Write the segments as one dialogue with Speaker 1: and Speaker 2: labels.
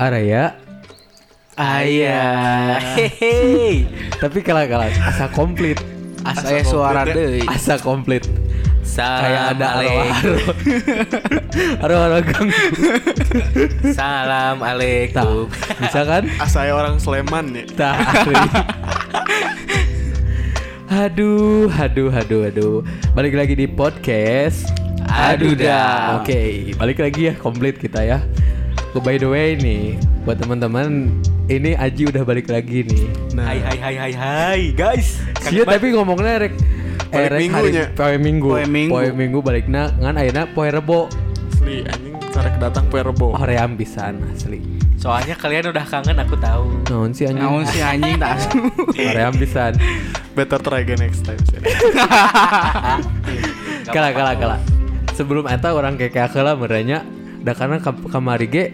Speaker 1: Area Ayah
Speaker 2: Hehehe.
Speaker 1: Tapi kalah kalah Asa komplit ya.
Speaker 2: Asa suara deui.
Speaker 1: Asa komplit Ah,
Speaker 2: Salam
Speaker 1: Kayak ada arwah
Speaker 2: alek.
Speaker 1: Arwah arwah ganggu
Speaker 2: Salam
Speaker 1: Tah,
Speaker 2: alaikum.
Speaker 1: Bisa kan?
Speaker 3: Saya orang Sleman ya.
Speaker 1: Tah asli. Aduh, aduh, aduh, aduh. Balik lagi di podcast.
Speaker 2: Aduh dah.
Speaker 1: Oke, balik lagi ya komplit kita ya. Oh, by the way nih, buat teman-teman, ini Aji udah balik lagi nih.
Speaker 2: Hai hai hai hai hai guys.
Speaker 1: Sia Iya, tapi ngomongnya rek
Speaker 3: Balik minggunya.
Speaker 1: poe minggu.
Speaker 3: Poe minggu.
Speaker 1: Poe minggu balikna ngan ayeuna poe rebo.
Speaker 3: Asli anjing karek datang poe Rebo.
Speaker 1: Hoream pisan asli.
Speaker 2: Soalnya kalian udah kangen aku tahu.
Speaker 1: Naon sih anjing?
Speaker 4: Naon si anjing tak Eh, asu.
Speaker 1: Hoream pisan.
Speaker 3: Better try again next time. sih.
Speaker 2: Gak
Speaker 1: Kala
Speaker 2: apa-apa.
Speaker 1: kala kala. Sebelum eta orang kayak kala merenya da karena kam- kamari ge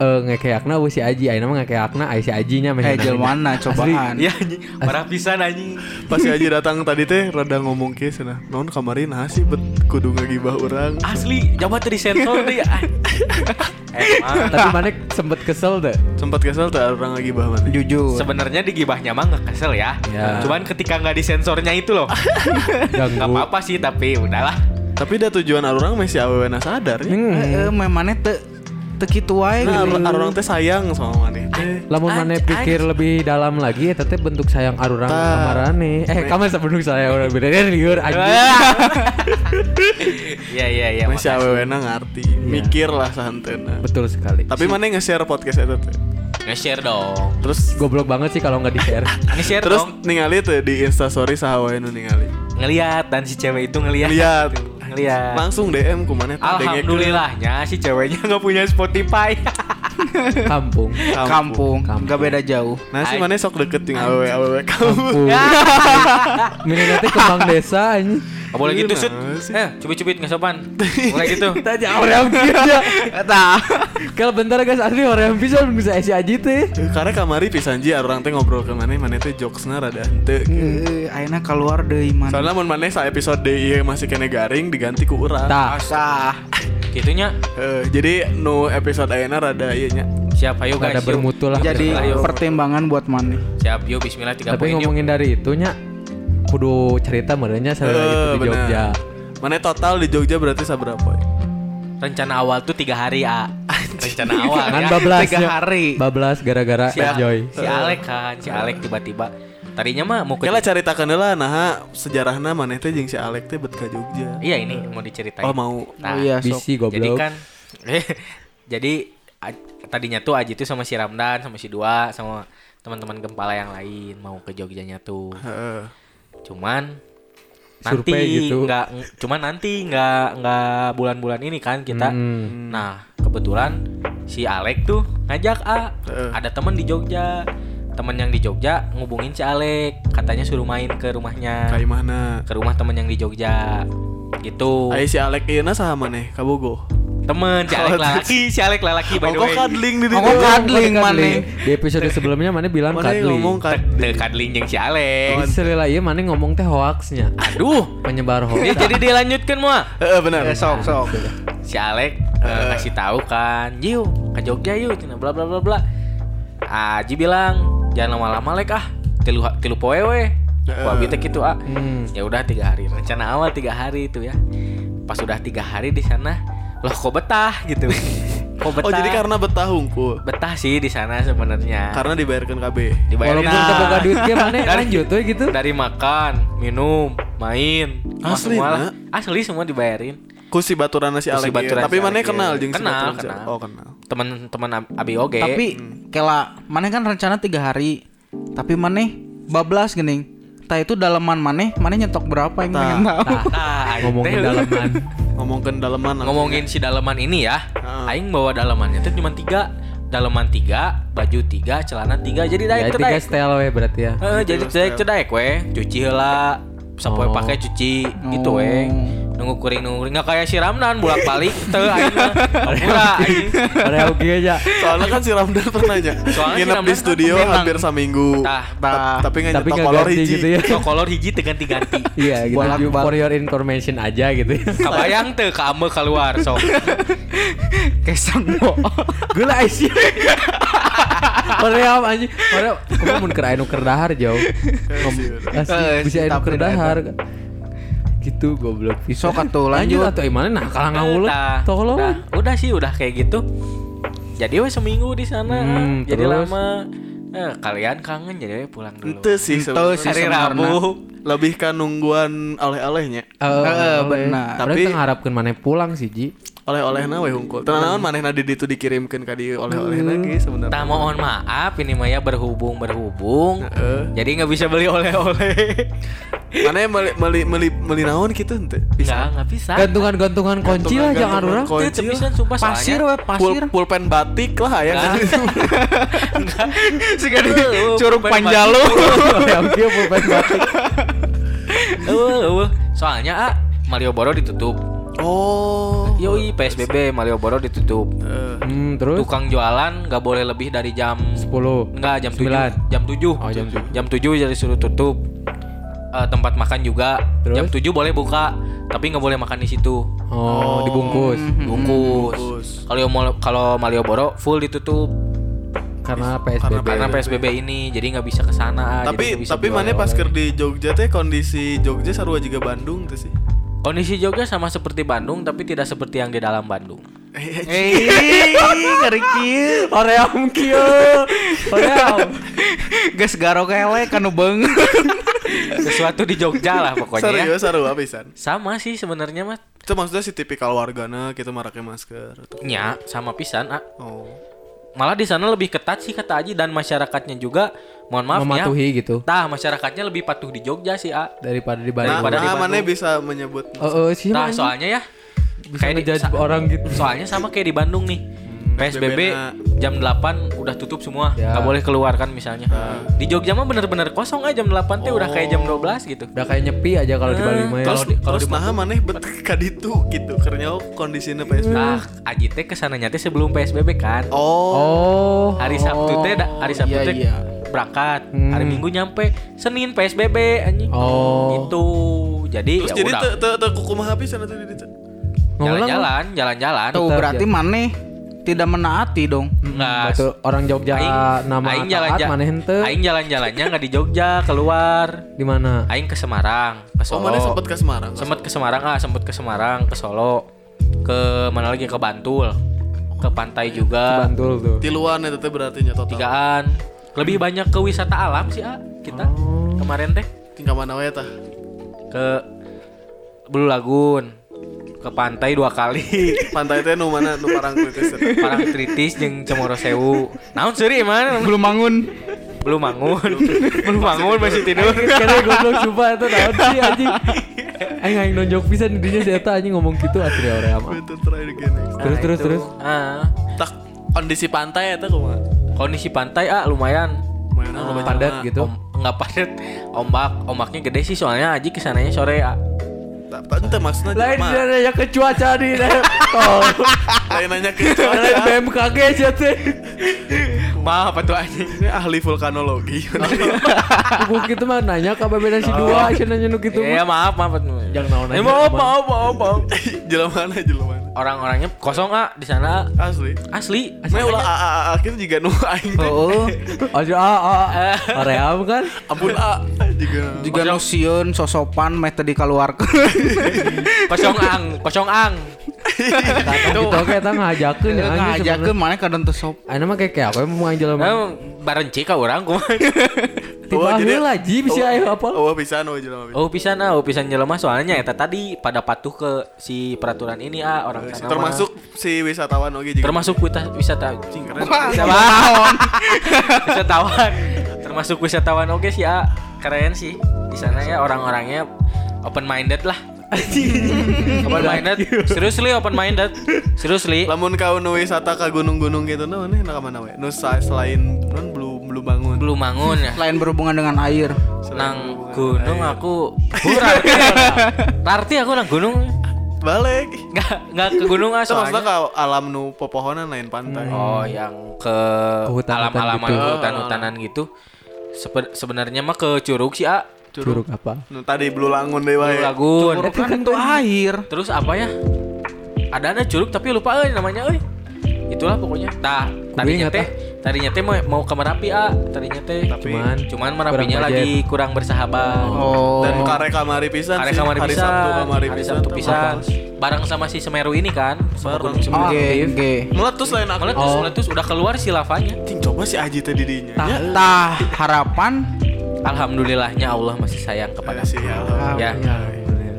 Speaker 1: eh ngekeakna we si Aji ayeuna mah ngekeakna ai si Ajinya mah.
Speaker 4: Eh jelmana cobaan.
Speaker 2: Ya anjing, marah pisan anjing.
Speaker 3: Pas si Aji datang tadi teh rada ngomong ke sana. Naon kamari nah sih bet kudu ngagibah urang.
Speaker 2: Asli, coba tadi sensor deh. ah. Emang
Speaker 1: Tapi manek sempet kesel deh.
Speaker 3: Sempat kesel tak urang ngagibah mana.
Speaker 4: Jujur.
Speaker 2: sebenarnya digibahnya mah nggak kesel ya.
Speaker 1: Ya.
Speaker 2: Cuman ketika nggak disensornya itu loh. Gak
Speaker 1: Ganggu.
Speaker 2: apa-apa sih tapi udahlah.
Speaker 3: Tapi da tujuan urang masih awewe na sadar ya.
Speaker 1: Hmm.
Speaker 4: Eh, eh, memangnya te te kitu wae
Speaker 3: Nah,
Speaker 4: gitu.
Speaker 3: orang teh sayang sama maneh teh.
Speaker 1: Lamun mana pikir lebih dalam lagi ya teteh bentuk sayang arurang
Speaker 3: Tah.
Speaker 1: kamarane. Eh kamar sebelum saya orang beda dari liur anjing.
Speaker 2: Iya iya iya.
Speaker 3: Masih
Speaker 2: makasih.
Speaker 3: awewe na ngerti. Mikir lah santeuna.
Speaker 1: Betul sekali.
Speaker 3: Tapi maneh nge-share podcast itu teh.
Speaker 2: Nge-share dong.
Speaker 3: Terus
Speaker 1: Goblok banget sih kalau nggak di share.
Speaker 2: Nge-share
Speaker 3: terus
Speaker 2: dong.
Speaker 3: ningali teh di Insta story sahawae nu ningali.
Speaker 2: Ngeliat dan si cewek itu ngeliat.
Speaker 3: Lihat.
Speaker 2: Ngeliat.
Speaker 3: Langsung DM ku maneh teh, dengek.
Speaker 2: Alhamdulillahnya si ceweknya nggak punya Spotify.
Speaker 1: Kampung.
Speaker 4: Eh, kampung,
Speaker 1: Kampung.
Speaker 4: nggak beda jauh.
Speaker 3: Nah sih mana sok deket jeung awewe awewe kamu.
Speaker 1: Kampung. Milihnya teh Ya. kembang desa anjing.
Speaker 2: Gak boleh gitu, Sud. Eh, cubit-cubit nggak sopan. Boleh gitu.
Speaker 1: Tanya orang dia. Kalau bentar guys asli orang bisa bisa si Aji teh.
Speaker 3: Karena kamari pisan ji orang teh ngobrol ke mana mana teh jokesna rada henteu.
Speaker 1: Hmm.
Speaker 4: Eh, ayeuna keluar deui mana.
Speaker 3: Soalnya mun mana sa episode ieu masih kene garing diganti ku urang.
Speaker 1: Tah.
Speaker 4: Sah.
Speaker 2: Gitunya
Speaker 3: Eh, jadi nu episode ayeuna rada ieu nya.
Speaker 2: siap ayo guys.
Speaker 1: Ada
Speaker 2: yuk.
Speaker 1: bermutu lah.
Speaker 4: Jadi
Speaker 2: Ayo.
Speaker 4: pertimbangan buat mana?
Speaker 2: Siap yuk bismillah
Speaker 1: Tapi
Speaker 2: tiga poin yuk.
Speaker 1: ngomongin dari itunya kudu cerita merenya saya itu
Speaker 3: Eh,
Speaker 1: di
Speaker 3: bener.
Speaker 1: Jogja.
Speaker 3: Mana total di Jogja berarti saberapa? ya?
Speaker 2: Rencana awal tuh tiga hari, A. Rencana awal
Speaker 1: Kan
Speaker 2: ya.
Speaker 1: bablas
Speaker 4: tiga
Speaker 1: ya.
Speaker 4: hari.
Speaker 1: Bablas gara-gara
Speaker 2: Siap.
Speaker 1: enjoy.
Speaker 2: Si Alek kan, si Alek tiba-tiba. Tadinya mah mau ke
Speaker 3: Kela caritakeun lah nah sejarahna mana teh jeung si Alek teh bet ka Jogja.
Speaker 2: Iya ini mau diceritain.
Speaker 3: Oh mau.
Speaker 2: Nah,
Speaker 4: oh iya sok.
Speaker 1: Bisi goblok.
Speaker 2: Jadi kan jadi A- tadinya tuh Aji tuh sama si Ramdan, sama si Dua, sama teman-teman gempala yang lain mau ke Jogjanya tuh.
Speaker 3: Heeh.
Speaker 2: Cuman nanti
Speaker 1: Survei gitu.
Speaker 2: nggak ng- cuman nanti nggak nggak bulan-bulan ini kan kita.
Speaker 1: Hmm.
Speaker 2: Nah, kebetulan si Alek tuh ngajak A,
Speaker 3: Heeh.
Speaker 2: ada teman di Jogja. Temen yang di Jogja ngubungin si Alek, katanya suruh main ke rumahnya.
Speaker 3: Ka imahna.
Speaker 2: Ke rumah temen yang di Jogja.
Speaker 1: Oh.
Speaker 2: Gitu.
Speaker 3: Aya si Alek ieu na saha maneh? Ka Bogo.
Speaker 2: Temen si Alek
Speaker 3: Oh,
Speaker 2: lelaki, Oh, kan si Alek lelaki by the
Speaker 3: Ongko
Speaker 2: way.
Speaker 3: kadling di
Speaker 4: Ongko
Speaker 3: dieu.
Speaker 4: kadling mana?
Speaker 1: Di episode sebelumnya mana bilang
Speaker 3: Mana yang
Speaker 1: kadling.
Speaker 3: ngomong kadling?
Speaker 2: Teu kadling jeung si Alek.
Speaker 1: Selila iya mana ngomong teh hoaxnya
Speaker 2: Aduh.
Speaker 1: penyebar hoax.
Speaker 2: Ya, jadi dilanjutkan mah.
Speaker 3: Heeh benar. Oh,
Speaker 4: Eh, sok sok.
Speaker 2: Si Alek eh, ngasih tahu kan, "Yuk, ke Jogja yuk." Cina bla bla bla bla. Aji bilang, "Jangan lama-lama Lek ah. Tilu tilu poe we."
Speaker 3: Heeh.
Speaker 2: Wah, bete gitu ah.
Speaker 1: Hmm.
Speaker 2: Ya udah tiga hari. Rencana awal tiga hari itu ya. Pas udah tiga hari di sana, loh kok betah gitu. kok betah?
Speaker 3: Oh jadi karena betah hungkul.
Speaker 2: betah sih di sana sebenarnya.
Speaker 3: Karena dibayarkan KB.
Speaker 2: Dibayarin
Speaker 1: Walaupun
Speaker 2: lah.
Speaker 1: teboga duit ge mana
Speaker 2: Dari-
Speaker 1: lanjut we gitu.
Speaker 2: dari makan, minum, main, semua-
Speaker 3: Asli,
Speaker 2: semua lah.
Speaker 3: nak?
Speaker 2: Asli semua dibayarin.
Speaker 3: Ku si baturan si
Speaker 2: Ku si
Speaker 3: Alek. ieu.
Speaker 2: baturan
Speaker 3: Tapi
Speaker 2: si
Speaker 3: mana
Speaker 2: Alek
Speaker 3: kenal
Speaker 2: ieu.
Speaker 3: jeung si
Speaker 2: Kenal,
Speaker 3: baturan si Alek.
Speaker 2: kenal.
Speaker 3: Oh kenal.
Speaker 2: Teman-teman ab- abi oge.
Speaker 4: Tapi kela mana kan rencana tiga hari. Tapi mana bablas gening. Tah itu dalaman mana? Mana nyetok berapa yang
Speaker 3: Tah.
Speaker 4: pengen tahu?
Speaker 2: Tah, Nah, tah, aing
Speaker 1: Ngomongin
Speaker 2: teh
Speaker 1: dalaman.
Speaker 3: Ngomongkeun daleman. lah.
Speaker 2: ngomongin si daleman ini ya.
Speaker 3: Heeh.
Speaker 2: Aing bawa dalemannya itu cuma tiga, daleman tiga, baju tiga, celana tiga, jadi
Speaker 1: Ya
Speaker 2: daek
Speaker 1: tiga
Speaker 2: cedaek.
Speaker 1: style we berarti ya.
Speaker 2: Heeh, jadi daek cedaek we, cuci heula, sampoe
Speaker 1: Oh.
Speaker 2: pakai cuci gitu we. nunggu kuring nunggu kuring nggak kayak si Ramdan bolak balik teu aing mah. Pura aing.
Speaker 1: Ada oke aja.
Speaker 3: Soalnya kan si Ramdan pernah ya
Speaker 2: Soalnya si
Speaker 3: nginep
Speaker 2: Ramdan
Speaker 3: di
Speaker 2: kan
Speaker 3: studio
Speaker 2: memang-
Speaker 3: hampir seminggu.
Speaker 2: Tah,
Speaker 4: tah.
Speaker 3: Ta- Tapi nggak
Speaker 1: Tapi
Speaker 3: nyetok
Speaker 1: nggak
Speaker 3: kolor
Speaker 1: ganti
Speaker 3: hiji.
Speaker 1: gitu ya.
Speaker 2: So kolor hiji teu ganti-ganti.
Speaker 1: Iya gitu.
Speaker 4: Bolak
Speaker 1: Ju-
Speaker 4: balik.
Speaker 1: For your information aja gitu.
Speaker 2: Kabayang teu ka ameu keluar sok.
Speaker 4: Kesang mo.
Speaker 1: Gula aja. Paream anjing. Paream kamu mun keur anu keur dahar jauh.
Speaker 4: Eh,
Speaker 1: Asli bisa anu
Speaker 4: tapi
Speaker 1: keur
Speaker 4: dah
Speaker 1: dahar. Gitu goblok pisan.
Speaker 4: Sok atuh, lanjut.
Speaker 1: atuh imana nah kalah ngawuleut.
Speaker 2: Tah,
Speaker 1: Tolong.
Speaker 2: udah, nah, udah sih udah kayak gitu. Jadi we seminggu di sana.
Speaker 1: Hmm,
Speaker 2: jadi
Speaker 1: terus?
Speaker 2: lama. Eh, kalian kangen jadi we pulang dulu.
Speaker 3: Itu sih
Speaker 4: Ente
Speaker 3: sebenarnya.
Speaker 4: sih
Speaker 2: Hari
Speaker 4: sebenarnya.
Speaker 2: Rabu.
Speaker 3: lebih ke nungguan oleh-olehnya.
Speaker 1: Eh,
Speaker 4: Heeh, benar.
Speaker 1: Tapi
Speaker 3: Tapi-
Speaker 1: teu ngarapkeun maneh pulang sih Ji.
Speaker 3: Oleh-olehna we hungkul. Teu naon manehna di ditu dikirimkeun ka di oleh-olehna
Speaker 4: Hmm.
Speaker 3: ge sebenarnya.
Speaker 2: Tak Nah, mohon maaf ini Maya berhubung berhubung.
Speaker 3: Heeh.
Speaker 2: Jadi nggak bisa beli oleh-oleh.
Speaker 3: Mana yang meli meli meli meli naon gitu henteu?
Speaker 2: Nggak nggak bisa.
Speaker 1: Gantungan-gantungan kunci lah
Speaker 3: Gantungan-
Speaker 1: jangan urang.
Speaker 3: gantungan Kan
Speaker 2: Itu
Speaker 3: kunci lah.
Speaker 2: bisa sumpah
Speaker 4: Pasir
Speaker 2: soalnya.
Speaker 4: we pasir.
Speaker 3: Pul- pulpen batik lah ya kan.
Speaker 2: Nah. Siga Eh, di
Speaker 4: Curug Panjalu.
Speaker 1: Ya, Oke, pulpen batik.
Speaker 2: Eueuh, eueuh. Eh, Soalnya ah Malioboro ditutup.
Speaker 3: Oh.
Speaker 2: Yoi PSBB Malioboro ditutup.
Speaker 3: Eh,
Speaker 1: Hmm, terus
Speaker 2: Tukang jualan nggak boleh lebih dari jam
Speaker 1: 10.
Speaker 2: enggak jam
Speaker 1: 9.
Speaker 2: 7. Jam 7.
Speaker 1: Oh, jam tujuh.
Speaker 2: Jam 7 jadi suruh tutup. Eh, tempat makan juga
Speaker 1: Terus?
Speaker 2: jam 7 boleh buka, tapi nggak boleh makan di situ.
Speaker 1: Oh, dibungkus
Speaker 3: bungkus.
Speaker 2: Bungkus. Kalau mau kalau Malioboro full ditutup.
Speaker 1: karena PSBB.
Speaker 2: karena PSBB ini jadi nggak bisa ke sana Nah, jadi
Speaker 3: tapi
Speaker 2: nggak bisa
Speaker 3: tapi
Speaker 2: jual ya.
Speaker 3: mana pas
Speaker 2: oleh-oleh.
Speaker 3: ker di Jogja teh kondisi Jogja sarua juga Bandung tuh sih.
Speaker 2: kondisi Jogja sama seperti Bandung tapi tidak seperti yang di dalam Bandung
Speaker 4: Eh, ngeri kieu.
Speaker 1: Oream kieu. Oream.
Speaker 4: Geus garo kele kanu beung.
Speaker 2: sesuatu di Jogja lah pokoknya ya.
Speaker 3: Serius sarua pisan.
Speaker 2: sama sih sebenarnya mah
Speaker 3: Itu maksudnya si tipikal wargana gitu marake masker.
Speaker 2: nya sama pisan ah.
Speaker 3: Oh.
Speaker 2: malah di sana lebih ketat sih kata Aji dan masyarakatnya juga mohon maaf
Speaker 1: Mematuhi
Speaker 2: ya
Speaker 1: gitu
Speaker 2: tah masyarakatnya lebih patuh di Jogja sih ah
Speaker 1: daripada di
Speaker 3: Nah,
Speaker 1: Bandung.
Speaker 2: Daripada di
Speaker 3: nah
Speaker 2: Bandung.
Speaker 3: mana bisa menyebut
Speaker 1: Heeh, sih mah,
Speaker 2: Nah, soalnya ya
Speaker 1: Iya, bisa ngejudge
Speaker 2: sa-
Speaker 1: orang gitu.
Speaker 2: Soalnya sama kayak di Bandung nih.
Speaker 3: Hmm,
Speaker 2: PSBB
Speaker 3: PSBB-na.
Speaker 2: jam 8 udah tutup semua,
Speaker 1: Ya.
Speaker 2: nggak boleh keluar kan misalnya.
Speaker 3: Ya.
Speaker 2: Di Jogja mah bener-bener kosong aja jam 8 teh udah kayak
Speaker 3: Oh.
Speaker 2: jam 12 gitu.
Speaker 1: udah kayak nyepi aja kalau di
Speaker 2: Hmm,
Speaker 1: Bali mah ya.
Speaker 3: Terus,
Speaker 2: kalau
Speaker 3: terus nah mana bet kaditu gitu karena kondisinya PSBB.
Speaker 2: Nah, Aji teh kesananya teh sebelum PSBB kan.
Speaker 3: Oh.
Speaker 1: Oh.
Speaker 2: Hari Sabtu teh da- hari Sabtu
Speaker 4: iya,
Speaker 2: teh
Speaker 4: iya.
Speaker 2: berangkat,
Speaker 1: Hmm.
Speaker 2: hari Minggu nyampe, Senin PSBB anjing.
Speaker 1: Oh.
Speaker 2: Gitu. Jadi
Speaker 3: Terus
Speaker 2: ya
Speaker 3: jadi
Speaker 2: udah.
Speaker 3: te te te kukumaha pisan atuh di ditu.
Speaker 1: Ngulang.
Speaker 2: Gitu. Jalan-jalan, jalan-jalan.
Speaker 4: Tuh berarti maneh tidak menaati dong.
Speaker 2: Nah,
Speaker 1: Batu Hmm, orang Jogja nama
Speaker 2: aing
Speaker 1: taat
Speaker 2: jalan-jalan.
Speaker 1: mana henteu?
Speaker 2: Aing Eh. jalan-jalannya nggak di Jogja, keluar.
Speaker 1: Di mana?
Speaker 2: Aing ke Semarang, ke
Speaker 3: Oh,
Speaker 2: Solo.
Speaker 3: mana sempat ke Semarang?
Speaker 2: Sempet ke Semarang ah, sempet ke Semarang, ke Solo. Ke mana lagi ke Bantul. Ke pantai
Speaker 1: Di
Speaker 2: juga.
Speaker 1: Bantul tuh.
Speaker 3: Tiluan eta teh berarti nya total.
Speaker 2: Tigaan. Lebih banyak ke wisata alam sih ah kita.
Speaker 1: Oh.
Speaker 2: Kemarin teh
Speaker 3: Tinggal mana we tah?
Speaker 2: ke Bulu Lagun. Ke pantai dua kali.
Speaker 3: Pantai teh nu mana nu parangkul teh. eta.
Speaker 2: Parang Tritis jeung Cemoro Sewu. Naon seuri mana?
Speaker 4: Belum bangun.
Speaker 2: Belum bangun. Belum bangun masih tidur.
Speaker 1: Karena goblok sumpah itu naon sih anjing. Aing aing nonjok pisan di dinya si eta anjing ngomong gitu asli Oream.
Speaker 3: Itu try again next.
Speaker 1: Terus terus
Speaker 2: Nah, Itu.
Speaker 1: terus.
Speaker 2: Ah.
Speaker 3: Tak kondisi pantai eta kumaha?
Speaker 2: kondisi pantai ah lumayan
Speaker 3: Lumayan ah, lumayan
Speaker 1: Padat
Speaker 3: lama.
Speaker 1: gitu.
Speaker 2: Om, nggak padat ombak ombaknya gede sih soalnya aji kesananya sore ah.
Speaker 3: Tak tak ente maksudna
Speaker 1: Lain
Speaker 3: jelema.
Speaker 1: dia nanya ke cuaca nih. Tol.
Speaker 3: Lain nanya ke
Speaker 1: "Oh, Lain
Speaker 3: cuaca.
Speaker 1: BMKG aja teh.
Speaker 2: mah apa tuh aji
Speaker 3: Ini ahli vulkanologi.
Speaker 1: Buku gitu mah nanya ke BBN si dua, si nanya nu gitu.
Speaker 2: ya maaf maaf
Speaker 1: Jangan naon aja,
Speaker 2: Eh, maaf,
Speaker 1: aman.
Speaker 2: maaf, maaf, maaf.
Speaker 3: jelema mana jelema. mana.
Speaker 2: orang-orangnya kosong ah di sana ah.
Speaker 3: Asli.
Speaker 2: asli ah,
Speaker 3: Mana ulah a a a kita juga nu aing teh.
Speaker 1: Oh,
Speaker 4: Heeh.
Speaker 1: Aja ah ah, ah. Oream kan.
Speaker 3: Ampun a juga.
Speaker 4: Juga nu sieun sosopan meh teu dikaluarkeun.
Speaker 2: kosong ang kosong ang
Speaker 1: Itu oke eta gitu,
Speaker 4: gitu
Speaker 1: ngajakeun ya anjing.
Speaker 4: Ngajakeun maneh kadang teu sop.
Speaker 1: Ana mah kayak kayak apa emang yang jalan
Speaker 2: Oh,
Speaker 1: mah?
Speaker 2: Eh, barenci ka orang kumaha
Speaker 1: Tiba heula ji bisa ayo apa?
Speaker 3: Oh, pisan oh jelema pisan.
Speaker 2: oh pisan ah oh pisan jelema soalnya eta tadi pada patuh ke si peraturan ini ah orang sana mah.
Speaker 3: Termasuk si wisatawan oge juga.
Speaker 2: termasuk wita- wisata
Speaker 3: Cing, keren.
Speaker 2: wisatawan wisatawan termasuk wisatawan oke sih A keren sih di sana ya orang-orangnya open minded lah open minded seriously open minded seriously
Speaker 3: Lamun kau nu wisata ka gunung-gunung gitu nah nih nah mana we? Nu sa- selain non belum belum bangun.
Speaker 2: belum bangun ya
Speaker 4: Lain berhubungan dengan air.
Speaker 3: Selain
Speaker 2: nang
Speaker 3: belum bangun.
Speaker 2: gunung
Speaker 3: Ayo.
Speaker 2: ya. aku kurang arti aku nang gunung
Speaker 3: balik
Speaker 2: Nggak nggak ke gunung ah
Speaker 3: itu maksudnya
Speaker 2: soalnya.
Speaker 3: ke alam nu pepohonan lain pantai
Speaker 1: Hmm.
Speaker 2: Oh, yang ke
Speaker 1: Ke hutan-hutan
Speaker 2: alam-alaman
Speaker 3: Oh.
Speaker 1: gitu.
Speaker 2: ke hutan-hutanan gitu. Sepe- sebenarnya mah ke curug sih, ah.
Speaker 1: Curug apa?
Speaker 3: Nu Nah, tadi Blue Langun deh wae.
Speaker 2: Lagun.
Speaker 4: Curug kan itu air.
Speaker 2: Terus apa ya? Ada ada curug tapi lupa euy namanya euy. Itulah pokoknya. Nah,
Speaker 1: ingat,
Speaker 2: tadinya teh, tadinya teh mau, mau ke Merapi, ah. Tadinya teh.
Speaker 3: Tapi-
Speaker 1: Cuman
Speaker 2: Cuman Merapinya
Speaker 1: Kurang budget.
Speaker 2: lagi kurang bersahabat.
Speaker 4: Oh.
Speaker 3: Dan kare kamari pisan
Speaker 2: Hari
Speaker 3: sih.
Speaker 2: kamari
Speaker 3: hari
Speaker 2: pisan,
Speaker 3: Sabtu kamari
Speaker 2: hari
Speaker 3: pisan.
Speaker 2: Sabtu
Speaker 3: tuh
Speaker 2: pisan.
Speaker 3: meletus.
Speaker 2: Bareng sama si Semeru ini kan, sama
Speaker 3: Bareng.
Speaker 2: Gunung Semeru.
Speaker 4: Oke,
Speaker 1: aktif.
Speaker 4: oke.
Speaker 3: Meletus lain aku.
Speaker 2: Meletus,
Speaker 1: Oh.
Speaker 2: meletus udah keluar si lavanya.
Speaker 3: Ting coba si Aji teh didinya.
Speaker 2: Ah.
Speaker 3: Ya,
Speaker 4: Tah harapan
Speaker 2: Alhamdulillahnya Allah masih sayang kepada
Speaker 3: ada si Allah.
Speaker 2: Ya.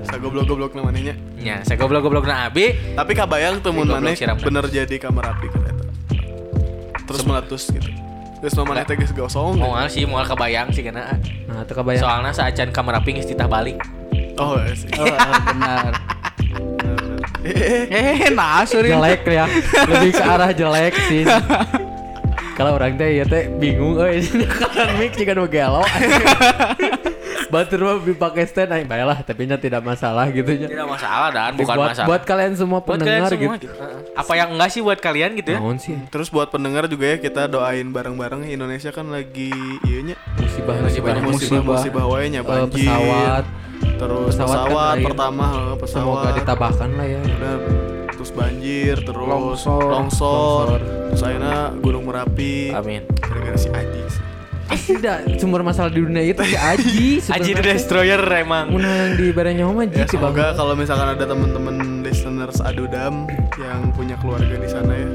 Speaker 3: Sagoblok-goblok namanya.
Speaker 2: Ya, saya goblok-goblok na abi.
Speaker 3: Tapi kabayang tuh mun
Speaker 2: Goblok
Speaker 3: maneh
Speaker 2: siram.
Speaker 3: bener jadi kamar api kan eta. Terus meletus gitu. Terus nu maneh teh geus gosong.
Speaker 2: Moal sih, moal kebayang sih karena
Speaker 1: Nah, teu kebayang.
Speaker 2: soalnya saacan kamera ping istitah balik.
Speaker 3: Oh, iya sih.
Speaker 4: Oh, oh, benar.
Speaker 3: Eh,
Speaker 4: Eh, nah, sorry.
Speaker 1: jelek ya. Lebih ke arah jelek sih. Kalau orang teh ya teh bingung euy. Kan mic jika nu galau. Batur mah dipakai stand aing bae lah, tapi nya tidak masalah gitu nya.
Speaker 2: Tidak masalah dan bukan
Speaker 1: buat,
Speaker 2: masalah.
Speaker 1: buat kalian semua
Speaker 2: Buat kalian
Speaker 1: pendengar
Speaker 2: semua
Speaker 1: gitu.
Speaker 2: gitu. Apa yang enggak sih buat kalian gitu ya?
Speaker 1: Naon sih
Speaker 3: Terus buat pendengar juga ya kita doain bareng-bareng Indonesia kan lagi ieu nya
Speaker 1: musibah
Speaker 2: Musibah,
Speaker 1: musibah.
Speaker 3: banyak musibah musibah wae nya
Speaker 1: Eh,
Speaker 3: banjir.
Speaker 1: pesawat.
Speaker 3: Terus
Speaker 1: Pesawat
Speaker 3: pesawat,
Speaker 1: kan lain.
Speaker 3: pertama eh, pesawat.
Speaker 1: Semoga ditabahkan lah ya.
Speaker 3: Bener. terus banjir terus
Speaker 4: Longsor.
Speaker 3: longsor,
Speaker 1: Longsor.
Speaker 3: terus akhirnya gunung merapi
Speaker 2: Amin.
Speaker 3: gara-gara si Aji sih.
Speaker 1: Tidak sumber masalah di dunia itu si Aji.
Speaker 2: Aji the Destroyer emang.
Speaker 1: Munang yang di barangnya mah Aji
Speaker 3: ya
Speaker 1: sih bang.
Speaker 3: semoga kalau misalkan ada teman-teman listeners Adudam yang punya keluarga di sana ya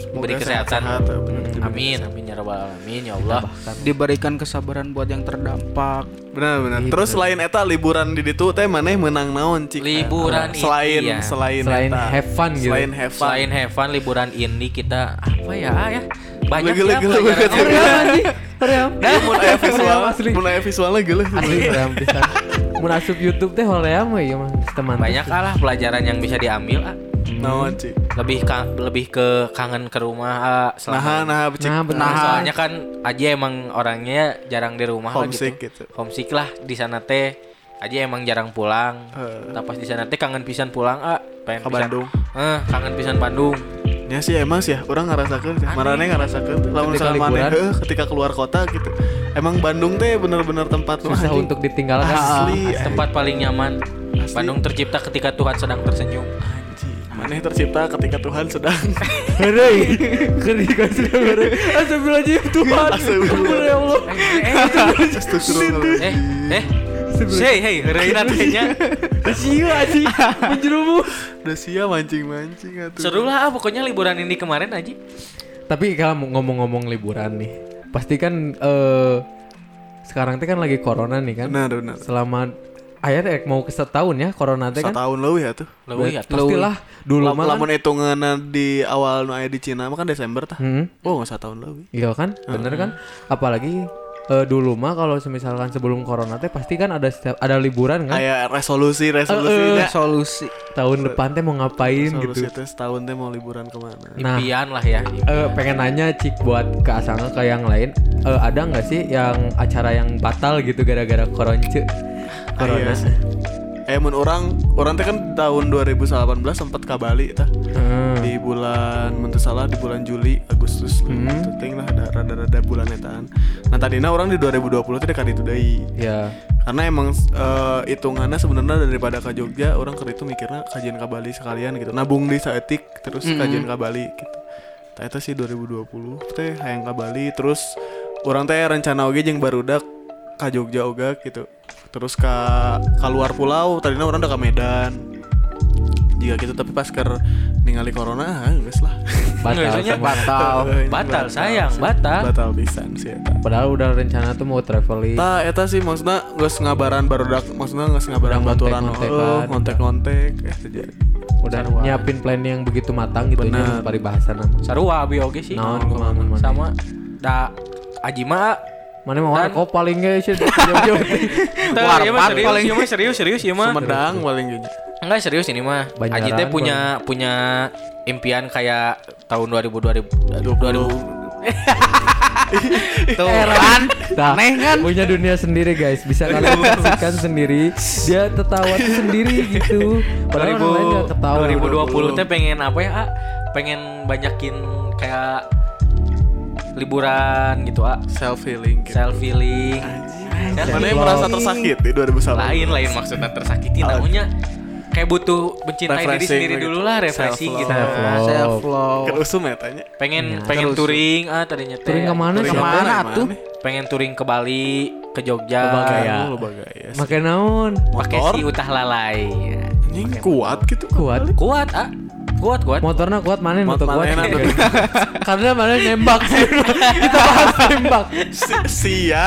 Speaker 3: semoga
Speaker 2: Beri kesehatan.
Speaker 3: sehat-sehat, ya, bener.
Speaker 2: Amin, amin ya rabbal alamin ya Allah.
Speaker 4: Diberikan kesabaran buat yang terdampak.
Speaker 3: benar benar
Speaker 2: Iya,
Speaker 3: terus selain eta liburan di ditu teh maneh menang naon cik
Speaker 2: Liburan
Speaker 3: selain
Speaker 2: inti, ya.
Speaker 3: selain
Speaker 1: Selain
Speaker 3: eta.
Speaker 1: have fun gitu.
Speaker 3: selain have fun
Speaker 2: Selain Heaven liburan ini kita apa ya ah, ya? Banyak
Speaker 3: Gele-
Speaker 2: ya.
Speaker 3: gele- gele-
Speaker 2: pelajaran.
Speaker 1: Hurry up, Aji.
Speaker 3: gele-
Speaker 1: ya, Hurry up.
Speaker 3: Iya, mun aya visual
Speaker 1: asli.
Speaker 3: mun aya visualnya geulah.
Speaker 1: Asli hoream pisan. Mun asup YouTube teh hoream we ieu mah teman.
Speaker 2: Banyak ah, lah pelajaran yang bisa diambil ah.
Speaker 3: naon cik
Speaker 2: Lebih ka- lebih ke kangen ke rumah ah, selama
Speaker 3: nah nah cik
Speaker 1: Nah,
Speaker 2: Nah,
Speaker 1: benar.
Speaker 2: soalnya kan Aji emang orangnya jarang di rumah lah
Speaker 3: Homesick gitu.
Speaker 2: Homesick lah di sana teh. Aji emang jarang pulang.
Speaker 3: Heeh.
Speaker 2: Nah, pas di sana teh kangen pisan pulang, ah. Pengen
Speaker 3: Ke
Speaker 2: pisan-
Speaker 3: Bandung.
Speaker 2: Eh, kangen pisan Bandung.
Speaker 3: Ya sih emang sih ya, orang ngerasakan sih. Marane ngerasakan
Speaker 1: Ketika
Speaker 3: lamun misalnya
Speaker 1: liburan.
Speaker 3: maneh heuh, ketika keluar kota gitu. Emang Bandung teh bener-bener tempat nu
Speaker 1: susah
Speaker 3: anjing.
Speaker 1: untuk ditinggalkan.
Speaker 3: asli.
Speaker 2: Tempat paling nyaman.
Speaker 3: Iya, Asli.
Speaker 2: Bandung tercipta ketika Tuhan sedang tersenyum.
Speaker 3: anjing. Maneh tercipta ketika Tuhan sedang
Speaker 1: Heureui. Keuri kan sudah heureui. Astagfirullahaladzim Tuhan. Ampun ya Allah.
Speaker 3: Astagfirullah.
Speaker 2: Eh, eh. Hey, hey, Reina tehnya.
Speaker 1: Sia Aji Eh, menjerumus.
Speaker 3: Udah siap mancing-mancing atuh.
Speaker 2: Seru lah ah, pokoknya liburan ini kemarin Aji.
Speaker 1: Tapi kalau mau ngomong-ngomong liburan nih, pasti kan eh, sekarang teh kan lagi corona nih kan.
Speaker 3: Benar, benar.
Speaker 1: Selama akhirnya mau ke setahun ya corona teh kan.
Speaker 3: Setahun leuwih ya tuh.
Speaker 2: Leuwih atuh.
Speaker 1: Pastilah dulu
Speaker 3: Lam-
Speaker 1: mah kan.
Speaker 3: Lamun hitunganna di awal nu aya di Cina mah kan Desember tah.
Speaker 1: Hmm.
Speaker 3: Oh, enggak setahun leuwih.
Speaker 1: Iya kan, bener kan? Apalagi eh, dulu mah kalau misalkan sebelum corona teh pasti kan ada setiap ada liburan kan.
Speaker 3: Kayak resolusi
Speaker 1: Eh,
Speaker 4: Ya.
Speaker 3: resolusinya.
Speaker 4: Solusi.
Speaker 1: Tahun depan teh mau ngapain
Speaker 3: Resolusi
Speaker 1: gitu.
Speaker 3: teh setahun teh mau liburan kemana
Speaker 1: Nah.
Speaker 2: Impian lah ya.
Speaker 1: Eh, pengen nanya cik buat ke Asanga ke yang lain, eh, ada nggak sih yang acara yang batal gitu gara-gara koronce? Corona.
Speaker 3: Iya. Eh mun orang orang teh kan tahun 2018 sempat ke Bali tah.
Speaker 1: Hmm.
Speaker 3: Di bulan mun teu salah di bulan Juli Agustus
Speaker 1: Hmm.
Speaker 3: gitu. Ting lah ada rada-rada bulan etaan. Nah tadinya orang di 2020 teh dekat itu deui.
Speaker 1: Ya.
Speaker 3: Karena emang eh, hitungannya sebenarnya daripada ke Jogja orang ke itu mikirnya kajian ke Bali sekalian gitu. Nabung di saetik terus kajian ke Bali gitu. Tah eta sih 2020 teh hayang ke Bali terus orang teh rencana oge jeung barudak ke Jogja oga gitu. Terus ke keluar pulau tadinya orang udah ke Medan. Jika gitu tapi pas ker ningali corona ah, geus lah.
Speaker 1: Batal
Speaker 2: Biasanya
Speaker 1: semua.
Speaker 4: Batal.
Speaker 3: Ini
Speaker 2: Batal sayang, batal.
Speaker 3: Batal pisan sih eta.
Speaker 1: Padahal udah rencana tuh mau traveling.
Speaker 3: Eta Nah, eta sih maksudnya geus ngabaran barudak maksudnya geus ngabaran
Speaker 1: Udah
Speaker 3: baturan
Speaker 1: ngontek-ngontekan.
Speaker 3: oh, ngontek-ngontek eh terjadi.
Speaker 1: udah nyiapin plan yang begitu matang gitu ya paribahasa nama.
Speaker 2: Sarua ah, abi oge sih.
Speaker 3: Nah,
Speaker 1: Naon kumaha mana?
Speaker 2: Sama da Aji mah ah.
Speaker 1: Mana mau
Speaker 2: Dan-
Speaker 1: kok paling gak sih jauh-jauh.
Speaker 2: Tah, iya mah
Speaker 4: Warpat
Speaker 2: serius,
Speaker 4: paling.
Speaker 2: iya mah serius, serius, iya mah.
Speaker 3: Sumedang paling gitu. gini.
Speaker 2: Enggak serius ini mah.
Speaker 1: Banyaran
Speaker 2: Aji teh punya punya impian kayak tahun 2000 2000 2020.
Speaker 3: 20. Gitu.
Speaker 4: Tuh kan
Speaker 1: Nah,
Speaker 4: Aneh kan
Speaker 3: Oh.
Speaker 1: punya dunia sendiri guys bisa kalian saksikan sendiri dia tertawa tuh sendiri gitu padahal orang lain nggak ketawa
Speaker 2: 2020 teh pengen apa ya? A? Pengen banyakin kayak liburan gitu, A.
Speaker 3: self healing gitu.
Speaker 2: Self healing. Kan
Speaker 3: Mana yang merasa tersakit di 2019?
Speaker 2: lain lain maksudnya tersakiti namanya kayak butuh mencintai diri
Speaker 3: Refreshing
Speaker 2: sendiri
Speaker 3: gitu.
Speaker 2: dulu lah refreshing
Speaker 3: Self-love.
Speaker 2: gitu
Speaker 1: Self-love.
Speaker 4: Self love
Speaker 3: Kan usum ya tanya.
Speaker 2: pengen pengen touring ah tadinya teh
Speaker 1: Iya, Touring kemana
Speaker 3: Dari
Speaker 1: Siapa?
Speaker 4: Kemana
Speaker 3: mana,
Speaker 4: atuh?
Speaker 3: mana?
Speaker 2: pengen touring ke Bali ke Jogja
Speaker 1: Ke Bali.
Speaker 3: Kayak
Speaker 1: Kayak-
Speaker 3: lu ya. bagaya. sih.
Speaker 1: pakai naon
Speaker 2: pakai
Speaker 3: Motor?
Speaker 2: si utah lalai
Speaker 3: Anjing kuat gitu
Speaker 1: kuat
Speaker 2: kuat ah kuat kuat
Speaker 1: motornya kuat mana motor
Speaker 3: Motor
Speaker 1: kuat
Speaker 3: maneh na,
Speaker 1: juga. karena mana nembak sih kita bahas nembak
Speaker 3: Si- Sia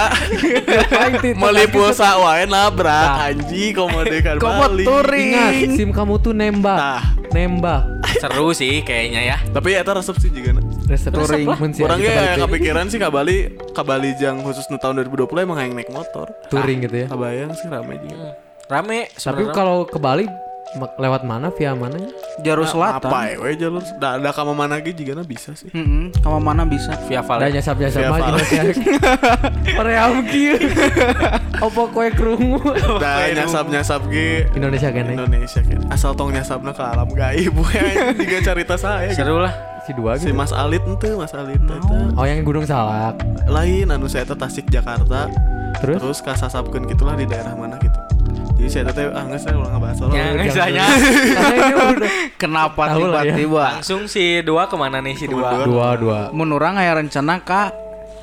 Speaker 1: Paling titik
Speaker 3: Meli
Speaker 1: lagi
Speaker 3: pulsa wae nabrak
Speaker 1: Nah.
Speaker 3: anji komodekan
Speaker 4: Komod
Speaker 3: Bali.
Speaker 1: tuh.
Speaker 4: touring.
Speaker 1: ingat sim kamu tuh nembak
Speaker 3: Nah.
Speaker 1: nembak
Speaker 2: seru sih kayaknya ya
Speaker 3: Tapi eta resep sih juga.
Speaker 1: resep
Speaker 4: Touring.
Speaker 1: resep lah. Mun sih ya, gitu.
Speaker 3: Orang
Speaker 1: aja
Speaker 3: ge
Speaker 1: kebalik
Speaker 3: kepikiran sih ka Bali, ka Bali jang khusus nu tahun 2020 emang hayang naik motor.
Speaker 1: deh. touring gitu ya
Speaker 3: Kabayang sih rame juga.
Speaker 2: rame
Speaker 1: tapi
Speaker 2: sebenarnya.
Speaker 1: kalau ke Bali ma- lewat mana via mana ya?
Speaker 4: Jarum selatan
Speaker 3: Apa ya we jalur? Da da ka mana ge jigana nah, bisa sih.
Speaker 4: Mm-mm, Kamu mana bisa
Speaker 2: via
Speaker 1: Ada
Speaker 2: Valen
Speaker 1: nyasap nyasap
Speaker 3: Via
Speaker 1: mah
Speaker 3: Valen.
Speaker 1: kita ya. Peream kieu. Opo koe krungu.
Speaker 3: Da nyasap-nyasap ge
Speaker 1: Indonesia ya? kene
Speaker 3: Indonesia kan. Asal tong nyasapna ke alam gaib we anjing, juga cerita saya gitu.
Speaker 2: seru lah
Speaker 1: si dua
Speaker 3: Si
Speaker 1: gitu.
Speaker 3: Mas Alit ente, Mas Alit eta.
Speaker 1: Oh yang Gunung Salak.
Speaker 3: Lain anu saya teh Tasik Jakarta.
Speaker 1: Terus?
Speaker 3: Terus kasasapkeun gitulah di daerah mana gitu. Jadi saya teh ah geus saya ulang ngebahas soalnya.
Speaker 2: yang misalnya
Speaker 1: Karena ini udah
Speaker 4: Kenapa
Speaker 1: Tahu lah ya.
Speaker 4: tiba-tiba
Speaker 2: langsung si dua kemana nih si dua
Speaker 1: dua dua.
Speaker 4: Menurang kayak rencana kak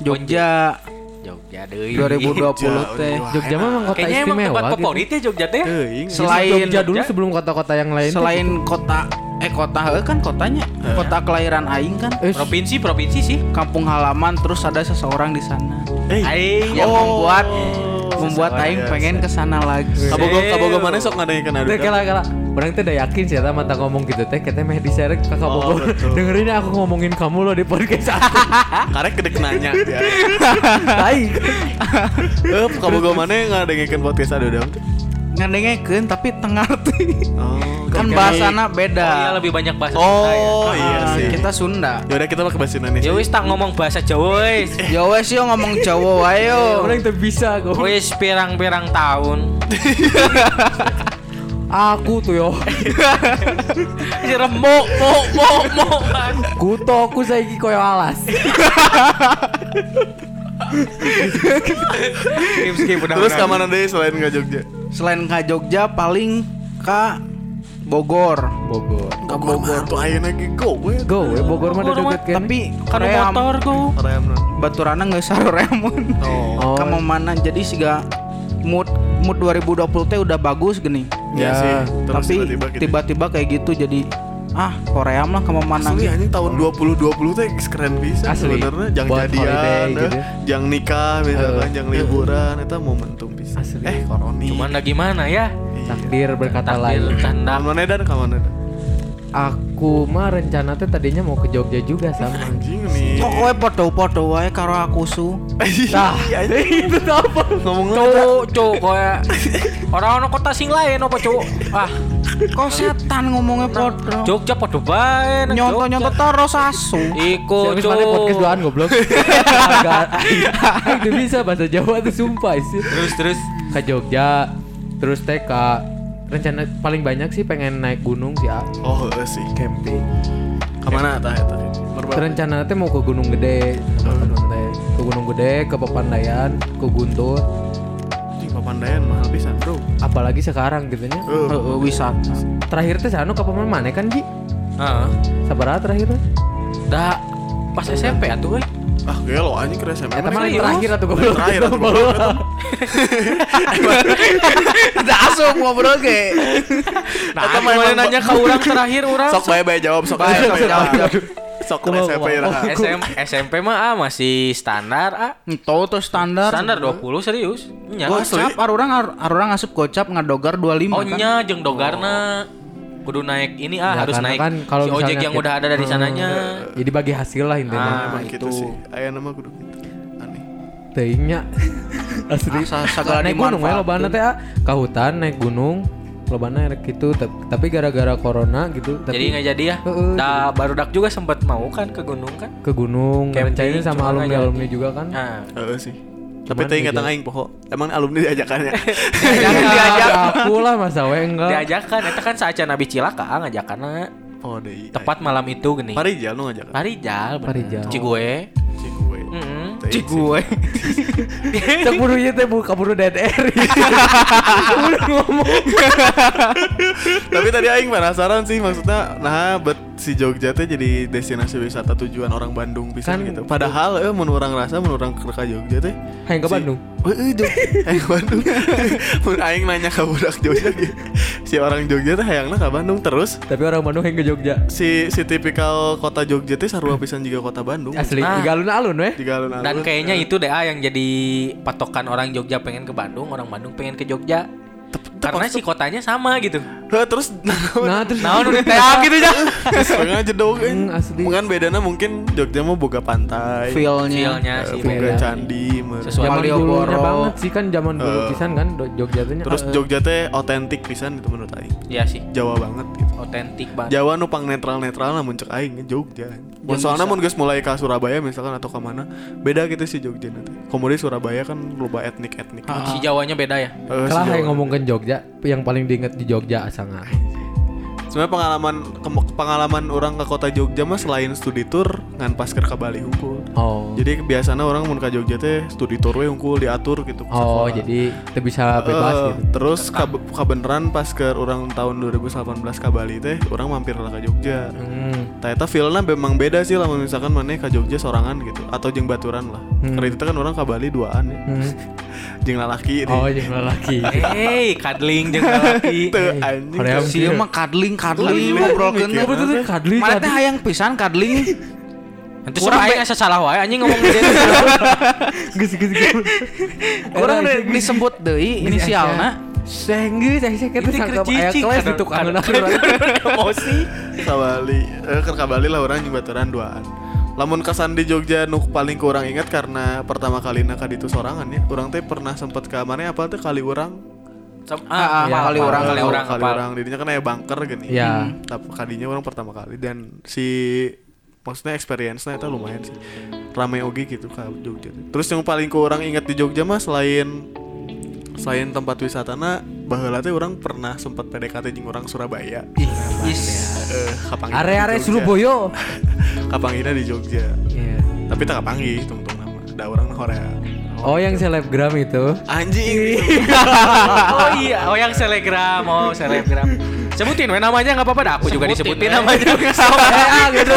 Speaker 4: Jogja
Speaker 2: Jogja
Speaker 3: Iya,
Speaker 2: deh
Speaker 4: 2020 teh
Speaker 1: Jogja mah emang kota
Speaker 2: kayaknya emang
Speaker 1: istimewa
Speaker 2: tempat
Speaker 1: gitu.
Speaker 2: favorit ya Jogja teh
Speaker 3: Teuing.
Speaker 4: Selain
Speaker 1: Jogja dulu sebelum kota-kota yang lain. tuh
Speaker 4: Selain kota Eh kota heuh kan kotanya
Speaker 3: Iya.
Speaker 4: Kota kelahiran Aing kan
Speaker 1: Eh,
Speaker 2: provinsi provinsi sih
Speaker 4: Kampung halaman terus ada seseorang di sana
Speaker 3: Eh,
Speaker 2: Aing
Speaker 4: Yang membuat Membuat
Speaker 3: Seseorang Iya.
Speaker 4: Aing
Speaker 3: ya,
Speaker 4: pengen ke sana lagi
Speaker 3: kabogo kabogo mana sok ngadengin kana
Speaker 1: Teh kala kala. Orang teh udah yakin sih, mata ngomong gitu teh, kita mah diseret kakak
Speaker 3: Oh,
Speaker 1: Bogor.
Speaker 3: betul.
Speaker 1: Dengerin ya aku ngomongin kamu loh di podcast aku.
Speaker 3: karek gede nanya dia.
Speaker 1: Tai.
Speaker 3: Eh, kabogo mana ngadengin podcast ada udah.
Speaker 4: Ngadengeken tapi tengah arti
Speaker 3: Oh,
Speaker 4: Kan
Speaker 3: oke.
Speaker 2: Oh iya
Speaker 4: bahasana beda
Speaker 2: lebih banyak bahasa Sunda ya.
Speaker 3: Oh, iya
Speaker 4: Ah,
Speaker 3: sih.
Speaker 4: Kita Sunda
Speaker 3: Yaudah kita pakai bahasa Indonesia.
Speaker 2: Ya wis tak ngomong bahasa Jawa wis.
Speaker 4: Ya wes yo ngomong Jawa
Speaker 2: Oh.
Speaker 4: wayo.
Speaker 1: Orang teh bisa kok.
Speaker 2: Wis pirang-pirang tahun.
Speaker 1: Aku tuh yo.
Speaker 2: Jeremuk, muk, muk, muk.
Speaker 1: Kutoku saiki koyo alas.
Speaker 2: Skip skip udah.
Speaker 3: Terus
Speaker 2: udah.
Speaker 3: ke mana deh selain ke Jogja?
Speaker 4: Selain ke Jogja paling ke Bogor.
Speaker 1: Bogor.
Speaker 3: Ke Bogor. Tuh ayo lagi go we.
Speaker 1: Go, we Bogor mah
Speaker 2: Bogor
Speaker 1: udah
Speaker 2: mah,
Speaker 1: deket kan.
Speaker 4: Tapi
Speaker 2: Kanu
Speaker 4: Korea
Speaker 2: motor ku.
Speaker 3: Rayamna.
Speaker 4: Baturana nggak saru remun.
Speaker 3: Oh.
Speaker 1: Oh,
Speaker 4: Kamu mana? Jadi siga mood mood 2020 teh udah bagus gini.
Speaker 1: Ya,
Speaker 3: Iya sih. Terus
Speaker 4: Tapi
Speaker 3: tiba-tiba gitu.
Speaker 4: tiba-tiba kayak gitu jadi ah Korea mah kamu mana
Speaker 3: Asli ya? anjing
Speaker 4: gitu.
Speaker 3: tahun 2020 teh keren bisa
Speaker 1: Asli.
Speaker 3: sebenarnya jang
Speaker 1: Buat holiday
Speaker 3: jadian,
Speaker 1: gitu.
Speaker 3: eh, jang nikah misalkan,
Speaker 1: Eh.
Speaker 3: jang liburan itu momentum bisa.
Speaker 1: Asli.
Speaker 3: Eh, Iya. koroni.
Speaker 2: Cuman lagi mana ya?
Speaker 1: takdir berkata
Speaker 2: Takdir
Speaker 1: lain.
Speaker 3: Tahun
Speaker 2: tanda.
Speaker 3: mana dan ke mana dan?
Speaker 1: Aku mah rencana teh tadinya mau ke Jogja juga sama.
Speaker 3: Anjing nih. Iya,
Speaker 4: Kok kowe podo-podo wae karo aku su.
Speaker 1: Nah, itu tuh apa?
Speaker 3: ngomong
Speaker 2: Cuk, cuk koe. Orang ono kota sing lain apa cuk? Ah,
Speaker 4: Kok setan ngomongnya podo.
Speaker 2: Jogja podo bae nang
Speaker 4: Nyonto-nyonto terus
Speaker 3: Iya.
Speaker 4: asu.
Speaker 2: Iku
Speaker 1: Siapa
Speaker 2: cuk.
Speaker 1: mana podcast doaan goblok. Agak- Ay, Itu bisa bahasa Jawa tuh sumpah sih.
Speaker 2: Terus terus
Speaker 1: Ke Jogja, terus TK. Rencana paling banyak sih pengen naik gunung sih, ah.
Speaker 3: Oh, eh, sih.
Speaker 1: camping.
Speaker 3: Ke mana tah eta? Merbabu.
Speaker 1: Rencana teh mau ke Gunung Gede sama temen teh. Ke Gunung Gede, ke Papandayan, ke Guntur,
Speaker 3: Anjing Papandayan mahal bisa, Bro.
Speaker 1: apalagi sekarang gitu nya.
Speaker 3: Eh,
Speaker 4: Heeh, wisata.
Speaker 1: Terakhir teh sanu ke Paman mana kan, Ji?
Speaker 2: Heeh.
Speaker 1: Sabaraha terakhir?
Speaker 3: Ya,
Speaker 1: teh?
Speaker 2: Da pas SMP atuh euy.
Speaker 3: ah gelo anjing keren SMA.
Speaker 1: Ya teman yang
Speaker 2: serius?
Speaker 1: terakhir atau gue belum
Speaker 3: iya. Terakhir atuh
Speaker 1: belum.
Speaker 4: Udah asuh ngobrol ge.
Speaker 2: Nah,
Speaker 3: Eta mah
Speaker 2: kemarin
Speaker 3: emang-
Speaker 2: nanya ke orang terakhir orang
Speaker 3: Sok bae bae jawab, sok bae
Speaker 4: Bae,
Speaker 3: bae
Speaker 4: sok
Speaker 3: jawab.
Speaker 4: jawab.
Speaker 3: Sok
Speaker 1: Kumaha,
Speaker 3: SMP
Speaker 1: kumaha.
Speaker 3: iraha.
Speaker 2: SM, SMP mah ah, masih standar ah.
Speaker 4: Itu tuh standar.
Speaker 2: Standar 20 serius. Nya.
Speaker 1: Oh,
Speaker 4: Gocap arurang ar- arurang asup gocap ngadogar
Speaker 1: iya,
Speaker 4: 25
Speaker 2: Oh
Speaker 4: kan.
Speaker 2: nya jeung dogarna kudu naik ini ah
Speaker 1: Ya,
Speaker 2: harus
Speaker 1: karena
Speaker 2: naik
Speaker 1: kan kalau
Speaker 2: si ojek
Speaker 1: misalnya
Speaker 2: yang
Speaker 1: kita- Hmm.
Speaker 2: udah ada dari sananya.
Speaker 1: Jadi bagi hasil lah
Speaker 2: Ah.
Speaker 1: intinya.
Speaker 3: Emang
Speaker 2: itu.
Speaker 3: gitu sih. Aya nama kudu gitu. Aneh.
Speaker 1: Teuingnya. Asli.
Speaker 4: Ah, sa- segala
Speaker 1: naik gunung ya
Speaker 4: dimanfaatkeun.
Speaker 1: lobana teh ah. ka hutan naik gunung lobana erek gitu tap- tapi gara-gara corona gitu tapi
Speaker 2: Jadi nggak jadi ya.
Speaker 1: Heeh,
Speaker 2: Dah baru dak juga sempat mau kan ke gunung kan?
Speaker 1: ke gunung
Speaker 2: Camping,
Speaker 1: rencananya
Speaker 2: cuma
Speaker 1: sama alumni
Speaker 2: nggak jadi.
Speaker 1: alumni juga kan
Speaker 2: Nah,
Speaker 3: Heeh sih. Tapi
Speaker 1: Cuman
Speaker 3: teh ingat
Speaker 1: dijak-
Speaker 3: aing poho. Emang alumni diajakannya.
Speaker 1: diajak aku Ya, lah masa we enggak
Speaker 2: diajakan eta kan saacana nabi cilaka ngajakanna
Speaker 3: oh deh.
Speaker 2: tepat malam itu gini.
Speaker 3: Parijal nu ngajakan.
Speaker 2: Parijal, bener.
Speaker 1: Parijal.
Speaker 2: Cigue.
Speaker 3: Cikuwe.
Speaker 2: Mm-mm.
Speaker 3: Teh iya sih.
Speaker 1: Cek buru ieu teh buka buru DDR
Speaker 3: Tapi tadi aing penasaran sih maksudnya nah bet si Jogja teh jadi destinasi wisata tujuan orang Bandung bisa
Speaker 1: Kan-
Speaker 3: gitu. Padahal eh mun urang rasa mun urang keur ka Jogja teh
Speaker 1: Hayang ke
Speaker 3: si-
Speaker 1: Bandung?
Speaker 3: Heueh, Jog- hayang ke Bandung. Mun aing nanya ka budak Jogja ge, si orang Jogja teh hayangna ka Bandung terus
Speaker 1: tapi orang Bandung yang ke Jogja
Speaker 3: si si tipikal kota Jogja teh sarua pisan juga kota Bandung.
Speaker 1: asli
Speaker 2: Ah.
Speaker 1: tiga alun-alun weh
Speaker 3: Jika alun-alun.
Speaker 2: Dan kayaknya itu deh ah, yang jadi patokan orang Jogja pengen ke Bandung, orang Bandung pengen ke Jogja. Karena si kotanya sama gitu.
Speaker 3: Heuh, terus
Speaker 1: nah terus
Speaker 2: Naon udah teap gitu ya.
Speaker 3: Setengah jedog
Speaker 1: Hmm, asli.
Speaker 3: Mungkin kan bedana mungkin Jogja mah boga pantai
Speaker 4: feelnya
Speaker 2: Feelnya
Speaker 3: eh,
Speaker 2: sih
Speaker 3: boga
Speaker 2: beda.
Speaker 3: candi meureun.
Speaker 2: Sesuai.
Speaker 1: zaman
Speaker 4: Malioboro.
Speaker 1: dulunya banget sih kan zaman dulu
Speaker 3: Eh.
Speaker 1: pisan kan do- Jogja tuh
Speaker 3: Terus eh, Jogja teh otentik pisan itu menurut aing
Speaker 2: Iya sih,
Speaker 3: Jawa banget gitu
Speaker 2: otentik banget.
Speaker 3: Jawa nu pang netral-netral namun cek aing Jogja
Speaker 1: Iya,
Speaker 3: Mun soalna mun geus mulai ke Surabaya misalkan atau ke mana Beda gitu sih Jogja nanti Kemudian Surabaya kan loba etnik-etnik
Speaker 2: Si Jawanya beda ya.
Speaker 3: Eh, si
Speaker 1: Ah, kalah
Speaker 3: Jawa.
Speaker 1: yang ngomongin Jogja yang paling diinget di Jogja asangan
Speaker 3: Sebenarnya pengalaman kem- pengalaman orang ke kota Jogja mah selain studi tour ngan pas keur ka Bali hungkul.
Speaker 1: oh
Speaker 3: Jadi kebiasaan orang mun ka Jogja teh studi tour we unggul diatur gitu.
Speaker 1: oh jadi kita bisa bebas
Speaker 3: Eh,
Speaker 1: gitu
Speaker 3: Terus kab- kabeneran pas ke orang tahun 2018 ke Bali teh orang mampir lah ke Jogja.
Speaker 1: hmm.
Speaker 3: Ternyata Nah, feelnya memang beda sih lah misalkan mana ke Jogja sorangan gitu atau jeung baturan lah. Karena itu kan orang ke Bali duaan ya.
Speaker 1: Hmm.
Speaker 3: jeung lalaki
Speaker 1: oh
Speaker 3: oh,
Speaker 1: yang lelaki
Speaker 2: Hey, kadling jeung lelaki.
Speaker 3: itu anjing.
Speaker 1: Korea
Speaker 4: si
Speaker 2: Iya.
Speaker 4: ieu mah kadling kadling ngobrol
Speaker 1: Apa tuh teh? kadli
Speaker 4: mana teh
Speaker 1: kadli.
Speaker 4: hayang pisan kadling
Speaker 2: Itu sama
Speaker 4: Kurang be-
Speaker 2: aing asa salah wae anjing ngomong di dieu.
Speaker 1: Geus geus geus.
Speaker 2: Iya,
Speaker 4: kurang de- disebut deui inisialna
Speaker 1: Iya, Senggeus saya kata sangkep
Speaker 2: Ini
Speaker 1: aya
Speaker 2: kercicing,
Speaker 1: kelas
Speaker 2: kadang-
Speaker 1: gitu kan.
Speaker 2: kadang- Emosi.
Speaker 3: Ke Bali, eh, keur ka Bali lah orang jeung baturan duaan. Lamun kesan di Jogja nu paling kurang ingat karena pertama kali ka ditu sorangan ya. Orang teh pernah sempet ke mana ya, apa teh kali orang
Speaker 2: Sama- Ah,
Speaker 4: Ah, ah,
Speaker 2: kali orang
Speaker 4: kali urang,
Speaker 2: kali
Speaker 3: Oh,
Speaker 2: orang
Speaker 3: kali
Speaker 2: kapal.
Speaker 3: orang didinya kan aya bunker gini
Speaker 1: Iya.
Speaker 3: tapi kadinya orang pertama kali dan si maksudnya experience-nya itu lumayan sih rame oge gitu ke Jogja terus yang paling ku orang inget di Jogja mah selain selain tempat wisatana baheula teh orang pernah sempat PDKT jeung orang Surabaya eh kapanggina di
Speaker 1: Are-are
Speaker 3: Jogja.
Speaker 1: Surabaya.
Speaker 3: kapanggina di Jogja
Speaker 1: Iya.
Speaker 3: tapi tak kapanggi tungtung nama ada orang Korea
Speaker 1: Oh yang selebgram itu.
Speaker 3: anjing
Speaker 2: oh iya, oh yang selebgram, oh selebgram. Sebutin we namanya nggak apa-apa dah, aku juga disebutin namanya. Sok
Speaker 1: ah, gitu.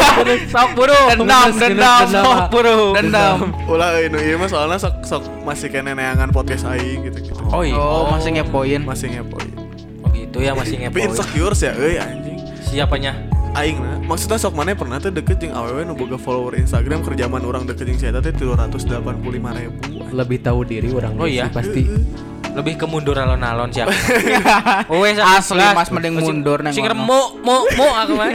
Speaker 2: sok buru, dendam,
Speaker 1: Genes,
Speaker 2: dendam,
Speaker 1: genes,
Speaker 2: sok
Speaker 1: dendam.
Speaker 2: buru.
Speaker 4: dendam
Speaker 3: ulah eh, nu ieu mah soalnya sok sok masih kene neangan podcast aing gitu gitu
Speaker 2: Oh iya.
Speaker 4: oh masih ngepoin
Speaker 3: masih ngepoin
Speaker 2: Oh gitu ya masih ngepoin.
Speaker 3: tapi insecure sih ya euy anjing
Speaker 2: Siapanya?
Speaker 3: aing nah maksudnya sok mana pernah tuh deket jeung awewe nu boga follower Instagram kerjaman orang deket jeung si eta teh 385 ribu
Speaker 1: Lebih tahu diri orang
Speaker 2: Oh
Speaker 1: dia
Speaker 2: iya.
Speaker 1: sih pasti.
Speaker 2: Lebih ke mundur alon-alon siapa? Oh, Wes
Speaker 4: Asli, Mas, mending mundur neng
Speaker 2: Sing
Speaker 4: orang.
Speaker 2: remuk, mu, mu aku mah.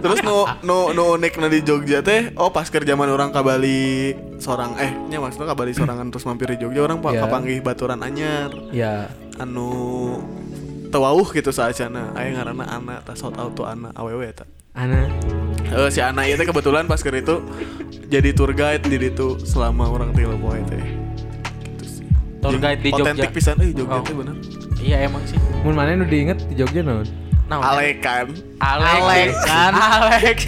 Speaker 3: terus nu nu nu unik di Jogja teh oh pas kerjaman orang ka Bali sorang eh nya maksudnya ka Bali sorangan terus mampir di Jogja orang pak
Speaker 1: Ya.
Speaker 3: kapanggih baturan anyar
Speaker 1: Ya.
Speaker 3: anu tewauh gitu saacana aing ngaranna Ana tas shout out to Ana awewe eta
Speaker 1: Ana.
Speaker 3: Eh, si anak itu kebetulan pas keur itu jadi tour guide di itu selama orang Tilepoe teh. Gitu sih.
Speaker 2: Tour
Speaker 3: Jeung
Speaker 2: guide di Jogja.
Speaker 3: Otentik pisan euy Jogja
Speaker 2: Oh.
Speaker 3: teh bener.
Speaker 2: Iya emang sih.
Speaker 1: Mun mana nu diinget di Jogja naon?
Speaker 2: Nah,
Speaker 3: Alek kan.
Speaker 2: Alex. Alex kan. Alex.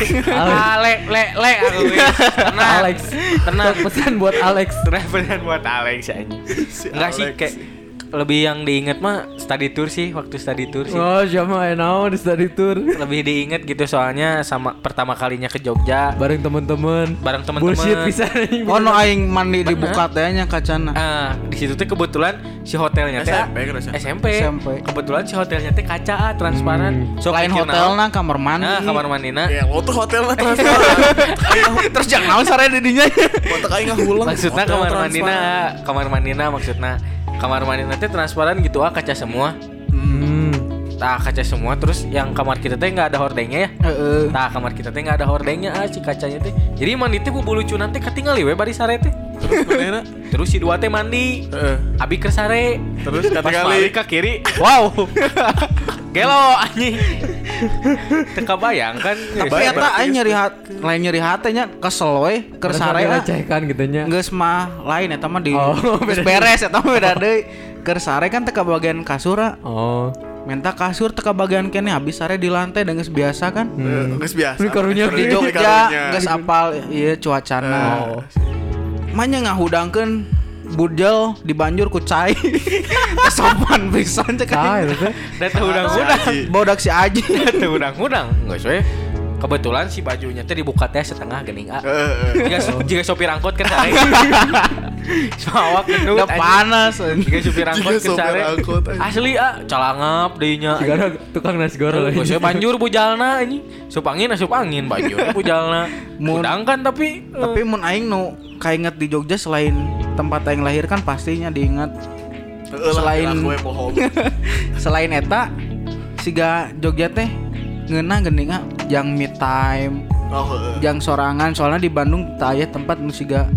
Speaker 2: Alex le le aku. Tenang.
Speaker 1: Alex.
Speaker 2: Tenang.
Speaker 1: Pesan buat Alex.
Speaker 2: Referensi buat Alex aja.
Speaker 3: Si
Speaker 2: Enggak sih
Speaker 3: Alex.
Speaker 2: kayak lebih yang diinget mah study tour sih waktu study tour sih.
Speaker 1: Oh, siapa yang naon di study tour?
Speaker 2: Lebih diinget gitu soalnya sama pertama kalinya ke Jogja
Speaker 1: Bareng temen-temen.
Speaker 2: bareng teman-teman.
Speaker 1: Bullshit pisan anjing.
Speaker 4: oh no aing mandi dibuka teh nya kacana
Speaker 2: Iya. Ah, di situ tuh kebetulan si hotelnya teh
Speaker 3: SMP kan SMP.
Speaker 2: SMP.
Speaker 4: SMP.
Speaker 2: Kebetulan si hotelnya teh kaca ah,
Speaker 3: Hmm.
Speaker 2: transparan. So
Speaker 4: lain
Speaker 2: kecil naon.
Speaker 4: hotel na kamar mandi
Speaker 2: Nah, kamar mandina.
Speaker 3: Ya lo tuh hotel lah transparan.
Speaker 4: terus jangan naon sare di dinya
Speaker 3: Botak aing ngahulang.
Speaker 2: maksudnya
Speaker 3: Hotel
Speaker 2: kamar
Speaker 3: transparan.
Speaker 2: mandina, kamar mandina maksudnya kamar mandina teh transparan gitu ah kaca semua.
Speaker 1: Hmm.
Speaker 2: Tah kaca semua terus yang kamar kita teh nggak ada hordengnya ya.
Speaker 4: heeh
Speaker 2: Tah kamar kita teh nggak ada hordengnya ah si kacanya teh. Jadi mandi teh bu bulu cunan teh ketinggali we bari sare teh.
Speaker 3: terus mana
Speaker 2: Terus si dua teh mandi.
Speaker 3: Heeh.
Speaker 2: Abi ke sare.
Speaker 3: Eh, terus kata
Speaker 2: Pas
Speaker 3: kali
Speaker 2: balik kan. ke kiri. Wow. Gelo anjing. Teka bayang kan.
Speaker 4: Tapi
Speaker 3: Baik,
Speaker 4: eta
Speaker 3: berarti
Speaker 4: aing nyeri hat, lain nyeri hate nya kesel we, keur sare ah.
Speaker 1: kan gitu nya.
Speaker 4: Geus mah lain eta mah di
Speaker 1: Oh,
Speaker 4: geus
Speaker 1: beda
Speaker 4: beres eta mah beda deui. Keur sare kan teka bagian kasur ah.
Speaker 1: Oh.
Speaker 4: Menta kasur teka bagian kene habis sare di lantai dengan biasa kan.
Speaker 3: Eh, geus biasa Eh,
Speaker 1: Ini karunya
Speaker 4: Di
Speaker 1: Ini
Speaker 4: Jogja geus apal ieu cuacana.
Speaker 1: Oh.
Speaker 4: Manya ngahudangkeun budel di banjur ku cai. Sopan pisan cek
Speaker 1: Nah,
Speaker 4: aing.
Speaker 1: itu teh.
Speaker 2: Dan teh udang-udang.
Speaker 4: Bodak si Aji.
Speaker 2: Teh udang-udang. Enggak sih. Kebetulan si bajunya teh dibuka teh setengah gening ah. Jika, jika sopir angkot ke sare. Sawak gendut.
Speaker 4: Udah
Speaker 2: anjing.
Speaker 4: panas.
Speaker 2: Jika sopir angkot
Speaker 3: Jika
Speaker 2: ke sare.
Speaker 3: sopir angkot, anjing.
Speaker 2: Asli ah, calangap deinya.
Speaker 1: Jika ada tukang nasi goreng.
Speaker 2: Gue saya banjur bujalna ini Sup angin asup angin banjur bujalna
Speaker 4: Mun-
Speaker 2: Udang kan tapi eh,
Speaker 4: Tapi mun aing nu kainget di Jogja selain tempat aing lahir kan pastinya diingat
Speaker 3: selain
Speaker 4: Selain-
Speaker 3: eh, gue bohong
Speaker 4: selain eta siga Jogja teh ngeuna geuninga jang me time,
Speaker 3: oh heeh.
Speaker 4: jang sorangan soalnya di Bandung teu aya tempat nu siga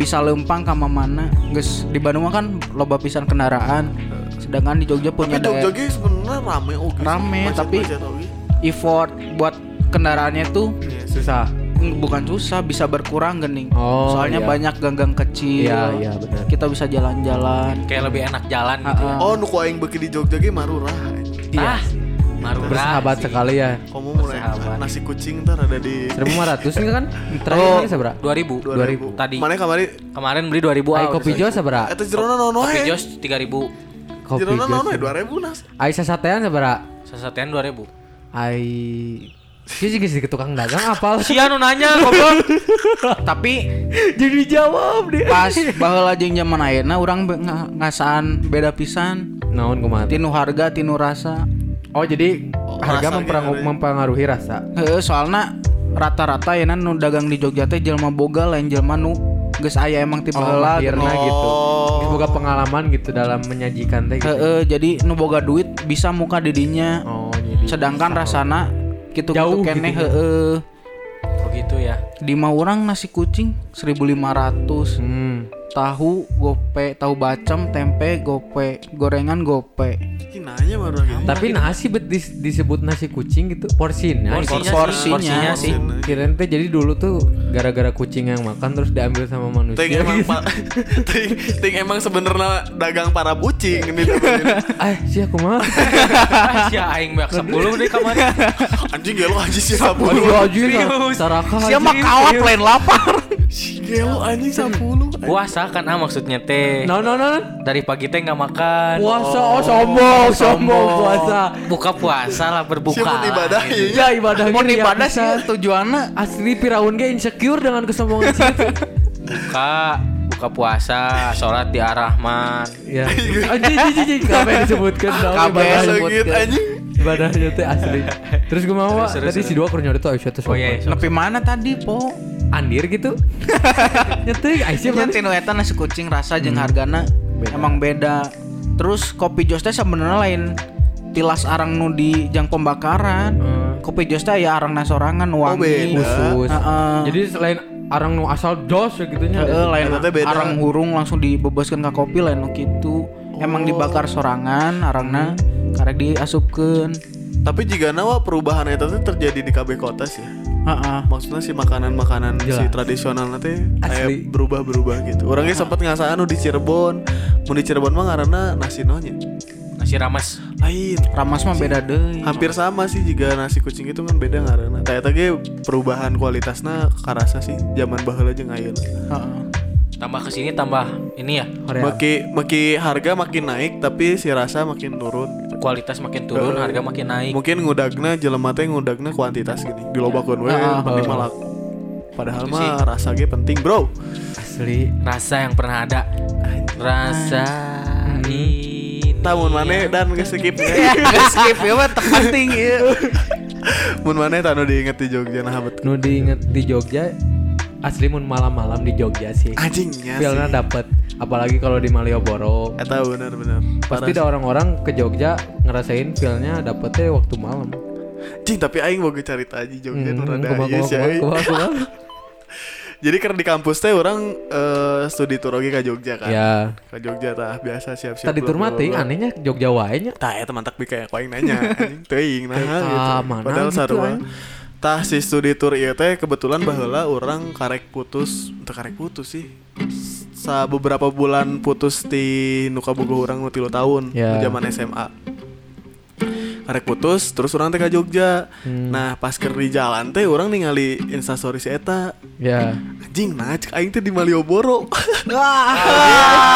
Speaker 4: bisa lempang ka mana geus di Bandung mah kan loba pisan kendaraan sedangkan di Jogja
Speaker 3: tapi
Speaker 4: punya
Speaker 3: Jogja
Speaker 4: daerah
Speaker 3: ge sebenarnya rame oke sih.
Speaker 4: Rame,
Speaker 3: Macet-
Speaker 4: tapi-
Speaker 3: macet oge.
Speaker 4: effort buat kendaraannya tuh
Speaker 3: Iya, sih.
Speaker 1: susah.
Speaker 4: mm, bukan susah bisa berkurang gening
Speaker 1: Oh,
Speaker 4: soalnya
Speaker 1: iya.
Speaker 4: banyak gang-gang kecil
Speaker 1: Iya, iya, benar.
Speaker 4: kita bisa jalan-jalan
Speaker 2: eh, kayak lebih enak jalan gitu
Speaker 4: Ah, ah.
Speaker 3: oh nu ku aing beki di Jogja ge marurah anjing.
Speaker 2: Tah, marurah
Speaker 1: Bersahabat
Speaker 2: sih.
Speaker 1: sekali ya.
Speaker 3: komo mulai
Speaker 2: Persahabat.
Speaker 3: nasi kucing ntar ada di
Speaker 1: 1500 nih kan? Terakhir
Speaker 2: Oh,
Speaker 1: mana sabra?
Speaker 2: 2000
Speaker 3: 2000
Speaker 2: tadi
Speaker 3: mana ya, kamari
Speaker 2: kemarin beli 2000 ah
Speaker 1: Ai
Speaker 2: udah
Speaker 1: kopi
Speaker 2: selesai.
Speaker 1: jo sabra?
Speaker 3: eta jerona nono
Speaker 2: kopi
Speaker 3: he
Speaker 2: jos 3000
Speaker 1: Kopi
Speaker 3: jerona
Speaker 1: jo.
Speaker 3: nono he 2000 nas
Speaker 1: Ai sasatean sabra?
Speaker 2: sesatean 2000
Speaker 1: Ai Sih geus ke tukang dagang apal.
Speaker 2: Sia nu Anu nanya goblok
Speaker 4: tapi
Speaker 1: Jadi jawab dia.
Speaker 4: pas baheula jeung zaman ayeuna urang be- nga- ngasaan beda pisan
Speaker 1: Naon kumaha? teh?
Speaker 4: tinu harga tinu rasa
Speaker 1: Oh, jadi harga
Speaker 3: rasa
Speaker 1: memperang-
Speaker 3: gitu ya.
Speaker 1: mempengaruhi rasa.
Speaker 4: Heeh, soalna rata-rata ayeuna nu dagang di Jogja teh jelema boga lain jelema nu geus aya emang
Speaker 1: Oh,
Speaker 4: tipe heula
Speaker 1: akhirnya
Speaker 4: gini.
Speaker 1: gitu. Semoga pengalaman gitu dalam menyajikan teh gitu.
Speaker 4: Oh. Heeh, jadi nu boga duit bisa muka didinya
Speaker 1: Oh, jadi
Speaker 4: sedangkan rasana gitu gitu
Speaker 1: Jauh
Speaker 4: kene
Speaker 1: gitu ya.
Speaker 4: heeh
Speaker 2: oh gitu ya
Speaker 4: di mah urang nasi kucing 1500
Speaker 1: Hmm.
Speaker 4: tahu gope tahu bacem tempe gope gorengan gope
Speaker 3: kinanya baru lagi
Speaker 1: Tapi nasi bet dis- disebut nasi kucing gitu porsinya.
Speaker 2: porsinya, sih,
Speaker 4: porsinya.
Speaker 2: porsinya sih
Speaker 1: Kirain teh jadi dulu tuh gara-gara kucing yang makan terus diambil sama manusia.
Speaker 2: Iya.
Speaker 3: Ting emang
Speaker 1: gitu.
Speaker 3: pa- ting, ting emang sebenarnya dagang para bucing ini namanya.
Speaker 1: Eh, sih aku mah.
Speaker 2: Ah, sia aing banyak 10 deh kemarin
Speaker 3: anjing gelo anjing sih sapulu
Speaker 1: Aduh anjing ya, Saraka.
Speaker 4: siapa
Speaker 1: anjing.
Speaker 4: kawat lain lapar
Speaker 3: gelo anjing sapulu
Speaker 2: puasa kan ah maksudnya teh
Speaker 1: No no no. no.
Speaker 2: dari pagi teh nggak makan
Speaker 1: Puasa oh sombong sombong puasa.
Speaker 2: Oh, buka puasa lah berbuka
Speaker 3: siapa
Speaker 2: lah,
Speaker 3: ibadah
Speaker 2: gitu.
Speaker 3: ya
Speaker 1: Ya ibadah
Speaker 4: mau
Speaker 1: gini ya,
Speaker 4: ibadah
Speaker 1: bisa.
Speaker 4: sih tujuannya
Speaker 1: Asli Firaun ge insecure dengan kesombongan sih.
Speaker 2: buka buka puasa sholat di arahman
Speaker 1: Ya. Anjing anjing anjing kabeh disebutkan dong.
Speaker 4: Kabeh
Speaker 1: ibadah.
Speaker 3: Segit anjing
Speaker 1: Ibadahnya teh asli. Terus gue mau
Speaker 2: Terus, terus,
Speaker 1: tadi
Speaker 2: terus.
Speaker 1: si dua kurnya itu Aisyah tuh.
Speaker 2: Oh, iya, iya.
Speaker 4: Nepi mana tadi, Po?
Speaker 1: Andir gitu. Nyetik Aisyah
Speaker 4: Nya
Speaker 1: mana?
Speaker 4: tinu eta nasi kucing rasa jeung
Speaker 3: Hmm.
Speaker 4: hargana emang beda. Terus kopi jos teh sebenarnya lain tilas arang nu di jang pembakaran. Kopi jos teh ya arang nasorangan
Speaker 3: Hmm. Oh, beda.
Speaker 4: wangi.
Speaker 1: khusus.
Speaker 4: Heeh.
Speaker 1: Jadi selain orang nu asal dos gitu nya.
Speaker 4: Heeh, lain
Speaker 3: Eta teh beda.
Speaker 4: arang hurung langsung dibebaskan ke kopi lain nu kitu.
Speaker 3: Oh.
Speaker 4: Emang dibakar sorangan arangna
Speaker 3: Hmm.
Speaker 4: karek diasupkeun.
Speaker 3: tapi jika nawa perubahan itu tuh terjadi di KB kota sih
Speaker 4: Heeh.
Speaker 3: maksudnya si makanan-makanan si
Speaker 1: Jelas.
Speaker 3: tradisional nanti
Speaker 1: Asli.
Speaker 3: kayak berubah-berubah gitu orangnya sempat ngasaan nu di Cirebon mau di Cirebon mah karena nasi nonya
Speaker 2: nasi rames
Speaker 3: lain
Speaker 4: Ramas mah beda deui.
Speaker 3: hampir sama sih jika nasi kucing itu kan beda karena kayak tadi perubahan kualitasnya karasa sih zaman baheula jeung ayeuna
Speaker 4: Heeh.
Speaker 2: tambah kesini tambah ini ya
Speaker 1: Korea.
Speaker 3: maki maki harga makin naik tapi si rasa makin turun gitu.
Speaker 2: kualitas makin turun harga makin naik
Speaker 3: mungkin ngudagna jelema teh ngudagna kuantitas gini dilobakeun we penting malah
Speaker 2: Itu
Speaker 3: padahal mah rasa ge penting bro
Speaker 1: Asli.
Speaker 2: rasa yang pernah ada rasa ini
Speaker 3: tamun maneh dan geus skip
Speaker 2: Iya.
Speaker 4: Skip ya mah teu penting
Speaker 3: Iya.
Speaker 4: ieu.
Speaker 3: mun maneh tanu diinget di Jogja nah bet
Speaker 1: Nu diinget di Jogja asli mun malam-malam di Jogja sih.
Speaker 3: anjingnya Iya sih
Speaker 1: Feelnya dapet. Apalagi kalau di Malioboro.
Speaker 3: eta bener-bener
Speaker 1: Pasti ada orang-orang ke Jogja ngerasain feelnya dapetnya waktu malam.
Speaker 3: Cing tapi aing boga carita aja Jogja nu rada
Speaker 1: Hmm, kumaha,
Speaker 3: iya eh. ieu
Speaker 1: kumaha,
Speaker 3: sih. aing.
Speaker 1: kumaha, kumaha.
Speaker 3: Jadi karena di kampus teh orang eh, studi turogi ke Jogja kan.
Speaker 1: Ya.
Speaker 3: Ke Jogja tah biasa siap-siap.
Speaker 1: Tadi tur mah teuing, anehnya Jogja wae nya.
Speaker 3: Tah eta mah eh, tak bika yang paling nanya anjing teuing nah gitu.
Speaker 1: mana
Speaker 3: Padahal
Speaker 1: gitu,
Speaker 3: sarua.
Speaker 1: anjing.
Speaker 3: Tah si studi tour ieu teh kebetulan baheula orang karek putus, teu karek putus sih. Sa beberapa bulan putus di nuka bogo urang nu 3 tahun,
Speaker 1: Ya.
Speaker 3: nu zaman SMA. Karek putus terus orang teh ka Jogja.
Speaker 1: Hmm.
Speaker 3: Nah, pas keur di jalan teh orang ningali instastory si eta.
Speaker 1: Ya.
Speaker 3: Anjing, nah cek aing teh di Malioboro.
Speaker 4: Wah.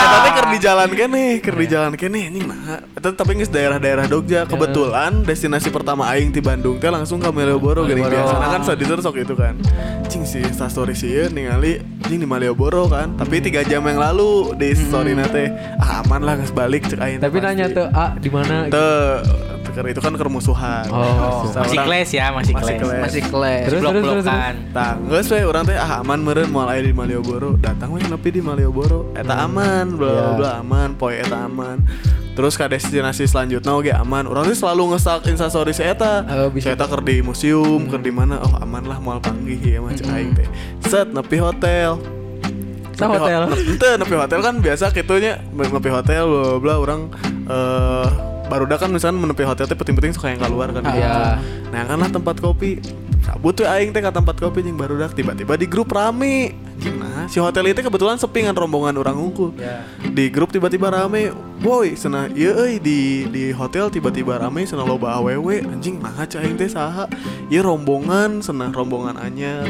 Speaker 3: Eta teh keur di jalan kene, keur di jalan kene anjing nah. Eta tapi geus daerah-daerah
Speaker 1: Ya.
Speaker 3: Jogja. Kebetulan destinasi pertama aing di Bandung teh langsung ke Malioboro geuning
Speaker 1: Malioboro.
Speaker 3: biasa. Nah kan sadieu teh sok itu kan. Cing si Insta story sieun ningali anjing di Malioboro kan.
Speaker 1: Hmm.
Speaker 3: Tapi tiga jam yang lalu di story teh ah, aman lah geus balik cek aing.
Speaker 1: Tapi
Speaker 3: pasti.
Speaker 1: nanya tuh A di mana?
Speaker 3: teh keur itu kan kermusuhan.
Speaker 1: Oh.
Speaker 3: Sa-
Speaker 2: Masih
Speaker 3: orang-
Speaker 2: kelas ya, masih
Speaker 3: Masih
Speaker 2: kelas.
Speaker 3: kelas.
Speaker 4: Masih kelas.
Speaker 1: Terus, terus, terus, terus.
Speaker 2: Blok-blokan.
Speaker 3: Tah, geus we urang teh ah aman meureun moal aya di Malioboro. Datang we nepi di Malioboro. Eta aman, bla bla
Speaker 1: Ya.
Speaker 3: bla aman, poe eta aman. Terus ke destinasi selanjutnya oge aman. Urang teh selalu ngestak instastory si eta.
Speaker 1: Oh,
Speaker 3: Si
Speaker 1: bisa. Hmm.
Speaker 3: eta keur di museum, keur di mana. Oh, aman lah moal panggih ieu mah cek aing teh. Set nepi hotel.
Speaker 1: Sa
Speaker 3: Nepi ho-
Speaker 1: Nah, hotel.
Speaker 3: Henteu nepi hotel kan biasa kitunya nepi hotel bla bla bla urang eh baru kan misalkan menepi hotel teh penting-penting suka yang keluar kan
Speaker 1: Iya.
Speaker 3: Nah kan lah tempat kopi Sabut tuh aing teh ke tempat kopi yang baru dak Tiba-tiba di grup rame Nah si hotel itu kebetulan sepi ngan rombongan orang unggul Di grup tiba-tiba rame Woi sana iya euy di, di hotel tiba-tiba rame Sana loba awewe Anjing nah cah aing teh saha Iya rombongan sana rombongan anyar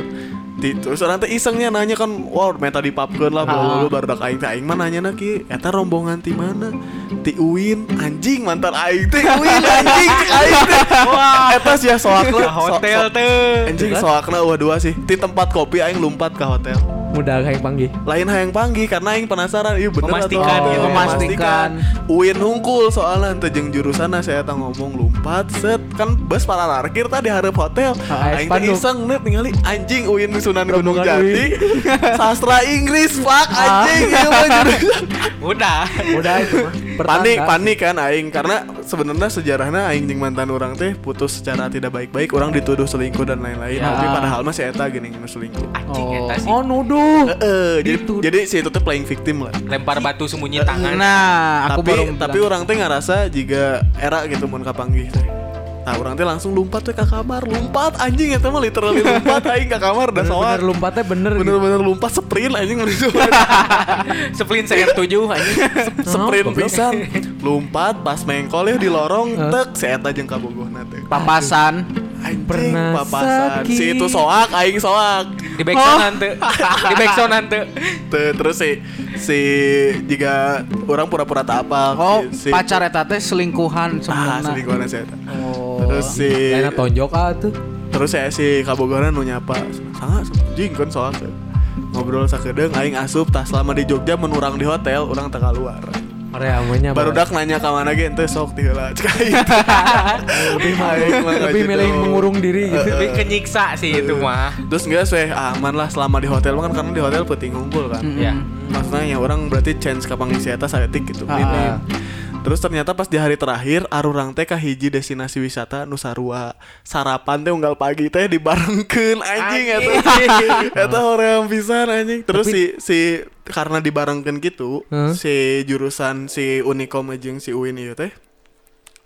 Speaker 3: Ti- Terus orang teh isengnya nanya kan Wow meta dipapkeun lah Lalu baru dak aing teh Aing mah nanya naki Eta rombongan ti mana Ti Uin Anjing mantan aing teh Uin anjing cek aing teh Wah Eta sih ya soakna
Speaker 2: Ke hotel
Speaker 3: so- so-
Speaker 2: tuh.
Speaker 3: Anjing soakna wah dua sih Di tempat kopi aing lumpat ke hotel
Speaker 1: Mudah kayak panggil.
Speaker 3: lain hayang panggih karena aing penasaran iya bener
Speaker 2: Memastikan,
Speaker 3: atau-
Speaker 2: gitu.
Speaker 4: Memastikan.
Speaker 3: Uin hungkul soalnya teu jeung jurusan nah, saya tak ngomong lumpat set kan bus para larkir tadi harap hotel
Speaker 1: Ah,
Speaker 3: aing teh
Speaker 1: spanduk.
Speaker 3: iseng net ningali anjing Uin di Sunan Gunung
Speaker 1: Rombongan
Speaker 3: Jati sastra Inggris fuck anjing iya, ieu mah jurusan
Speaker 2: Udah.
Speaker 1: Mudah itu mah. Pertanda.
Speaker 3: panik panik kan aing karena sebenarnya sejarahnya aing jeung mantan orang teh putus secara tidak baik-baik orang dituduh selingkuh dan lain-lain
Speaker 1: Ya.
Speaker 3: tapi padahal mah si eta geuning nu selingkuh Gitu.
Speaker 2: Anjing
Speaker 1: Oh,
Speaker 2: eta sih.
Speaker 1: oh nuduh.
Speaker 3: Heeh, jadi
Speaker 1: Dituduh.
Speaker 3: jadi si itu teh playing victim lah
Speaker 2: Lempar batu sembunyi tangan.
Speaker 4: Nah, aku
Speaker 3: tapi
Speaker 4: baru
Speaker 3: tapi
Speaker 4: bilang.
Speaker 3: orang teh ngerasa jika era gitu mun kapanggih teh nah orang teh langsung lompat ke kamar lompat anjing eta mah literally lompat aing ke kamar udah soal
Speaker 1: Bener-bener lompatnya bener. gitu.
Speaker 3: bener-bener lompat sprint anjing gitu. menuju
Speaker 2: Seplin saya tujuh anjing.
Speaker 3: sprint
Speaker 1: goblok.
Speaker 3: pisan lompat pas mengkol ya di lorong tek si eta jeung kabogohna teh
Speaker 4: papasan.
Speaker 3: anjing
Speaker 1: Pernah
Speaker 3: papasan
Speaker 1: sakit.
Speaker 3: si itu soak aing soak
Speaker 2: Di backsound teu. Di backsound teu.
Speaker 3: Teu, terus si si jika orang pura-pura tak apa
Speaker 4: Oh, pacar eta teh
Speaker 3: ah
Speaker 4: selingkuhan sebenarnya.
Speaker 3: selingkuhanna si eta
Speaker 4: Oh.
Speaker 3: terus si
Speaker 1: Enak tonjok ah tuh.
Speaker 3: terus saya si kabogoran nu nyapa sangat jing kan soal ngobrol sakedeng aing asup tah selama di Jogja menurang di hotel orang tengah luar
Speaker 1: Area amanya.
Speaker 3: baru dak nanya ke mana ge ente sok tiheula cek aing.
Speaker 1: lebih mah-
Speaker 3: Aing mah
Speaker 1: lebih
Speaker 3: gitu.
Speaker 1: milih mengurung diri gitu.
Speaker 2: Tapi kenyiksa sih itu mah.
Speaker 3: terus enggak sih aman lah selama di hotel mah kan karena di hotel penting ngumpul
Speaker 1: Hmm.
Speaker 3: kan
Speaker 2: Ya.
Speaker 3: maksudnya ya orang berarti chance kapang isi atas etik gitu
Speaker 4: Ah.
Speaker 3: Ini. terus ternyata pas di hari terakhir arurang teh ka hiji destinasi wisata Nusarua sarapan teh unggal pagi teh dibarengkeun anjing eta eta hoream pisan anjing terus si si karena dibarengkeun gitu
Speaker 1: Heeh.
Speaker 3: si jurusan si Unikom jeung si UIN ieu teh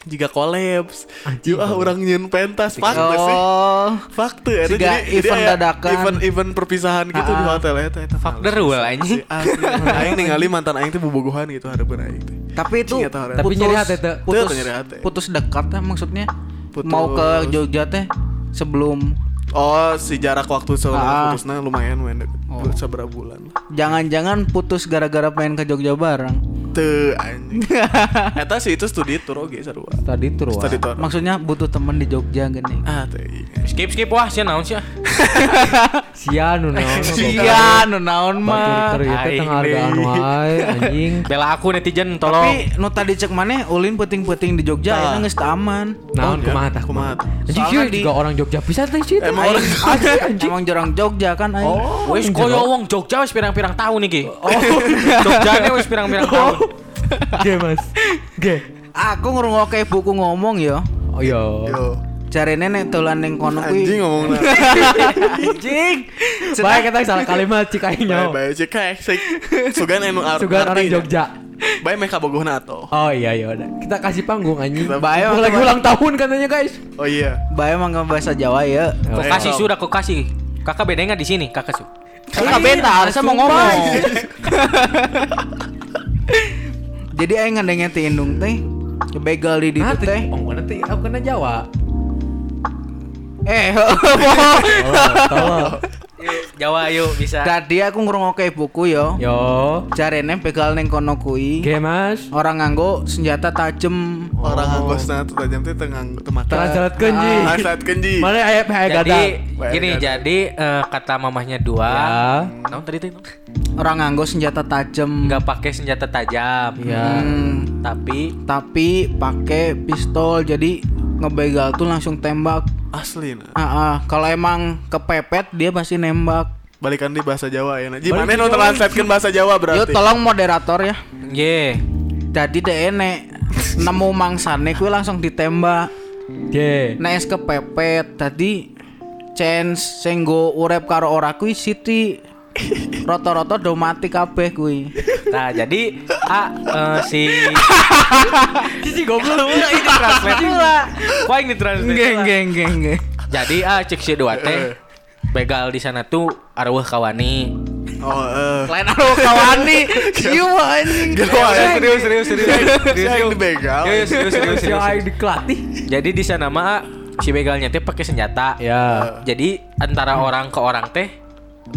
Speaker 3: jika kolaps,
Speaker 1: Anjing.
Speaker 3: yuk ah orang nyen pentas, fuck sih,
Speaker 4: Oh.
Speaker 3: fakte, eta
Speaker 4: Siga event
Speaker 3: aya
Speaker 4: dadakan.
Speaker 3: event-event perpisahan gitu di
Speaker 4: Ah.
Speaker 3: hotel eta, eta
Speaker 2: Fuck
Speaker 3: males.
Speaker 2: the rule anjing.
Speaker 3: Asli, asli. aing ningali mantan aing teh bobogohan gitu harapan aing teh.
Speaker 4: Tapi itu
Speaker 3: Anjing, eta orang.
Speaker 1: Tapi
Speaker 4: putus-
Speaker 1: nyeri hati teh.
Speaker 4: putus,
Speaker 3: Teu nyeri hati.
Speaker 4: putus dekat teh maksudnya.
Speaker 3: Putus.
Speaker 4: Mau ke Jogja teh sebelum
Speaker 3: Oh, si jarak waktu sebelum
Speaker 4: Ah.
Speaker 3: putusnya lumayan mendek.
Speaker 1: Oh.
Speaker 3: Seberapa bulan.
Speaker 4: jangan-jangan putus gara-gara pengen ke Jogja bareng.
Speaker 3: Teu anjing. Eta sih itu studi tour oge sarua.
Speaker 1: Tadi tur wah.
Speaker 3: Studi tour.
Speaker 4: Maksudnya butuh temen di Jogja gini.
Speaker 3: Ah, teu ingat.
Speaker 2: Skip skip wah sih naon sih. ah.
Speaker 1: Sia nu naon.
Speaker 3: Iya,
Speaker 4: Sia nu naon mah.
Speaker 1: Batur keur ieu teh
Speaker 2: Aing
Speaker 1: tengah hargaan
Speaker 2: deui.
Speaker 1: wae anjing.
Speaker 2: Bela aku netizen tolong.
Speaker 4: Tapi nu tadi cek mana ulin puting-puting di Jogja
Speaker 3: Tah.
Speaker 4: ayeuna geus teu aman.
Speaker 1: Naon
Speaker 3: ya?
Speaker 1: kumaha tah?
Speaker 3: Kumaha tah?
Speaker 1: Anjing
Speaker 4: Soalnya
Speaker 1: sih
Speaker 4: di-
Speaker 1: juga orang Jogja pisan teh situ.
Speaker 3: Emang
Speaker 1: Aing-
Speaker 3: orang Oh.
Speaker 1: Asli, anjing.
Speaker 4: Emang jorang Jogja kan aing.
Speaker 2: Wes koyo wong Jogja wes pirang-pirang tahun iki. Oh. Jogja wes pirang-pirang
Speaker 1: Oh.
Speaker 2: tahun.
Speaker 1: Ge Mas. Ge.
Speaker 4: Aku ngrungokke buku ngomong yo.
Speaker 1: Oh iya.
Speaker 3: Yo.
Speaker 4: cari nenek tulan yang kono
Speaker 3: Anjing
Speaker 4: kuwi
Speaker 3: ngomong
Speaker 4: anjing
Speaker 1: Baik kita salah kalimat cik aing nyaho.
Speaker 3: Bye bye cek sik. Sugan anu ar-
Speaker 1: Sugan orang
Speaker 2: ya.
Speaker 3: arti.
Speaker 1: Jogja.
Speaker 3: Bye meh kabogohna atuh.
Speaker 1: Oh iya iya udah. Kita kasih panggung anjing.
Speaker 3: Kita-
Speaker 1: Bae
Speaker 4: Bae,
Speaker 1: lagi
Speaker 4: teman.
Speaker 1: ulang tahun katanya guys.
Speaker 3: Oh iya.
Speaker 4: bae mah nggak bahasa Jawa ya
Speaker 1: Bae.
Speaker 2: Kok kasih sudah kok kasih. Kakak bedanya nggak di sini, kakak su.
Speaker 4: Kan beda, harusnya mau ngomong. Jadi aing ngandengnya ti indung teh. Begal di ditu
Speaker 1: Nanti
Speaker 4: teh.
Speaker 1: oh nanti aku kena Jawa.
Speaker 4: Eh,
Speaker 1: Oh, tolong.
Speaker 2: Jawa yuk bisa.
Speaker 4: tadi aku ngrungokke buku yo.
Speaker 1: Yo.
Speaker 4: Carene begal ning kono kui.
Speaker 1: Oke Mas.
Speaker 4: Orang nganggo senjata tajam.
Speaker 3: Orang anggosna teu tajam teh teu nganggo teu makan.
Speaker 1: Oh. Terasa kenji.
Speaker 3: Ah, saat kenji.
Speaker 1: Mana ayah ayah
Speaker 2: Jadi
Speaker 1: gada.
Speaker 3: Bae
Speaker 2: gini
Speaker 3: gada.
Speaker 2: jadi eh, kata mamahnya dua.
Speaker 1: Ya.
Speaker 2: Naon tadi tuh?
Speaker 4: Orang nganggo senjata tajam.
Speaker 2: Nggak pakai senjata tajam.
Speaker 1: Iya.
Speaker 4: Hmm,
Speaker 2: Tapi
Speaker 4: tapi pakai pistol jadi ngebegal tuh langsung tembak.
Speaker 3: Asli nah.
Speaker 4: Ah, ah. kalau emang kepepet dia pasti nembak.
Speaker 3: Balikan di bahasa Jawa ya. Nah, Ji,
Speaker 1: Balik
Speaker 3: mana
Speaker 1: ke
Speaker 3: nu
Speaker 1: Jawa.
Speaker 3: translatekeun bahasa Jawa
Speaker 4: Yo
Speaker 3: berarti?
Speaker 4: tolong moderator ya.
Speaker 2: ye.
Speaker 4: Jadi teh nek nemu mangsane kuwi langsung ditembak.
Speaker 1: Oke.
Speaker 4: Nek es kepepet tadi chance sing nggo urep karo ora kuwi Siti. Roto-roto do mati kabeh kuwi.
Speaker 2: Nah, jadi a eh, si
Speaker 1: Cici goblok.
Speaker 2: ini translate pula. Kok yang ditranslate?
Speaker 4: Nggih
Speaker 2: pula?
Speaker 4: nggih nggih nggih.
Speaker 2: Jadi ah cek si dua teh begal di sana tuh arwah kawani.
Speaker 3: Oh, eh.
Speaker 4: Lain aro kawani. Ieu anjing.
Speaker 2: serius serius serius.
Speaker 3: Si aing dibegal.
Speaker 2: Serius serius serius.
Speaker 1: Terus yang
Speaker 2: serius.
Speaker 1: aing dikelatih.
Speaker 2: Jadi di sana mah ah, si begalnya teh pakai senjata.
Speaker 1: Ya.
Speaker 2: Jadi antara orang ke orang teh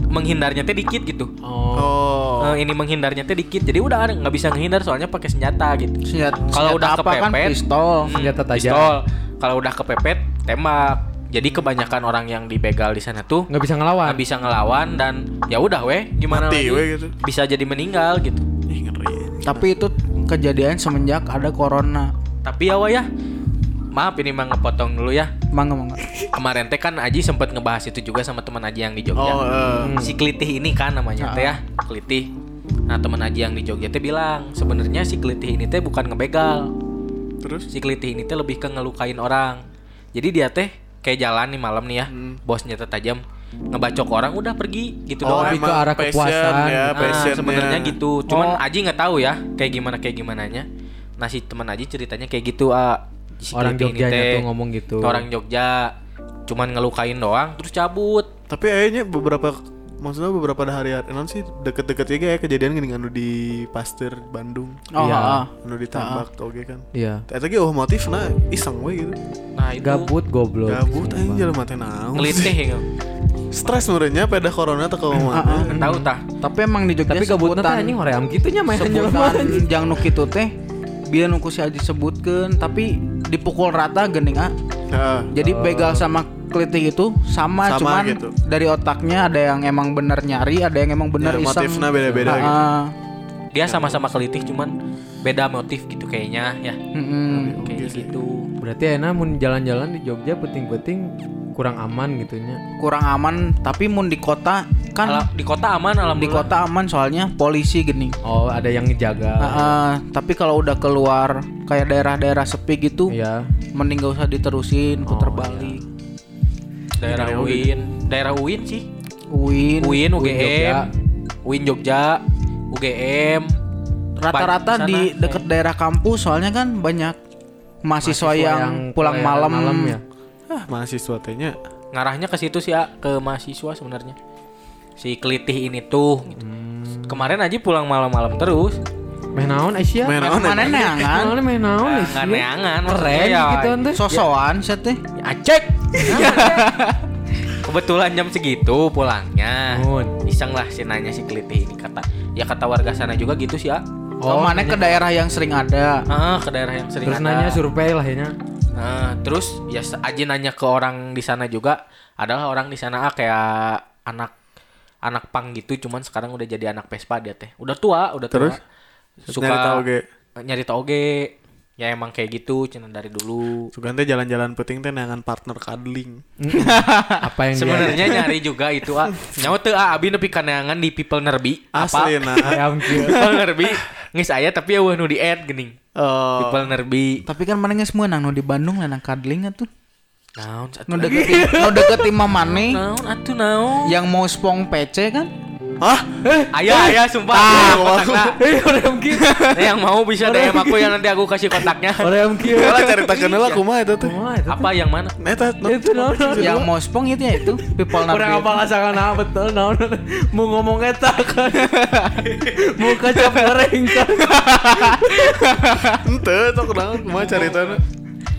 Speaker 2: menghindarnya teh dikit gitu.
Speaker 1: Oh.
Speaker 3: Oh.
Speaker 2: Eh, ini menghindarnya teh dikit. Jadi udah ada- nggak bisa ngehindar soalnya pakai senjata gitu.
Speaker 4: Senjata,
Speaker 2: Kalau udah
Speaker 4: senjata apa kan
Speaker 2: kepepet,
Speaker 4: pistol.
Speaker 1: Senjata tajam.
Speaker 2: Hmm, Pistol. Kalau udah kepepet, tembak. Jadi kebanyakan orang yang dibegal di sana tuh
Speaker 1: Nggak bisa ngelawan.
Speaker 2: nggak bisa ngelawan dan ya udah weh gimana lagi
Speaker 3: Mati weh gitu.
Speaker 2: bisa jadi meninggal gitu.
Speaker 3: Ih, ngeri.
Speaker 4: Tapi itu kejadian semenjak ada corona.
Speaker 2: Tapi ya weh ya. Maaf ini mah ngepotong dulu ya.
Speaker 4: Mangga mangga.
Speaker 2: Kemarin teh kan Aji sempat ngebahas itu juga sama teman Aji yang di Jogja.
Speaker 3: Oh, eh.
Speaker 2: si Klitih ini kan namanya teh ya Klitih nah teman aja yang di Jogja teh bilang sebenarnya si Klitih ini teh bukan ngebegal
Speaker 3: Terus
Speaker 2: si Klitih ini teh lebih ke ngelukain orang jadi dia teh kayak jalan nih malam nih ya bos senjata tajam ngebacok orang udah pergi gitu
Speaker 1: Oh,
Speaker 2: doang
Speaker 1: lebih ke arah Ah, kepuasan.
Speaker 3: ya,
Speaker 2: Nah,
Speaker 3: passionnya.
Speaker 2: sebenarnya gitu cuman
Speaker 1: Oh.
Speaker 2: Aji nggak tahu ya kayak gimana kayak gimananya nah si teman Aji ceritanya kayak gitu ah si
Speaker 1: Orang
Speaker 2: Klitih ini
Speaker 1: Jogjanya
Speaker 2: teh,
Speaker 1: tuh ngomong gitu.
Speaker 2: orang Jogja cuman ngelukain doang terus cabut
Speaker 3: Tapi kayaknya beberapa maksudnya beberapa hari hari non sih deket-deket ya kayak kejadian gini anu di Pasteur Bandung.
Speaker 4: Oh,
Speaker 1: Iya.
Speaker 4: heeh.
Speaker 3: Anu ditambak oge kan.
Speaker 1: Iya.
Speaker 3: Eta ge oh motif nah iseng we gitu.
Speaker 2: nah itu
Speaker 1: Gabut goblok.
Speaker 3: Gabut aja jalan mati naon.
Speaker 2: ngelitih ya.
Speaker 1: Hmm.
Speaker 3: Stres menurutnya pada corona atau kau
Speaker 1: Ah,
Speaker 3: mana?
Speaker 2: nggak tahu tah
Speaker 4: Tapi emang di Jogja
Speaker 1: Tapi gabutna teh anjing hoream kitunya mah
Speaker 4: sebutan jang nu kitu teh biar nu si Aji sebutkeun tapi dipukul rata gening ah.
Speaker 3: Heeh.
Speaker 4: Jadi begal sama kelitih itu sama,
Speaker 3: Oh. Sama
Speaker 4: cuman
Speaker 3: gitu.
Speaker 4: dari otaknya ada yang emang bener nyari, ada yang emang bener
Speaker 3: Ya,
Speaker 4: iseng.
Speaker 3: motifnya beda-beda
Speaker 4: Ah,
Speaker 3: gitu.
Speaker 4: ah.
Speaker 2: dia sama-sama kelitih cuman beda motif gitu kayaknya ya
Speaker 4: Mm-mm.
Speaker 2: kayaknya gitu
Speaker 1: Berarti enak mun jalan-jalan di Jogja penting-penting kurang aman gitunya.
Speaker 4: Kurang aman, tapi mun di kota kan
Speaker 2: Ala- di kota aman
Speaker 4: di
Speaker 2: alhamdulillah
Speaker 4: kota aman soalnya polisi gening.
Speaker 1: Oh, ada yang
Speaker 4: Ah,
Speaker 1: ngejaga.
Speaker 4: ah. tapi kalau udah keluar kayak daerah-daerah sepi gitu,
Speaker 1: Iya.
Speaker 4: mending gak usah diterusin, putar
Speaker 3: Oh,
Speaker 4: balik.
Speaker 3: iya.
Speaker 2: daerah UIN daerah UIN sih
Speaker 4: Uin.
Speaker 1: UIN
Speaker 2: UIN UGM UIN Jogja UGM
Speaker 4: rata-rata
Speaker 2: Ban-
Speaker 4: di
Speaker 2: sana, Eh,
Speaker 4: deket daerah kampus soalnya kan banyak mahasiswa, yang, pulang
Speaker 1: pelayaran
Speaker 4: malam,
Speaker 1: ya.
Speaker 4: iya.
Speaker 3: Ah, mahasiswa tehnya
Speaker 2: kayak ngarahnya ke situ sih ah, ke mahasiswa sebenarnya si kelitih ini tuh gitu. kemarin aja pulang malam-malam terus
Speaker 1: Meh naon Asia?
Speaker 4: Eh,
Speaker 3: main naon
Speaker 4: mana
Speaker 3: ya?
Speaker 4: neangan
Speaker 1: Naon meh naon Asia?
Speaker 2: Ah, nggak neangan ya,
Speaker 1: Keren gitu teh.
Speaker 4: sosokan set teh
Speaker 2: Acek. Kebetulan jam segitu pulangnya.
Speaker 1: Mun.
Speaker 2: Iseng lah si nanya si Kelitih ini kata. Ya kata warga sana juga gitu sih ya.
Speaker 4: oh, mana ke daerah yang sering ada
Speaker 2: Ah, ke daerah yang sering
Speaker 1: Terus
Speaker 2: ada.
Speaker 1: nanya survei lah ya.
Speaker 2: Ah, terus ya se- aja nanya ke orang di sana juga. Adalah orang di sana ah, kayak anak anak pang gitu cuman sekarang udah jadi anak Vespa dia teh. Udah tua, udah tua.
Speaker 3: Terus?
Speaker 2: Suka
Speaker 3: Nyari tau ge.
Speaker 2: Nyari tau ge. Ya emang kayak gitu, cuman dari dulu.
Speaker 3: Sugan teh jalan-jalan penting teh neangan partner cuddling.
Speaker 1: Apa yang dia?
Speaker 2: Sebenarnya nyari juga itu ah. Nyawa teu ah abi nepi kaneangan di People Nerbi. Apa?
Speaker 3: Asli nah.
Speaker 1: Hoream kieu.
Speaker 2: People Nerbi geus aya tapi eueuh nu di add geuning.
Speaker 3: Eh,
Speaker 2: People Nerbi.
Speaker 4: tapi kan mana geus meunang nu di Bandung lanang kadling atuh
Speaker 2: Naon
Speaker 4: nu deketin nu deketin mah maneh
Speaker 2: Naon atuh naon.
Speaker 4: yang mau spong PC kan
Speaker 3: Hah?
Speaker 2: Ayah, ayah, sumpah.
Speaker 3: Ah,
Speaker 2: Ayah, kotakna.
Speaker 1: nah, Eh, orang kieu.
Speaker 2: Nah, yang mau bisa DM aku yang nanti aku kasih kontaknya.
Speaker 1: Orang kieu.
Speaker 3: Kalau cerita kenal aku mah itu tuh.
Speaker 1: Kumaha eta?
Speaker 2: Apa yang mana?
Speaker 3: Eta nu-
Speaker 1: Itu naon?
Speaker 4: yang mau spong itu ya itu people not
Speaker 1: Orang
Speaker 4: real.
Speaker 1: apa asalkan nah betul naon mau ngomong eta kan. Mau kacap goreng kan.
Speaker 3: Ente tuh kenal kumaha ceritanya.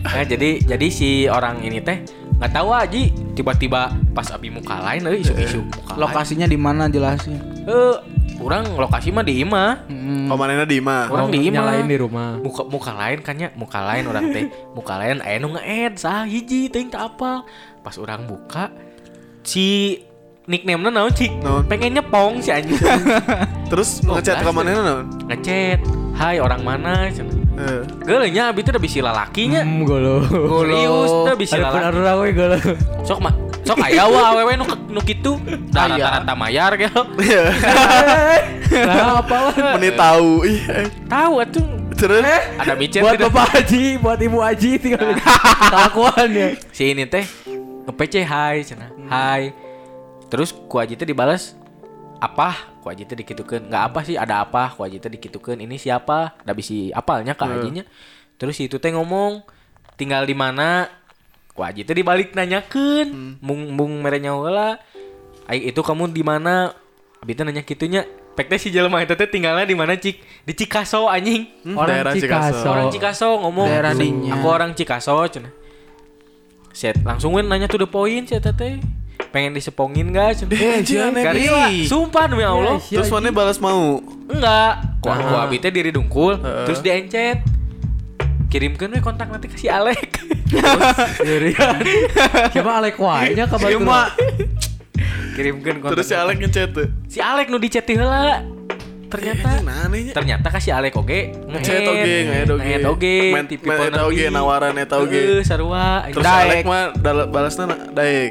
Speaker 2: Nah, jadi jadi si orang ini teh nggak tahu aja tiba-tiba pas abi muka lain
Speaker 1: Eh,
Speaker 2: euy isu-isu muka lain.
Speaker 4: lokasinya di mana jelasin
Speaker 2: Eh, kurang lokasi mah di imah.
Speaker 1: Hmm.
Speaker 4: Mm.
Speaker 3: Komanena di Ima.
Speaker 2: Orang di imah.
Speaker 1: Nyalain di rumah.
Speaker 2: Muka muka lain kannya, muka lain orang teh. Muka lain aya nu nge-add saha hiji teuing teu apal. Pas orang buka si nickname-na naon cik?
Speaker 3: Naon?
Speaker 2: Pengen nyepong si anjing.
Speaker 3: Terus
Speaker 1: Oh,
Speaker 3: ngechat
Speaker 2: Belas,
Speaker 3: komanena naon?
Speaker 2: Ngechat, "Hai, orang mana?"
Speaker 3: Eh,
Speaker 2: Geuleunya abi teh udah bisi lalakinya.
Speaker 1: Hmm, golo.
Speaker 2: Serius, teh bisi
Speaker 1: Ada pun
Speaker 2: lalaki.
Speaker 1: ada we golo.
Speaker 2: sok mah sok aya wa awewe nu ke- nu kitu da
Speaker 4: Aya.
Speaker 2: rata-rata mayar ge
Speaker 3: iya.
Speaker 1: Nah, apalah.
Speaker 3: Menit tahu. Ih, eh.
Speaker 2: tahu atuh
Speaker 3: terus
Speaker 1: Eh,
Speaker 2: ada micet gitu.
Speaker 1: Buat
Speaker 2: tidak?
Speaker 1: Bapak Haji, buat Ibu Haji tinggal kelakuan ya. Hmm.
Speaker 2: si ini teh nge-PC hai cenah hai terus ku aji teh dibalas apa ku aji teh dikitukeun nggak apa sih ada apa ku aji teh dikitukeun ini siapa da bisi apalnya
Speaker 1: Hmm.
Speaker 2: ka ajinya terus si itu teh ngomong tinggal di mana ku aji teh dibalik
Speaker 1: Hmm.
Speaker 2: nanyakeun mung mung mere nyawa ai itu kamu di mana abi teh nanya kitunya pek teh si jelema eta teh tinggalnya di mana cik di Cikaso anjing
Speaker 3: Hmm,
Speaker 1: Orang
Speaker 3: daerah
Speaker 1: Cikaso.
Speaker 3: Cikaso.
Speaker 2: orang Cikaso ngomong
Speaker 4: Daerah
Speaker 2: Terus,
Speaker 4: dinya.
Speaker 2: aku orang Cikaso cina set langsung we nanya to the point si eta teh pengen disepongin gak cina
Speaker 3: Eh, jian, eh,
Speaker 2: Garis
Speaker 3: iya.
Speaker 2: lah. sumpah demi Allah
Speaker 1: Iya,
Speaker 3: Terus mana balas mau?
Speaker 2: enggak ku aku
Speaker 3: Ah.
Speaker 2: abi teh diri dungkul
Speaker 3: Heeh.
Speaker 2: terus diencet kirimkan we kontak nanti ke si Alek
Speaker 1: Dirian. Siapa Alek Wahnya kabar
Speaker 2: Kieu mah. kirimkan kontak
Speaker 3: Iya, Terus si Alek ngechat tuh.
Speaker 2: si Alek nu dicet heula
Speaker 3: Eta
Speaker 2: ternyata
Speaker 3: nah anehnya.
Speaker 2: ternyata kasih Alek oge
Speaker 3: Ngechat oge, nge-add oge.
Speaker 2: nge-add oge
Speaker 3: Men-
Speaker 2: tipe
Speaker 3: men- eta oge, nawaran eta oge.
Speaker 2: sarua
Speaker 3: Terus
Speaker 2: Daek.
Speaker 3: Alek mah dal- balasna na- daek.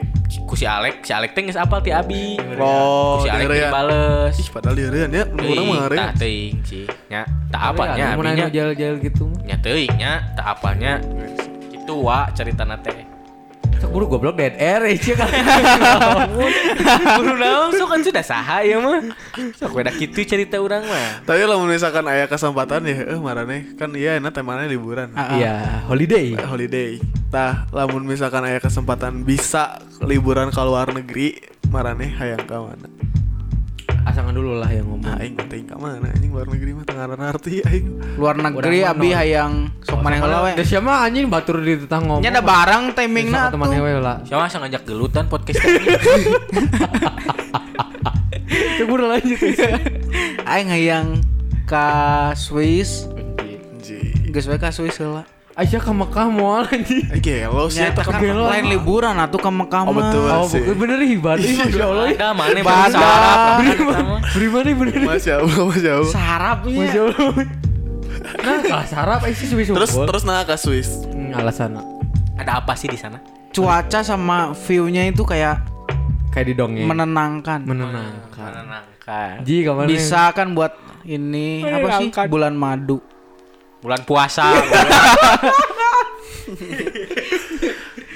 Speaker 2: ku si Alek, si Alek teh geus apal ti Abi.
Speaker 3: Oh,
Speaker 2: ku si Alek
Speaker 3: dengerin.
Speaker 2: dibales.
Speaker 3: Ih, padahal dieureun ya, mun urang mah
Speaker 2: Teuing,
Speaker 3: ngareun.
Speaker 2: tah teuing sih. Nya, tak apanya
Speaker 1: Mau nanya
Speaker 2: abinya.
Speaker 1: jail-jail gitu mah.
Speaker 2: Nya teuing nya, tak apanya. Itu wa ceritana teh.
Speaker 1: Buru goblok dead air ya Cie, kan.
Speaker 2: Buru naon sok kan sudah saha ya mah. Sok beda kitu cerita urang mah.
Speaker 3: Tapi lah misalkan aya kesempatan ya, eh marane kan iya enak temanya liburan. Eh,
Speaker 1: Iya, holiday.
Speaker 3: holiday. Tah, lamun misalkan aya kesempatan bisa liburan ke luar negeri, marane hayang ka mana? Nah,
Speaker 1: Asangan dulu lah yang ngomong.
Speaker 3: Aing mah teuing ka mana? Anjing luar negeri mah tengah arti aing.
Speaker 4: luar negeri
Speaker 1: Orang
Speaker 4: abi
Speaker 1: mana?
Speaker 4: hayang sok mana yang lawe
Speaker 1: Ya siapa anjing batur di tetang ngomong.
Speaker 4: nya ada barang timing
Speaker 1: Sok
Speaker 4: na
Speaker 1: teman
Speaker 4: tuh
Speaker 1: hewe lah.
Speaker 2: Siapa asa ngajak gelutan podcast ini?
Speaker 1: Coba udah lanjut.
Speaker 4: aing hayang ka Swiss
Speaker 3: Anjing.
Speaker 4: geus we ka Swiss heula
Speaker 1: Aisyah ke Mekah moal anjing.
Speaker 3: Ay,
Speaker 1: Iya,
Speaker 3: gelo sih
Speaker 4: nya
Speaker 3: eta.
Speaker 4: tekan
Speaker 1: kebelo.
Speaker 4: lain liburan atuh ke Mekah
Speaker 3: Oh
Speaker 4: mah.
Speaker 3: betul
Speaker 1: Oh,
Speaker 3: sih.
Speaker 1: bukan bener hibat. Ih, Masya Allah.
Speaker 2: Ada mana
Speaker 4: Badar.
Speaker 2: bahasa
Speaker 1: Beri mana bener.
Speaker 3: Masya Allah, Masya Allah.
Speaker 4: sarap
Speaker 1: Masya
Speaker 4: ya
Speaker 1: Allah. Nah, kalah sarap Aisyah suwi suwi.
Speaker 3: Terus terus nah ke Swiss.
Speaker 1: Hmm, alasan
Speaker 2: Ada apa sih di sana?
Speaker 4: cuaca sama view-nya itu kayak
Speaker 1: kayak di dongeng.
Speaker 4: menenangkan
Speaker 1: Iya. Menenangkan. iya.
Speaker 2: Menenangkan.
Speaker 1: Ji kemana?
Speaker 4: bisa kan buat ini
Speaker 1: Iya,
Speaker 4: apa sih bulan madu
Speaker 2: Bulan puasa.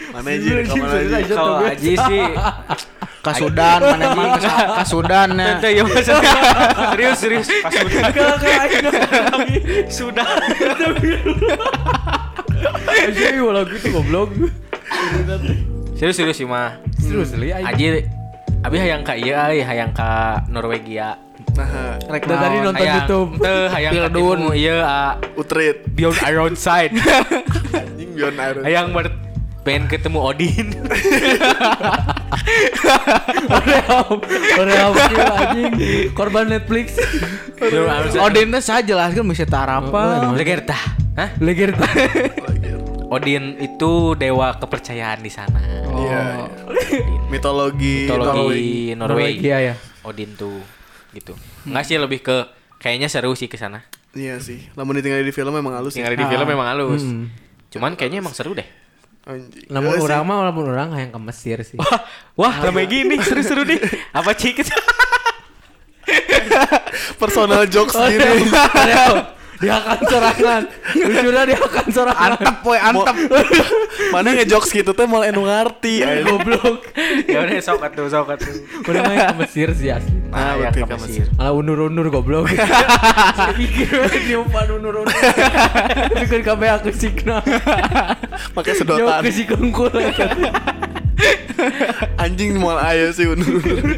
Speaker 3: Mana aja ke mana aja.
Speaker 2: Kalau Aji sih
Speaker 4: ke Sudan mana emang ke Sa- ke Sudan ya
Speaker 2: Tante ya maksudnya. Serius serius. Pas udah.
Speaker 1: Kalau kayak Aisyah
Speaker 2: Sudah.
Speaker 1: Aisyah iya lagu itu goblok.
Speaker 2: Serius serius sih mah.
Speaker 1: Serius li Aisyah.
Speaker 2: Aji Abi hayang ka ieu euy, hayang ka Norwegia.
Speaker 3: Nah,
Speaker 4: Rek
Speaker 1: Udah tadi
Speaker 4: naon.
Speaker 1: nonton
Speaker 2: Hayang-
Speaker 1: YouTube.
Speaker 2: Teu hayang ka
Speaker 4: Bildun.
Speaker 2: timu ieu a
Speaker 3: Utrecht.
Speaker 2: Beyond Iron Side.
Speaker 3: Anjing Beyond Iron.
Speaker 2: hayang ber pengen ketemu Odin.
Speaker 1: Oreom, oreom kieu anjing. Korban Netflix.
Speaker 2: Beyond Iron Side.
Speaker 4: Odin teh saja Oh, jelaskan bisa
Speaker 1: Oh, iya,
Speaker 4: tarapa
Speaker 2: Legerta. Hah?
Speaker 1: Leger.
Speaker 2: Odin itu dewa kepercayaan di sana.
Speaker 3: Iya. Mitologi
Speaker 2: Mitologi Norwegia.
Speaker 1: Norwegia ya.
Speaker 2: Odin tuh gitu. Enggak sih lebih ke kayaknya seru sih ke sana.
Speaker 3: Iya sih. Lamun ditinggal di film emang halus. ya.
Speaker 2: Tinggal di film memang halus.
Speaker 1: Hmm.
Speaker 2: Cuman kayaknya emang seru deh.
Speaker 3: Anjing.
Speaker 1: Namun
Speaker 3: Iya sih.
Speaker 1: orang mah namun orang hayang ke Mesir sih.
Speaker 2: Wah, wah ramai gini seru-seru nih. Apa cik?
Speaker 3: personal jokes gini.
Speaker 1: Oh, iya. Oreom, oreom. dia akan serangan lucunya dia akan serangan
Speaker 4: Antep we, antep.
Speaker 3: Mana ngejokes gitu teh malah enu ngerti. anjing.
Speaker 1: goblok
Speaker 2: Ya udah sok atuh, sok atuh.
Speaker 1: udah main ke Mesir sih asli
Speaker 3: Nah,
Speaker 2: ya,
Speaker 3: betul
Speaker 2: ke
Speaker 3: ke
Speaker 2: Mesir.
Speaker 3: Mesir.
Speaker 1: malah undur-undur goblok saya pikir dia umpan undur-undur pikir kabeh aku sikna
Speaker 3: Pakai
Speaker 1: jauh
Speaker 3: sedotan.
Speaker 1: ke si kungkul
Speaker 3: Anjing mau ayo sih undur-undur.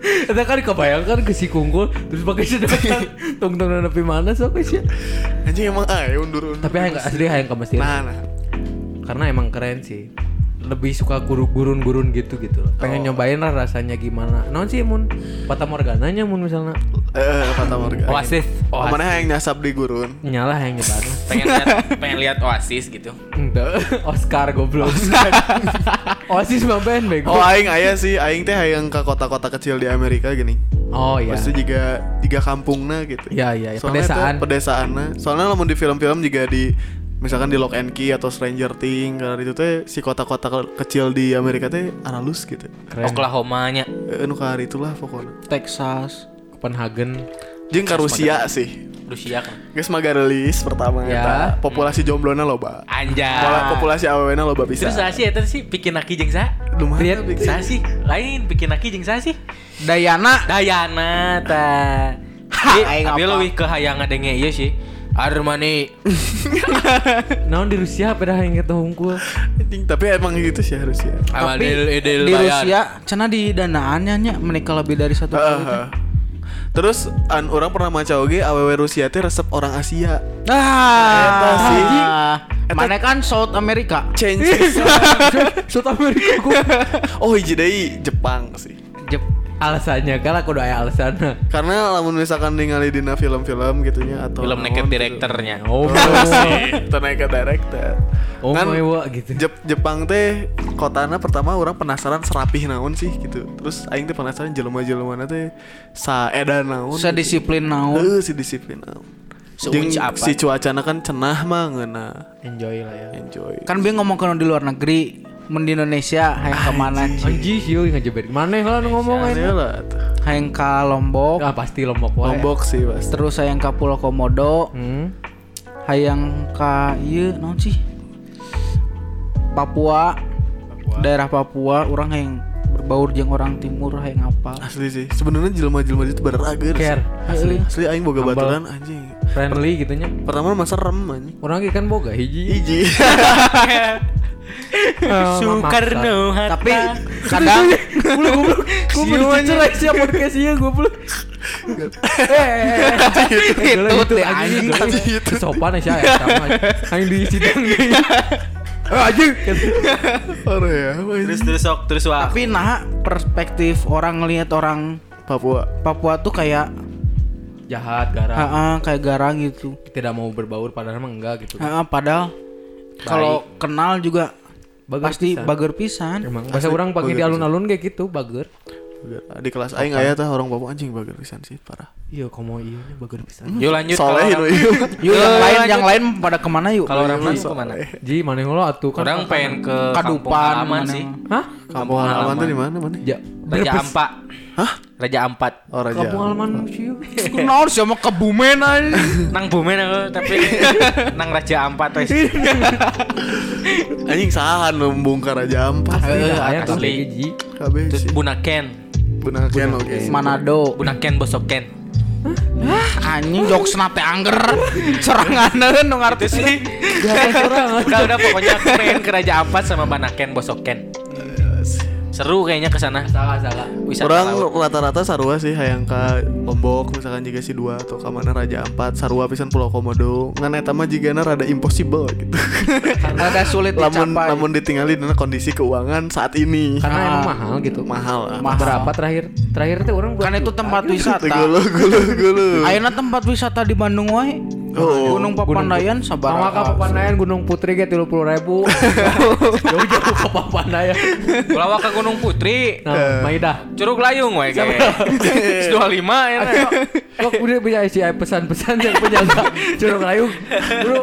Speaker 1: Kita kan kebayangkan ke si kungkul terus pakai
Speaker 3: Iya.
Speaker 1: sedotan tong tong nepi mana sok sih
Speaker 3: Anjing emang ayo undur-undur.
Speaker 1: tapi hayang asli hayang ke Mesir
Speaker 3: Iya. Nah, nah.
Speaker 1: karena emang keren sih lebih suka guru gurun-gurun gitu gitu loh.
Speaker 3: Oh.
Speaker 1: pengen nyobain lah rasanya gimana non sih mun Fata Morgananya mun misalnya
Speaker 3: Eh, Fata Morgana.
Speaker 1: Oasis
Speaker 3: Oh,
Speaker 1: Oasis
Speaker 3: mana yang nyasap di gurun?
Speaker 1: nyala yang nyebarnya
Speaker 2: Pengen lihat pengen lihat Oasis gitu.
Speaker 1: Enggak, Oscar goblok. Oasis mah band bego.
Speaker 3: Oh aing aya sih, aing teh hayang ke kota-kota kecil di Amerika gini.
Speaker 1: Oh iya.
Speaker 3: Pasti juga juga kampungna gitu.
Speaker 1: Iya, iya, iya.
Speaker 3: Soalnya
Speaker 1: Pedesaan.
Speaker 3: teh pedesaanna. Soalnya lamun di film-film juga di misalkan di Lock and Key atau Stranger Things kalau itu teh si kota-kota ke- kecil di Amerika teh analus gitu.
Speaker 1: Keren.
Speaker 2: Oklahoma-nya.
Speaker 3: Eh, nu ka hari itulah pokoknya.
Speaker 4: Texas.
Speaker 1: Copenhagen.
Speaker 3: Jeung ka Rusia sih.
Speaker 2: Rusia kan.
Speaker 3: Geus magarelis pertama
Speaker 1: Ya.
Speaker 3: eta. Populasi jomblona loba.
Speaker 1: Ah.
Speaker 3: Pola
Speaker 2: Anjay.
Speaker 3: populasi awewena loba bisa.
Speaker 2: Terus sah sih eta sih bikin aki jeung sa.
Speaker 3: lumayan
Speaker 1: Lihat,
Speaker 2: Sa sih. Lain bikin aki jeung sa sih.
Speaker 4: Dayana.
Speaker 2: Dayana ta.
Speaker 4: Ha,
Speaker 2: Jadi,
Speaker 4: aing
Speaker 2: Abi
Speaker 4: apa?
Speaker 2: leuwih ke hayang ngadenge ieu sih. Armani.
Speaker 1: Naon di Rusia pada yang kita hungkul.
Speaker 3: Anjing, tapi emang gitu sih harusnya.
Speaker 4: Tapi
Speaker 2: Amadil idil
Speaker 4: di
Speaker 2: layan.
Speaker 4: Rusia, cina di danaannya nya menikah lebih dari satu kali.
Speaker 3: Heeh. Terus an orang pernah maca oge awewe Rusia teh resep orang Asia. Eta
Speaker 4: Ah,
Speaker 3: sih. Eta-
Speaker 4: mana kan South America.
Speaker 3: Change.
Speaker 1: Iya, South America ku.
Speaker 3: oh hiji deui Jepang sih.
Speaker 1: Jep. Alasannya kalau aku doa alasan.
Speaker 3: Karena lamun misalkan ningali dina film-film gitunya atau
Speaker 2: Film naked
Speaker 3: naon
Speaker 2: directornya.
Speaker 1: Oh,
Speaker 3: gitu. Atau naked director.
Speaker 1: oh
Speaker 3: Kan
Speaker 1: my wa gitu.
Speaker 3: Jep- Jepang teh kotana pertama orang penasaran serapih naon sih gitu. Terus aing teh penasaran jelema-jelemana teh saeda naon. gitu.
Speaker 4: Sedisiplin naon.
Speaker 3: Heuh, si disiplin naon.
Speaker 2: Seueuh
Speaker 3: Jeung
Speaker 2: apa?
Speaker 3: si cuacana kan cenah mah ngeuna
Speaker 1: Enjoy lah ya.
Speaker 3: enjoy.
Speaker 4: Kan bieu ngomong di luar negeri, mun di Indonesia hayang ke mana?
Speaker 1: Anji sih yuk ngejebet. Mana kalau ngomong
Speaker 3: Kan
Speaker 1: aja.
Speaker 3: ya lah tuh.
Speaker 4: Hayang ke Lombok,
Speaker 1: Ah pasti lombok wae.
Speaker 3: Lombok sih pasti.
Speaker 4: terus hayang ke Pulau Komodo,
Speaker 1: Hmm.
Speaker 4: hayang ke ieu naon sih? Papua. Daerah Papua orang hayang berbaur jeung orang timur hayang apa?
Speaker 3: Asli sih. Sebenarnya jelema-jelema itu berager. sih.
Speaker 1: Care.
Speaker 3: Asli, asli aing boga
Speaker 1: Humble.
Speaker 3: baturan anjing.
Speaker 1: Friendly gitu nya.
Speaker 3: Pertama masa rem anjing.
Speaker 1: Orang lagi kan boga hiji. Oh,
Speaker 3: Iji.
Speaker 2: Soekarno Hatta.
Speaker 4: Tapi kadang
Speaker 1: Goblok goblok. Gua
Speaker 4: Siun,
Speaker 1: mau eh. dicerai siapa podcast ieu goblok. Eh. Itu
Speaker 4: Itu
Speaker 1: teh
Speaker 4: teh
Speaker 1: anjing.
Speaker 4: anjing.
Speaker 1: Teu Sopan ya saya sama. Anjing di sidang. Eh anjing.
Speaker 3: Orang ya. apa ini?
Speaker 2: Terus terus sok terus wah.
Speaker 4: tapi nah perspektif orang ngelihat orang
Speaker 3: Papua.
Speaker 4: Papua tuh kayak
Speaker 1: Jahat garang.
Speaker 4: "Ah, ah, kayak garang gitu.
Speaker 1: Tidak mau berbaur padahal mah enggak gitu.
Speaker 4: Ah, ah, padahal kalau kenal juga
Speaker 1: Bager
Speaker 4: pasti
Speaker 1: pisan.
Speaker 4: bager pisan.
Speaker 1: Emang bahasa orang pakai di alun-alun kayak gitu bager.
Speaker 3: Di kelas aing aya tah orang Papua anjing bager pisan sih parah.
Speaker 1: Iya komo iya nya bager pisan.
Speaker 2: Yuk lanjut
Speaker 3: Soleh
Speaker 2: kalau
Speaker 3: itu
Speaker 2: orang-
Speaker 3: yuk.
Speaker 4: Yuk yang lain yang lain pada kemana yuk?
Speaker 2: kalau orang mana kemana?
Speaker 1: Ji mana lo atuh kan.
Speaker 2: Orang pengen ke kampung
Speaker 4: Kadupan
Speaker 2: halaman
Speaker 4: mana?
Speaker 2: sih.
Speaker 1: Hah?
Speaker 3: Kampung halaman tuh di mana mana?
Speaker 1: Ja.
Speaker 2: Raja
Speaker 1: Brebes.
Speaker 2: Ampat.
Speaker 3: Hah?
Speaker 2: Raja Ampat.
Speaker 3: Oh Raja.
Speaker 1: Kampung halaman sih.
Speaker 4: Kenal sama kebumen aja.
Speaker 2: Nang Bumen aku tapi nang Raja Ampat wes.
Speaker 3: Anjing sahan membongkar Raja Ampat.
Speaker 1: Eh, Asli dah aya tuh
Speaker 2: asli.
Speaker 1: kayak Ji.
Speaker 3: iya. Kabeh
Speaker 2: Terus
Speaker 3: sih.
Speaker 2: Bunaken.
Speaker 3: Bunaken oke.
Speaker 4: Manado.
Speaker 2: Bunaken Bosoken.
Speaker 4: Ah, anjing jokes nate angger. Seranganeun nu
Speaker 2: Itu
Speaker 4: ngarti.
Speaker 2: sih. udah udah pokoknya aku pengen ke Raja Ampat sama Banaken Bosoken. Seru kayaknya ke sana.
Speaker 1: Salah salah.
Speaker 2: Wisata
Speaker 3: Orang
Speaker 2: laut.
Speaker 3: rata-rata sarua sih hayang ka Lombok misalkan juga si dua atau ka mana Raja Ampat, sarua pisan Pulau Komodo. Ngan eta mah jigana rada impossible gitu.
Speaker 4: Ada sulit
Speaker 3: lamun
Speaker 4: dicapai.
Speaker 3: lamun ditinggali dina kondisi keuangan saat ini.
Speaker 1: Karena
Speaker 4: Ah.
Speaker 1: emang mahal gitu.
Speaker 3: mahal. lah.
Speaker 4: Mahal.
Speaker 1: Berapa terakhir? Terakhir tuh orang
Speaker 4: Kan itu tempat wisata.
Speaker 3: Gulu gulu gulu.
Speaker 4: Ayeuna tempat wisata di Bandung wae.
Speaker 3: Oh.
Speaker 4: Gunung Papandayan
Speaker 1: Sama
Speaker 4: sabar.
Speaker 1: ke Papandayan Gunung Putri kayak tiga puluh ribu. Jauh-jauh ke Papandayan.
Speaker 2: Kalau ke Gunung Putri,
Speaker 3: Eh.
Speaker 1: Nah, Maidah.
Speaker 2: Curug Layung wae kayak. 25 ya.
Speaker 1: Ayo, lo
Speaker 3: Eh.
Speaker 1: udah punya isi pesan-pesan yang penjaga curug layu bro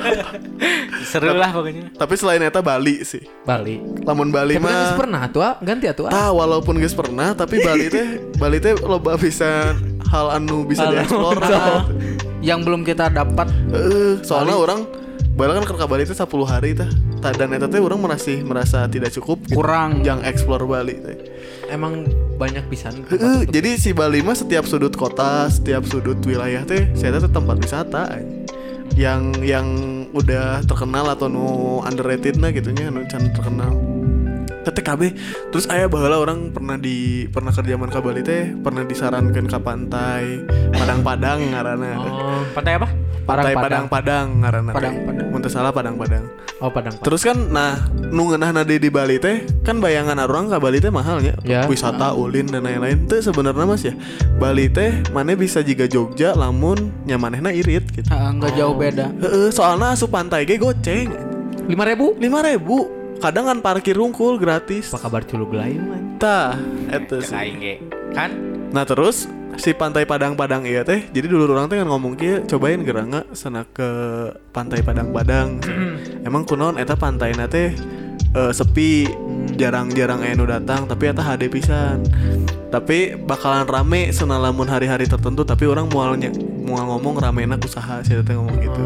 Speaker 2: Seru lah pokoknya.
Speaker 3: Tapi selain eta Bali sih.
Speaker 1: Bali
Speaker 3: Lamun Bali
Speaker 1: tapi kan
Speaker 3: mah
Speaker 1: pernah tuh ah. ganti atuh ah.
Speaker 3: tah walaupun geus pernah tapi Bali teh Bali teh loba bisa hal anu bisa
Speaker 1: Hal anu
Speaker 3: dieksplor.
Speaker 1: bisa.
Speaker 3: Nah,
Speaker 4: yang belum kita dapat
Speaker 3: Eh, soalnya orang Bala kan ke Bali itu 10 hari tah. Ta- Dan eta teh orang masih merasa tidak cukup gitu.
Speaker 4: Kurang.
Speaker 3: yang explore Bali teh.
Speaker 1: Emang banyak pisan.
Speaker 3: Eh, eh, jadi si Bali mah setiap sudut kota, setiap sudut wilayah teh saya teh tempat wisata anj. yang yang udah terkenal atau nu underrated nah gitunya nu can terkenal TTKB terus ayah bahala orang pernah di pernah kerjaan ke Bali teh pernah disarankan ke pantai Padang-Padang ngarana
Speaker 1: Oh,
Speaker 2: Pantai apa?
Speaker 3: pantai
Speaker 1: Padang-Padang.
Speaker 3: Padang-Padang ngarana
Speaker 4: Padang-Padang.
Speaker 3: Mun teu salah Padang-Padang
Speaker 1: oh padang.
Speaker 3: Terus kan nah nu ngeunahna di di Bali teh kan bayangan orang ka Bali teh mahalnya
Speaker 1: Ya.
Speaker 3: wisata ulin dan lain-lain teh sebenarnya Mas ya Bali teh mana bisa jika Jogja lamun nyamanehna irit gitu.
Speaker 4: Ah, nggak jauh beda
Speaker 3: Heeh, soalnya asup pantai ge goceng
Speaker 1: Lima ribu?
Speaker 3: 5000 kadang kan parkir rungkul gratis.
Speaker 1: Apa kabar culuk lain man?
Speaker 3: Tah eta
Speaker 2: Cek
Speaker 3: sih.
Speaker 2: aing ge. Kan?
Speaker 3: Nah terus si pantai Padang-Padang iya teh jadi dulu orang teh kan ngomong kia cobain gerangga sana ke pantai Padang-Padang emang kunon eta pantai teh eh, sepi jarang-jarang enu datang tapi eta HD pisan tapi bakalan rame senalamun hari-hari tertentu tapi orang mualnya mual ngomong rame enak usaha sih teh ngomong gitu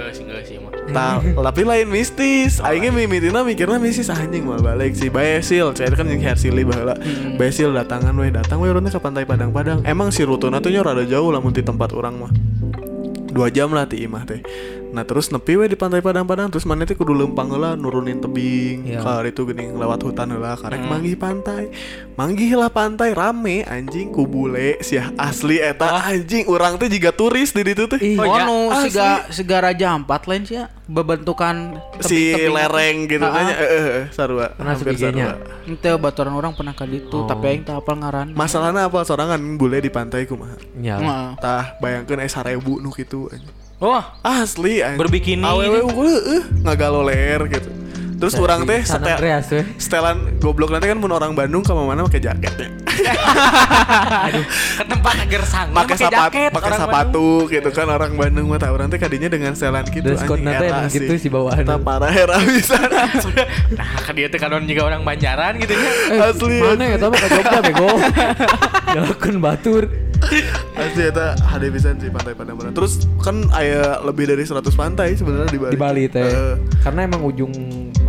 Speaker 2: Enggak sih, enggak sih mah.
Speaker 3: Ta- tapi lain mistis. Aingnya mimitina mikirnya mistis anjing mau balik sih. Baesil, saya kan yang Hersili baheula. Baesil datangan we, datang we urutnya ke pantai Padang-Padang. Emang si rutuna tuh nya rada jauh lamun di tempat orang mah. Dua jam lah ti imah teh. Nah terus nepi we di pantai Padang-Padang terus mana teh kudu lempang heula nurunin tebing.
Speaker 1: Iya.
Speaker 3: Kalau itu geuning lewat hutan heula karek manggih pantai. Manggih lah pantai rame anjing kubule siah asli eta anjing urang teh juga turis di ditu teh.
Speaker 1: Ih,
Speaker 4: Oh,
Speaker 2: Oh, ya.
Speaker 4: nu
Speaker 3: iya. Asli.
Speaker 4: siga siga raja empat lain sih ya bebentukan
Speaker 3: si lereng gitu
Speaker 4: Ah, ah.
Speaker 3: nanya eh, eh, eh, sarua
Speaker 1: Pernah
Speaker 3: hampir
Speaker 1: sebegini nya.
Speaker 3: sarua.
Speaker 4: Itu baturan orang pernah ke
Speaker 3: Oh.
Speaker 4: ditu, tapi aing teu hafal ngaran.
Speaker 3: masalahnya apa sorangan bule di pantai kumaha
Speaker 1: Nyala.
Speaker 4: Heeh.
Speaker 3: tah bayangkan eh sarebu nu gitu anjing.
Speaker 2: Wah,
Speaker 3: asli anjing.
Speaker 2: Berbikini.
Speaker 3: awewe unggul eh, ngagaloler gitu terus orang teh
Speaker 1: San
Speaker 3: setel-
Speaker 1: Andreas eh. we.
Speaker 3: setelan goblok nanti kan mun orang Bandung ke mana pakai jaket
Speaker 1: Iya,
Speaker 3: ya.
Speaker 2: ke tempat agar sang
Speaker 3: pakai sapat pakai sepatu gitu kan orang Bandung mah tah, orang teh kadinya dengan setelan gitu
Speaker 1: Dress code-na teh
Speaker 3: era
Speaker 1: emang gitu si bawaan.
Speaker 3: Eta parah era pisan.
Speaker 2: Nah, kan dia teh kanon juga orang Banjaran gitu ya.
Speaker 3: asli
Speaker 1: Mana ya tahu ke Jogja bego. Jalakeun batur.
Speaker 3: Asli eta HD pisan sih pantai Padang Barat. Terus kan aya lebih dari 100 pantai sebenarnya di Bali.
Speaker 1: di Bali teh.
Speaker 3: Eh,
Speaker 1: Karena emang ujung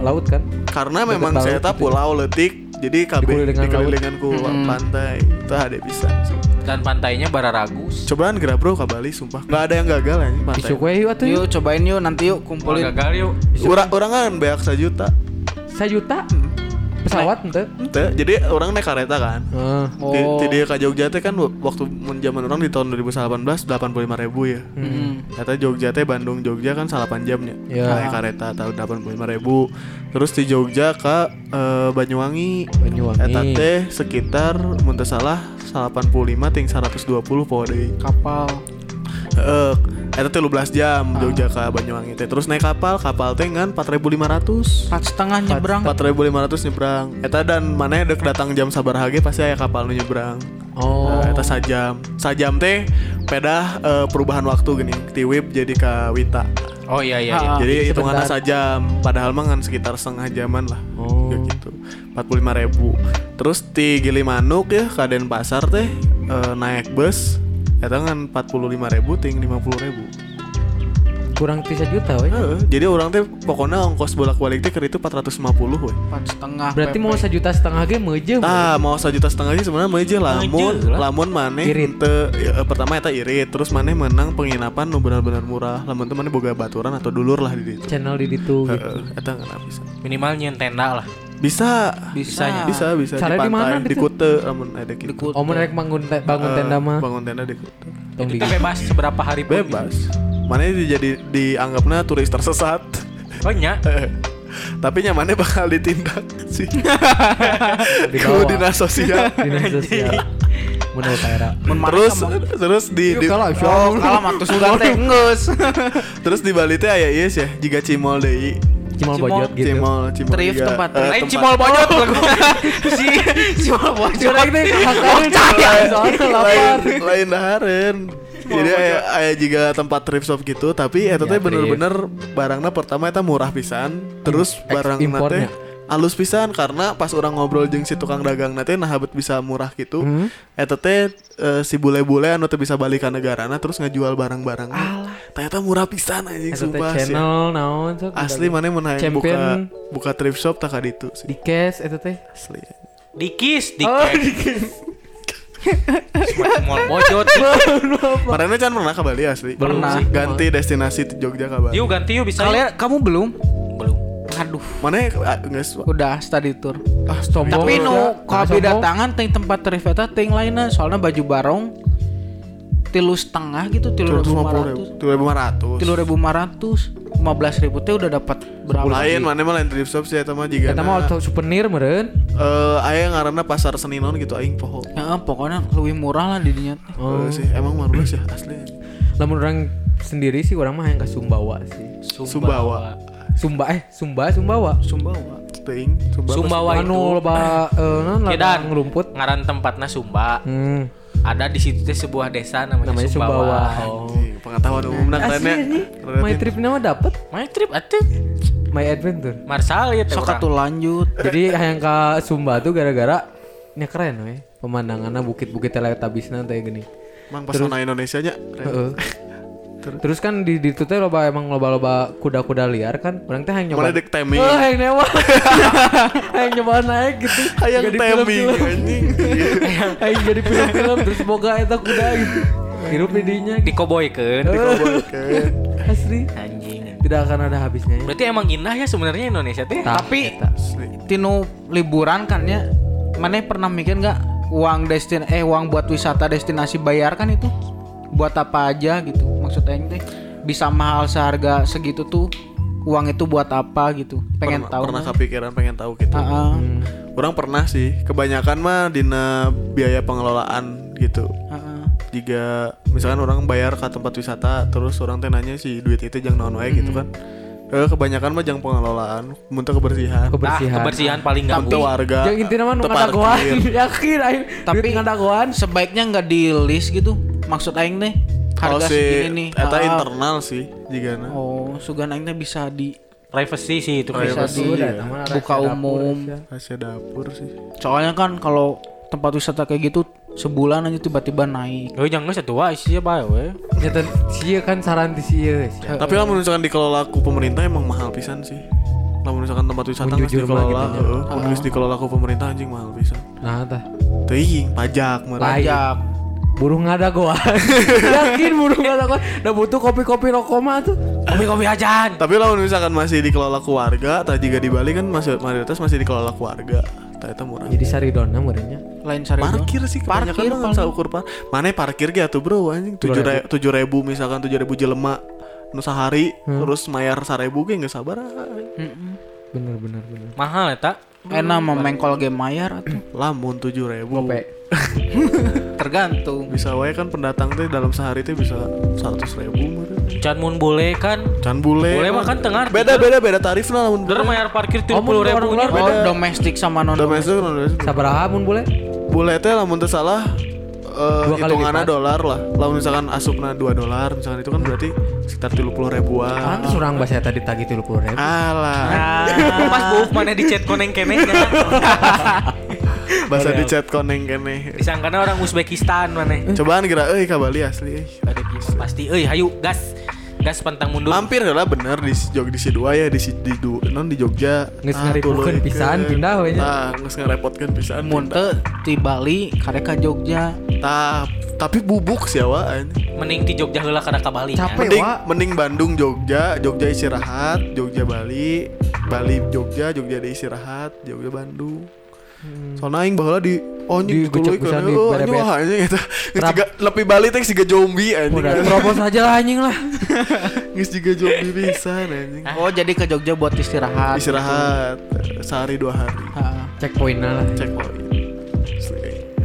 Speaker 1: laut kan.
Speaker 3: karena
Speaker 1: Deket
Speaker 3: memang
Speaker 1: laut
Speaker 3: saya
Speaker 1: gitu.
Speaker 3: pulau letik, jadi kabeh
Speaker 1: Dikelilingan
Speaker 3: dikelilingan ku pantai. Itu HD pisan sih.
Speaker 2: Dan pantainya Bararagus.
Speaker 3: Cobaan gerak bro ke Bali sumpah. Nggak ada yang gagal anjing pantai.
Speaker 1: Isuk we yuk atuh. yuk.
Speaker 4: Yuk cobain yuk nanti yuk
Speaker 2: Mau
Speaker 4: kumpulin.
Speaker 2: gagal yuk.
Speaker 3: Urang urang kan beak sajuta.
Speaker 1: Sajuta pesawat ente.
Speaker 3: Teu, Jadi orang naik kareta kan.
Speaker 1: Heeh.
Speaker 3: Di, di dia ke Jogja teh kan waktu mun zaman orang di tahun 2018 85 ribu ya.
Speaker 4: Hmm.
Speaker 3: Kata Jogja teh Bandung Jogja kan 8 jamnya.
Speaker 1: Ya.
Speaker 3: Naik kareta tahun 85.000. Terus di Jogja ke eh, Banyuwangi.
Speaker 1: Banyuwangi.
Speaker 3: Eta teh sekitar mun teu salah 85 ting 120 poe deui.
Speaker 4: Kapal.
Speaker 3: Heeh. Eta teh 12 jam
Speaker 1: Ah.
Speaker 3: Jogja ke Banyuwangi teh. Terus naik kapal, kapal teh ngan 4.500.
Speaker 4: Empat setengah nyebrang.
Speaker 3: 4.500 nyebrang. Eta dan mana dek datang jam sabar hage pasti aya kapal nu nyebrang.
Speaker 1: Oh.
Speaker 3: Nah, Eta sajam. Sajam teh pedah eh, perubahan waktu gini. Tiwip jadi ke Wita.
Speaker 2: Oh iya iya. iya.
Speaker 4: Ah,
Speaker 3: jadi hitungannya
Speaker 1: sebentar.
Speaker 3: sajam. Padahal mah ngan sekitar setengah jaman lah.
Speaker 1: Oh.
Speaker 3: Ya gitu. 45 ribu. Terus ti Gilimanuk ya ke Denpasar teh eh, naik bus. Eta ngan 45 ribu ting 50 ribu.
Speaker 1: Kurang 3 juta we.
Speaker 3: jadi orang teh pokoknya ongkos bolak-balik teh keur itu 450 we.
Speaker 4: Empat setengah.
Speaker 1: Berarti
Speaker 4: PP.
Speaker 1: mau sejuta setengah ge meujeum.
Speaker 3: Nah, mau sejuta setengah sih sebenarnya meja lamun lamun maneh
Speaker 1: Irit.
Speaker 3: henteu- ya, pertama eta irit, terus maneh menang penginapan nu benar-benar murah. Lamun teu maneh boga baturan atau dulur lah di ditu.
Speaker 1: Channel di ditu gitu.
Speaker 3: Heeh, eta nggak bisa.
Speaker 2: Minimal nyen tenda lah.
Speaker 3: Bisa.
Speaker 4: Bisa.
Speaker 3: Bisa, bisa
Speaker 1: Caranya di
Speaker 3: di pantai,
Speaker 1: mana
Speaker 3: di,
Speaker 1: gitu?
Speaker 3: Kute lamun ada gitu.
Speaker 4: Di Kute.
Speaker 1: Oh, mereka bangun te- bangun
Speaker 3: Eh,
Speaker 1: tenda mah.
Speaker 3: Bangun tenda di Kute.
Speaker 1: Tong di.
Speaker 2: Itu bebas seberapa hari pun.
Speaker 3: Bebas. Maneh jadi dianggapna turis tersesat.
Speaker 2: Oh nya.
Speaker 3: Tapi nyamannya bakal ditindak sih.
Speaker 1: Di bawah.
Speaker 3: Ku dinas sosial.
Speaker 1: Dinas sosial. Menurut Kaira.
Speaker 3: terus terus di, di
Speaker 1: kalah, siapa
Speaker 3: Oh,
Speaker 4: Kalah mah tuh sudah teh ngeus.
Speaker 3: Iya, Terus di Bali teh aya ieu sih, jiga cimol deui.
Speaker 1: Cimol bojot gitu.
Speaker 3: Cimol, cimol.
Speaker 4: Thrift
Speaker 3: jiga.
Speaker 4: tempat.
Speaker 3: Eh,
Speaker 2: Lain
Speaker 3: tempat.
Speaker 2: cimol bonyok Si cimol bonyok.
Speaker 1: Orang teh kakak soalnya
Speaker 3: Lain,
Speaker 1: lapar.
Speaker 3: lain dahareun. Jadi aya aya jiga tempat thrift shop gitu, tapi eta
Speaker 1: Ya,
Speaker 3: teh bener-bener barangna pertama eta murah pisan, terus
Speaker 1: Ex-
Speaker 3: barangna
Speaker 1: importnya.
Speaker 3: teh alus pisan karena pas orang ngobrol jeung si tukang dagang nanti nah habet bisa murah gitu
Speaker 1: Hmm.
Speaker 3: eta teh eh, si bule-bule anu teh bisa balik ke negarana terus ngejual barang-barang ternyata murah pisan anjing
Speaker 1: Eta teh
Speaker 3: sumpah sih.
Speaker 1: channel naon sok
Speaker 3: asli mana mun hayang buka
Speaker 1: Champion.
Speaker 3: buka thrift shop tak ditu sih
Speaker 1: di cash eta teh.
Speaker 3: asli
Speaker 2: Dikis, dikis.
Speaker 1: Oh, di cash.
Speaker 2: Mau mojot.
Speaker 3: Marana can pernah ke Bali asli
Speaker 1: Belum
Speaker 4: Pernah.
Speaker 1: sih.
Speaker 3: ganti destinasi ti Jogja ke Bali
Speaker 2: Yuk ganti yuk bisa. ya?
Speaker 4: Kalian kamu belum?
Speaker 2: belum.
Speaker 4: Aduh,
Speaker 3: mana ah, geus
Speaker 4: udah study tour.
Speaker 1: Ah, sombong.
Speaker 4: Tapi
Speaker 1: Ya,
Speaker 4: nu kalau
Speaker 1: sombong.
Speaker 4: datangan ting tempat terifeta ting lainnya soalnya baju barong tilu setengah gitu tilu ribu lima ratus tilu ribu lima ratus lima belas ribu teh udah dapat berapa?
Speaker 3: lain mana mah lain thrift shop sih eta mah jiga
Speaker 1: Eta mah auto souvenir meureun.
Speaker 3: eh aya ngaranna pasar seni non gitu aing poho
Speaker 4: Ya, pokoknya lebih murah lah di dinya teh.
Speaker 3: Eh, sih emang marulah sih asli
Speaker 1: Lamun orang sendiri sih orang mah yang ke Sumbawa sih.
Speaker 3: Sumbawa
Speaker 1: Sumba eh Sumba Sumbawa.
Speaker 4: Sumbawa.
Speaker 3: teuing Sumbawa
Speaker 2: Sumbawa itu
Speaker 1: Anu loba eh non loba
Speaker 2: Kedan
Speaker 1: ngerumput.
Speaker 2: Ngaran tempatnya Sumba.
Speaker 1: Hmm.
Speaker 2: Ada di situ teh sebuah desa namanya,
Speaker 1: Namanya Sumbawa. ya.
Speaker 2: Oh.
Speaker 3: Anjing, pengetahuan umum nah
Speaker 1: Asli
Speaker 3: kerennya
Speaker 1: anjing. My trip nama dapet
Speaker 2: My trip atuh.
Speaker 1: My adventure.
Speaker 2: Marsal ya teh
Speaker 4: Sok
Speaker 2: orang.
Speaker 4: atuh lanjut.
Speaker 1: Jadi yang ke Sumba tuh gara-gara nya keren we. Pemandangannya bukit-bukit teletabisna teh gini.
Speaker 3: mang pesona Indonesia nya
Speaker 1: Heeh. Terus kan di di itu teh loba emang loba-loba kuda-kuda liar kan. Orang teh yang
Speaker 3: mana
Speaker 1: nyoba.
Speaker 3: dek temi
Speaker 1: Oh, yang nyewa. yang nyoba naik gitu.
Speaker 3: hayang
Speaker 1: Jadi
Speaker 3: temi
Speaker 1: film-film.
Speaker 3: Ah, anjing
Speaker 1: Aing jadi film-film terus boga eta kuda gitu. Hirup di dinya gitu.
Speaker 2: Dikoboykeun.
Speaker 3: Eh. Oke.
Speaker 1: Asli.
Speaker 2: Anjing.
Speaker 1: Tidak akan ada habisnya. ya.
Speaker 2: Berarti emang indah ya sebenarnya Indonesia teh. Nah,
Speaker 1: Tah,
Speaker 4: Tapi-
Speaker 1: eta.
Speaker 4: Tino liburan kan ya. Mana pernah mikir nggak uang destin eh uang buat wisata destinasi bayar kan itu? Buat apa aja gitu. Maksudnya ini teh bisa mahal seharga segitu tuh uang itu buat apa gitu. Pengen
Speaker 3: Pernah-
Speaker 4: tahu. Ah.
Speaker 3: pernah
Speaker 4: kan?
Speaker 3: kepikiran pengen tahu gitu
Speaker 4: Heeh.
Speaker 3: orang pernah sih kebanyakan mah dina biaya pengelolaan gitu
Speaker 4: heeh.
Speaker 3: jika misalkan orang bayar ke tempat wisata terus orang teh nanya si duit itu jangan naon wae gitu
Speaker 1: Hmm.
Speaker 3: kan eh, kebanyakan mah jang pengelolaan muntah Ah, kebersihan
Speaker 2: Tah,
Speaker 1: kebersihan.
Speaker 2: kebersihan paling
Speaker 3: muntah
Speaker 2: gampang.
Speaker 3: warga
Speaker 1: Yang intinya mah nu
Speaker 3: teu
Speaker 1: ngadagoan.
Speaker 3: parkir. Oh,
Speaker 1: Yakin aing.
Speaker 4: Tapi-
Speaker 1: duit ngadagoan.
Speaker 4: Kan Sebaiknya nggak di list gitu. Maksud aing teh
Speaker 3: kalau
Speaker 4: harga
Speaker 3: Oh, si
Speaker 4: segini nih.
Speaker 1: Ah,
Speaker 3: eta
Speaker 4: Heeh.
Speaker 3: internal sih jika
Speaker 4: Oh, sugan aing teh bisa di
Speaker 2: Privacy sih itu
Speaker 4: bisa
Speaker 3: Privacy,
Speaker 4: di
Speaker 3: iya.
Speaker 4: buka umum.
Speaker 3: rahasia dapur sih
Speaker 4: Soalnya kan kalau tempat wisata kayak gitu sebulan aja tiba-tiba naik.
Speaker 2: Oh jangan satu wae sih ya bae we.
Speaker 1: Nyata sih kan saran ti sih.
Speaker 3: tapi lah misalkan dikelola ku pemerintah emang mahal pisan sih lah misalkan tempat
Speaker 1: Mun
Speaker 3: wisata harus
Speaker 1: jujur mah
Speaker 3: dikelola
Speaker 1: gitu nya.
Speaker 3: heeh, mun geus dikelola ku pemerintah anjing mahal pisan
Speaker 1: Nah, tah.
Speaker 3: teuing pajak meureun.
Speaker 1: Lain. Burung ngadagoan. Yakin burung ngadagoan. Da butuh kopi-kopi rokok mah tuh.
Speaker 2: Kopi-kopi ajan.
Speaker 3: Tapi kalau misalkan masih dikelola keluarga, tak jika di Bali kan masih mayoritas masih dikelola keluarga. Tak itu murah.
Speaker 1: Jadi saridona murahnya.
Speaker 4: Lain sari doang.
Speaker 3: Parkir sih kebanyakan
Speaker 4: iya. Parkir
Speaker 3: mah
Speaker 4: paling.
Speaker 3: saukur par. Mana parkir gitu bro anjing tujuh ribu, tujuh ribu misalkan tujuh ribu jelema nu sehari terus mayar sarebu ge nggak sabar
Speaker 1: Bener bener bener.
Speaker 2: Mahal eta.
Speaker 4: Enak mah mengkol game mayar atuh.
Speaker 3: lamun tujuh ribu
Speaker 1: Gope.
Speaker 4: Tergantung.
Speaker 3: bisa wae kan pendatang teh dalam sehari teh bisa seratus ribu
Speaker 2: Can mun boleh kan.
Speaker 3: can bule
Speaker 2: Bule mah kan tengar,
Speaker 3: beda beda beda tarif lah lamun
Speaker 2: Bener mayar parkir
Speaker 1: Oh, mun
Speaker 2: 30 ribu
Speaker 1: orang
Speaker 2: nya.
Speaker 1: luar
Speaker 4: Oh, domestik sama non
Speaker 3: domestik domestik.
Speaker 1: Sabaraha mun boleh?
Speaker 3: bule teh lamun teu salah eh,
Speaker 1: Dua kali
Speaker 3: hitungannya
Speaker 1: lipat.
Speaker 3: dolar lah lamun misalkan asupna 2 dolar misalkan itu kan berarti sekitar 30 ribuan
Speaker 1: Pantes urang Kan bahasa eta ditagih 30 ribu.
Speaker 3: alah
Speaker 2: Ah, Pas buuk mana di chat koneng keneh nya.
Speaker 1: ya.
Speaker 3: bahasa di chat koneng kene
Speaker 2: Disangkana orang Uzbekistan maneh.
Speaker 3: cobaan kira euy ka Bali asli eh." euy.
Speaker 2: Bade pisan. Pasti euy hayu gas. Gas pantang mundur.
Speaker 3: Mampir lah bener di Jog di Sidua ya di si- di du, non di Jogja. Ah,
Speaker 1: Nges ngaribukeun pisan, pindah we ya. nya.
Speaker 3: Nah, nges ngarepotkeun pisan. pindah.
Speaker 4: Munte di Bali, karek ka Jogja.
Speaker 3: Tah, tapi bubuk sih awaan.
Speaker 2: Mending ti Jogja heula kada ka Bali. kan? nya.
Speaker 1: Capek.
Speaker 3: Mending,
Speaker 1: Wa.
Speaker 3: mending Bandung Jogja, Jogja istirahat, Jogja Bali, Bali Jogja, Jogja di istirahat, Jogja Bandung. Soalnya aing baheula di oh
Speaker 1: Hmm. Di
Speaker 3: anjing tuluy
Speaker 1: gecek pisan,
Speaker 3: kana
Speaker 1: di
Speaker 3: oh anjing
Speaker 1: berebet.
Speaker 3: wah anjing eta. Geus
Speaker 1: Rap.
Speaker 3: jiga lepi Bali teh geus jiga zombie anjing.
Speaker 1: Udah propose aja lah anjing lah.
Speaker 3: Geus jiga zombie pisan anjing.
Speaker 4: Oh, jadi ke Jogja buat istirahat.
Speaker 3: Istirahat eh, sehari dua hari.
Speaker 4: Heeh.
Speaker 1: Checkpointnya lah.
Speaker 3: Cek poin.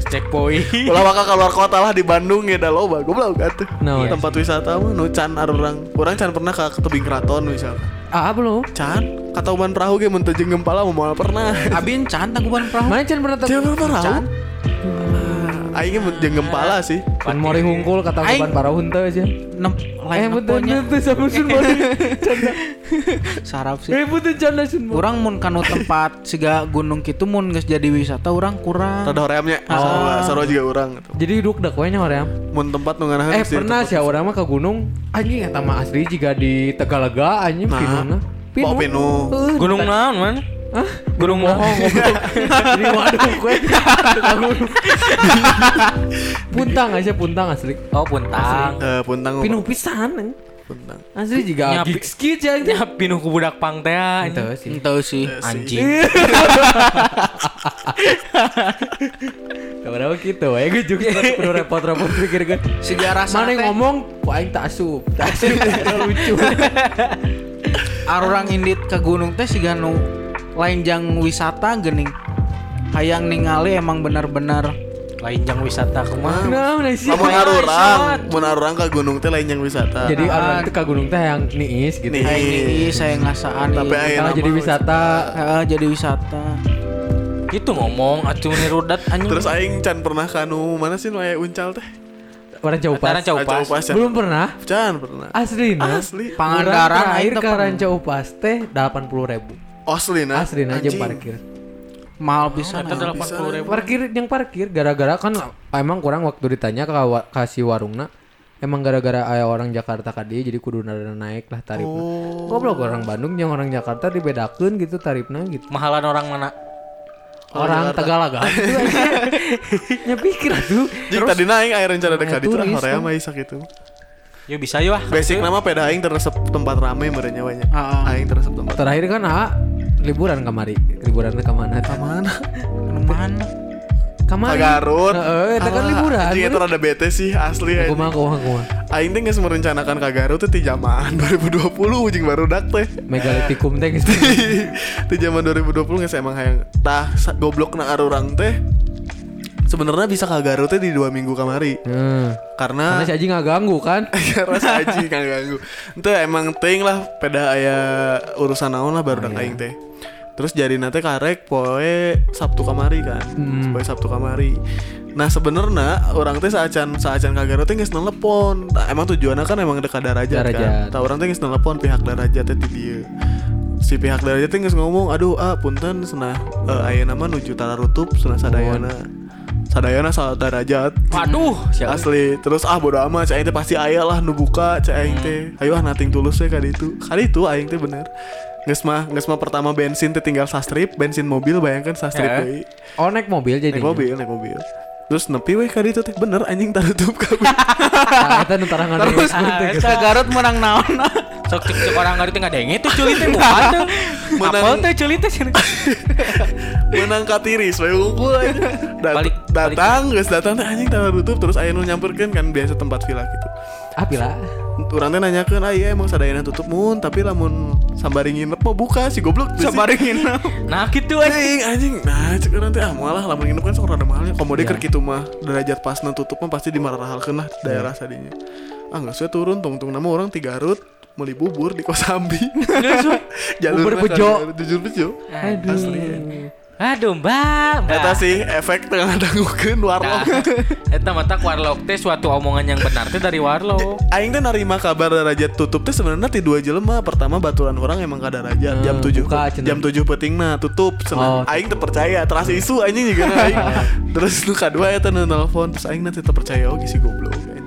Speaker 2: Checkpoint.
Speaker 3: Ulah maka keluar kota lah di Bandung ya da loba goblok atuh.
Speaker 1: Nah,
Speaker 3: Tempat wisata mah nu can arurang. Urang can pernah ka ke tebing keraton misalkan.
Speaker 1: Ah belum.
Speaker 3: Can kata uban perahu ge mun teu jeung gempala mah moal pernah.
Speaker 4: Abin can tangkuban perahu.
Speaker 1: Mana Chan pernah
Speaker 3: Jangan
Speaker 1: tahu?
Speaker 3: pernah perahu.
Speaker 4: Can.
Speaker 3: Ah, aingnya jeung gempala sih.
Speaker 1: Pan mori hungkul kata
Speaker 4: Aing.
Speaker 1: bukan para hunta aja.
Speaker 4: Nem
Speaker 1: Eh
Speaker 4: lain
Speaker 1: betul
Speaker 4: neponya
Speaker 1: betul sama sun Canda.
Speaker 4: saraf sih.
Speaker 1: Eh betul canda sun
Speaker 4: Orang mun kanu tempat siga gunung kitu mun geus jadi wisata orang kurang.
Speaker 3: Rada horeamnya.
Speaker 1: Ah.
Speaker 3: Sarua, sarua juga urang gitu.
Speaker 1: Jadi duduk dak we nya hoream.
Speaker 3: Mun tempat nu nganahan
Speaker 1: Eh pernah sih orang mah ke gunung anjing eta mah asli jiga di Tegalega anjing
Speaker 3: Nah.
Speaker 1: pinuna.
Speaker 3: Oh, pinu.
Speaker 1: Heuh.
Speaker 2: Gunung naon man?
Speaker 1: Hah?
Speaker 2: Gunung bohong.
Speaker 1: goblok. Jadi waduh kue tukang gunung. Puntang aja puntang asli.
Speaker 2: Oh puntang.
Speaker 3: Eh puntang.
Speaker 1: Pinuh pisan anjing.
Speaker 3: Puntang.
Speaker 1: Asli juga
Speaker 2: Nyapi-
Speaker 1: gigs kieu jeung.
Speaker 2: Ya pinuh ku budak pang teh
Speaker 1: Itu
Speaker 2: anjing.
Speaker 1: sih.
Speaker 4: Enteu sih.
Speaker 2: Anjing.
Speaker 1: Kabar apa gitu ya gue juga perlu repot-repot pikir gue.
Speaker 4: Sejarah
Speaker 1: Mana yang ngomong, wah aing tak asup, tak asup, tidak lucu.
Speaker 4: arurang indit ke gunung teh siga nu lain jang wisata gening. Hayang ningali emang benar-benar
Speaker 2: Lain jang wisata kumaha.
Speaker 1: Nah, mana sih?
Speaker 3: Lamun arurang, mun arurang ke gunung teh lain yang wisata.
Speaker 1: Jadi orang itu ke gunung teh yang niis gitu.
Speaker 3: Niis.
Speaker 4: hayang ini saya ngasaan.
Speaker 3: Iya. Tapi
Speaker 4: ieu.
Speaker 3: aya
Speaker 1: Kalau
Speaker 3: nama
Speaker 1: jadi wisata,
Speaker 4: Heeh, jadi wisata.
Speaker 2: Itu ngomong atuh nirudat anjing.
Speaker 3: Terus aing can pernah ka nu mana sih nu aya uncal teh?
Speaker 1: orang jauh pas.
Speaker 2: Antara jauh
Speaker 3: Rancau
Speaker 2: pas.
Speaker 3: Upas, can
Speaker 1: Belum pernah.
Speaker 3: Can pernah.
Speaker 1: Asli nah.
Speaker 3: Asli.
Speaker 4: Pangandaran
Speaker 1: Orang terakhir
Speaker 4: aing teh
Speaker 1: ke
Speaker 4: pernah.
Speaker 1: Ranca Upas teh 80 ribu.
Speaker 3: Asli nah.
Speaker 1: Asli nah aja
Speaker 3: Anjing.
Speaker 1: parkir.
Speaker 4: Mahal pisan.
Speaker 2: Eta
Speaker 4: anjing.
Speaker 2: 80 ribu.
Speaker 1: Parkir yang parkir gara-gara kan emang kurang waktu ditanya ke wa- kasih warungna emang gara-gara aya orang Jakarta kadi jadi kudu nada naik lah tarifnya. Goblok orang Bandung yang orang Jakarta dibedakeun gitu tarifnya gitu.
Speaker 2: Mahalan orang mana?
Speaker 1: orang
Speaker 3: ah.
Speaker 1: Tegalaga gitu aja. Nya pikir tuh.
Speaker 3: Jing tadi naik air rencana dekat itu lah
Speaker 1: turis,
Speaker 3: Korea
Speaker 1: kan?
Speaker 3: mah isak itu.
Speaker 2: Ya bisa yuk ah.
Speaker 3: Basic nama peda aing teresep tempat rame merenya banyak.
Speaker 4: Ah, ah.
Speaker 3: Aing teresep tempat.
Speaker 1: Terakhir kan Aa liburan kamari. Liburannya ke mana?
Speaker 3: Ka Mana?
Speaker 4: Anu mana?
Speaker 1: Kamari.
Speaker 3: Ka Garut.
Speaker 1: Heeh, eta kan
Speaker 3: Ah,
Speaker 1: liburan.
Speaker 3: Anjing itu rada bete sih asli. anjing.
Speaker 1: Kumaha kumaha kumaha.
Speaker 3: Aing teh geus merencanakan ka Garut teh ti jamaan 2020 ujing baru dak teh.
Speaker 1: Megalitikum teh gitu.
Speaker 3: Di zaman 2020 nggak emang hayang tah sa- goblok na arurang teh sebenarnya bisa ka Garut teh di dua minggu kamari
Speaker 1: Hmm. Karena
Speaker 3: karena
Speaker 1: si Aji nggak ganggu kan?
Speaker 3: karena saji kan ganggu itu emang ting lah peda aya urusan naon lah baru dak aing teh terus jadi nate karek poe sabtu kamari kan poe sabtu kamari nah sebenarnya orang teh saacan saacan ka Garut teh geus nelepon Nah, emang tujuannya kan emang dekat darajat,
Speaker 1: Darajat.
Speaker 3: kan tah orang teh geus nelepon pihak darajat teh ti dieu si pihak darajat teh geus ngomong aduh ah punten cenah eh, ayeuna mah nuju tararutup cenah sadayana sadayana salah darajat
Speaker 2: Waduh, siapa?
Speaker 3: Asli, terus ah bodo amat, cah Aing teh pasti aya lah nu buka, cah Aing teh. Ayo ah nating tulus we kali itu. Kali itu Aing teh bener. Geus mah, geus mah pertama bensin teh tinggal sastrip, bensin mobil bayangkan sastrip
Speaker 2: Ya.
Speaker 3: deui.
Speaker 1: Oh naik mobil jadi.
Speaker 2: Iya.
Speaker 3: Naik mobil, naik mobil. Terus nepi we kali itu teh bener anjing tarutup kabeh.
Speaker 1: Ah, Eta nu Ah, tarangan
Speaker 3: Terus,
Speaker 4: Eta Garut menang naon?
Speaker 2: Sok cek cek orang Garut teh ngadenge tuh culi teh bukan tuh.
Speaker 3: Menang.
Speaker 2: Apal teh culi teh cenah.
Speaker 3: Menang katiris we unggul. anjing. Dat-
Speaker 2: Balik- balik.
Speaker 3: datang, geus datang teh anjing tarutup terus aya nu nyamperkeun kan biasa tempat villa gitu.
Speaker 1: Ah pila.
Speaker 3: Urang teh nanyakeun, "Ah iya emang sadayana tutup mun, tapi lamun sambari nginep mah buka si goblok." tuh sih.
Speaker 4: nginep.
Speaker 2: Nah gitu aja.
Speaker 3: anjing anjing nah cek orang teh ah malah lamun nginep kan sok rada mahalnya komode
Speaker 1: Iya.
Speaker 3: keur kitu gitu mah derajat pasna tutup mah pasti dimarahalkeun lah daerah sadinya ah nggak sesuai turun tong tong nama orang tiga Garut meli bubur di Kosambi
Speaker 1: Bubur
Speaker 3: Jalurna
Speaker 1: bejo. Nah.
Speaker 3: kan jujur bejo asli ya.
Speaker 1: Aduh.
Speaker 2: Aduh, Mbak. Mbak.
Speaker 3: Eta sih efek tengah dangukeun
Speaker 2: Nah,
Speaker 3: warlock
Speaker 2: Eta mata ku warlock teh suatu omongan yang benar teh dari warlock.
Speaker 3: Aing teh narima kabar derajat tutup teh sebenarnya ti dua jelema. Pertama baturan orang emang kada derajat jam
Speaker 1: Hmm,
Speaker 3: 7
Speaker 1: buka cenah.
Speaker 3: jam 7 peutingna tutup cenah.
Speaker 1: Oh. Hmm.
Speaker 3: Aing teu percaya, terasa isu anjing juga na aing. Terus nu kadua eta nu nelpon terus aing nanti teu percaya oge si goblok anjing.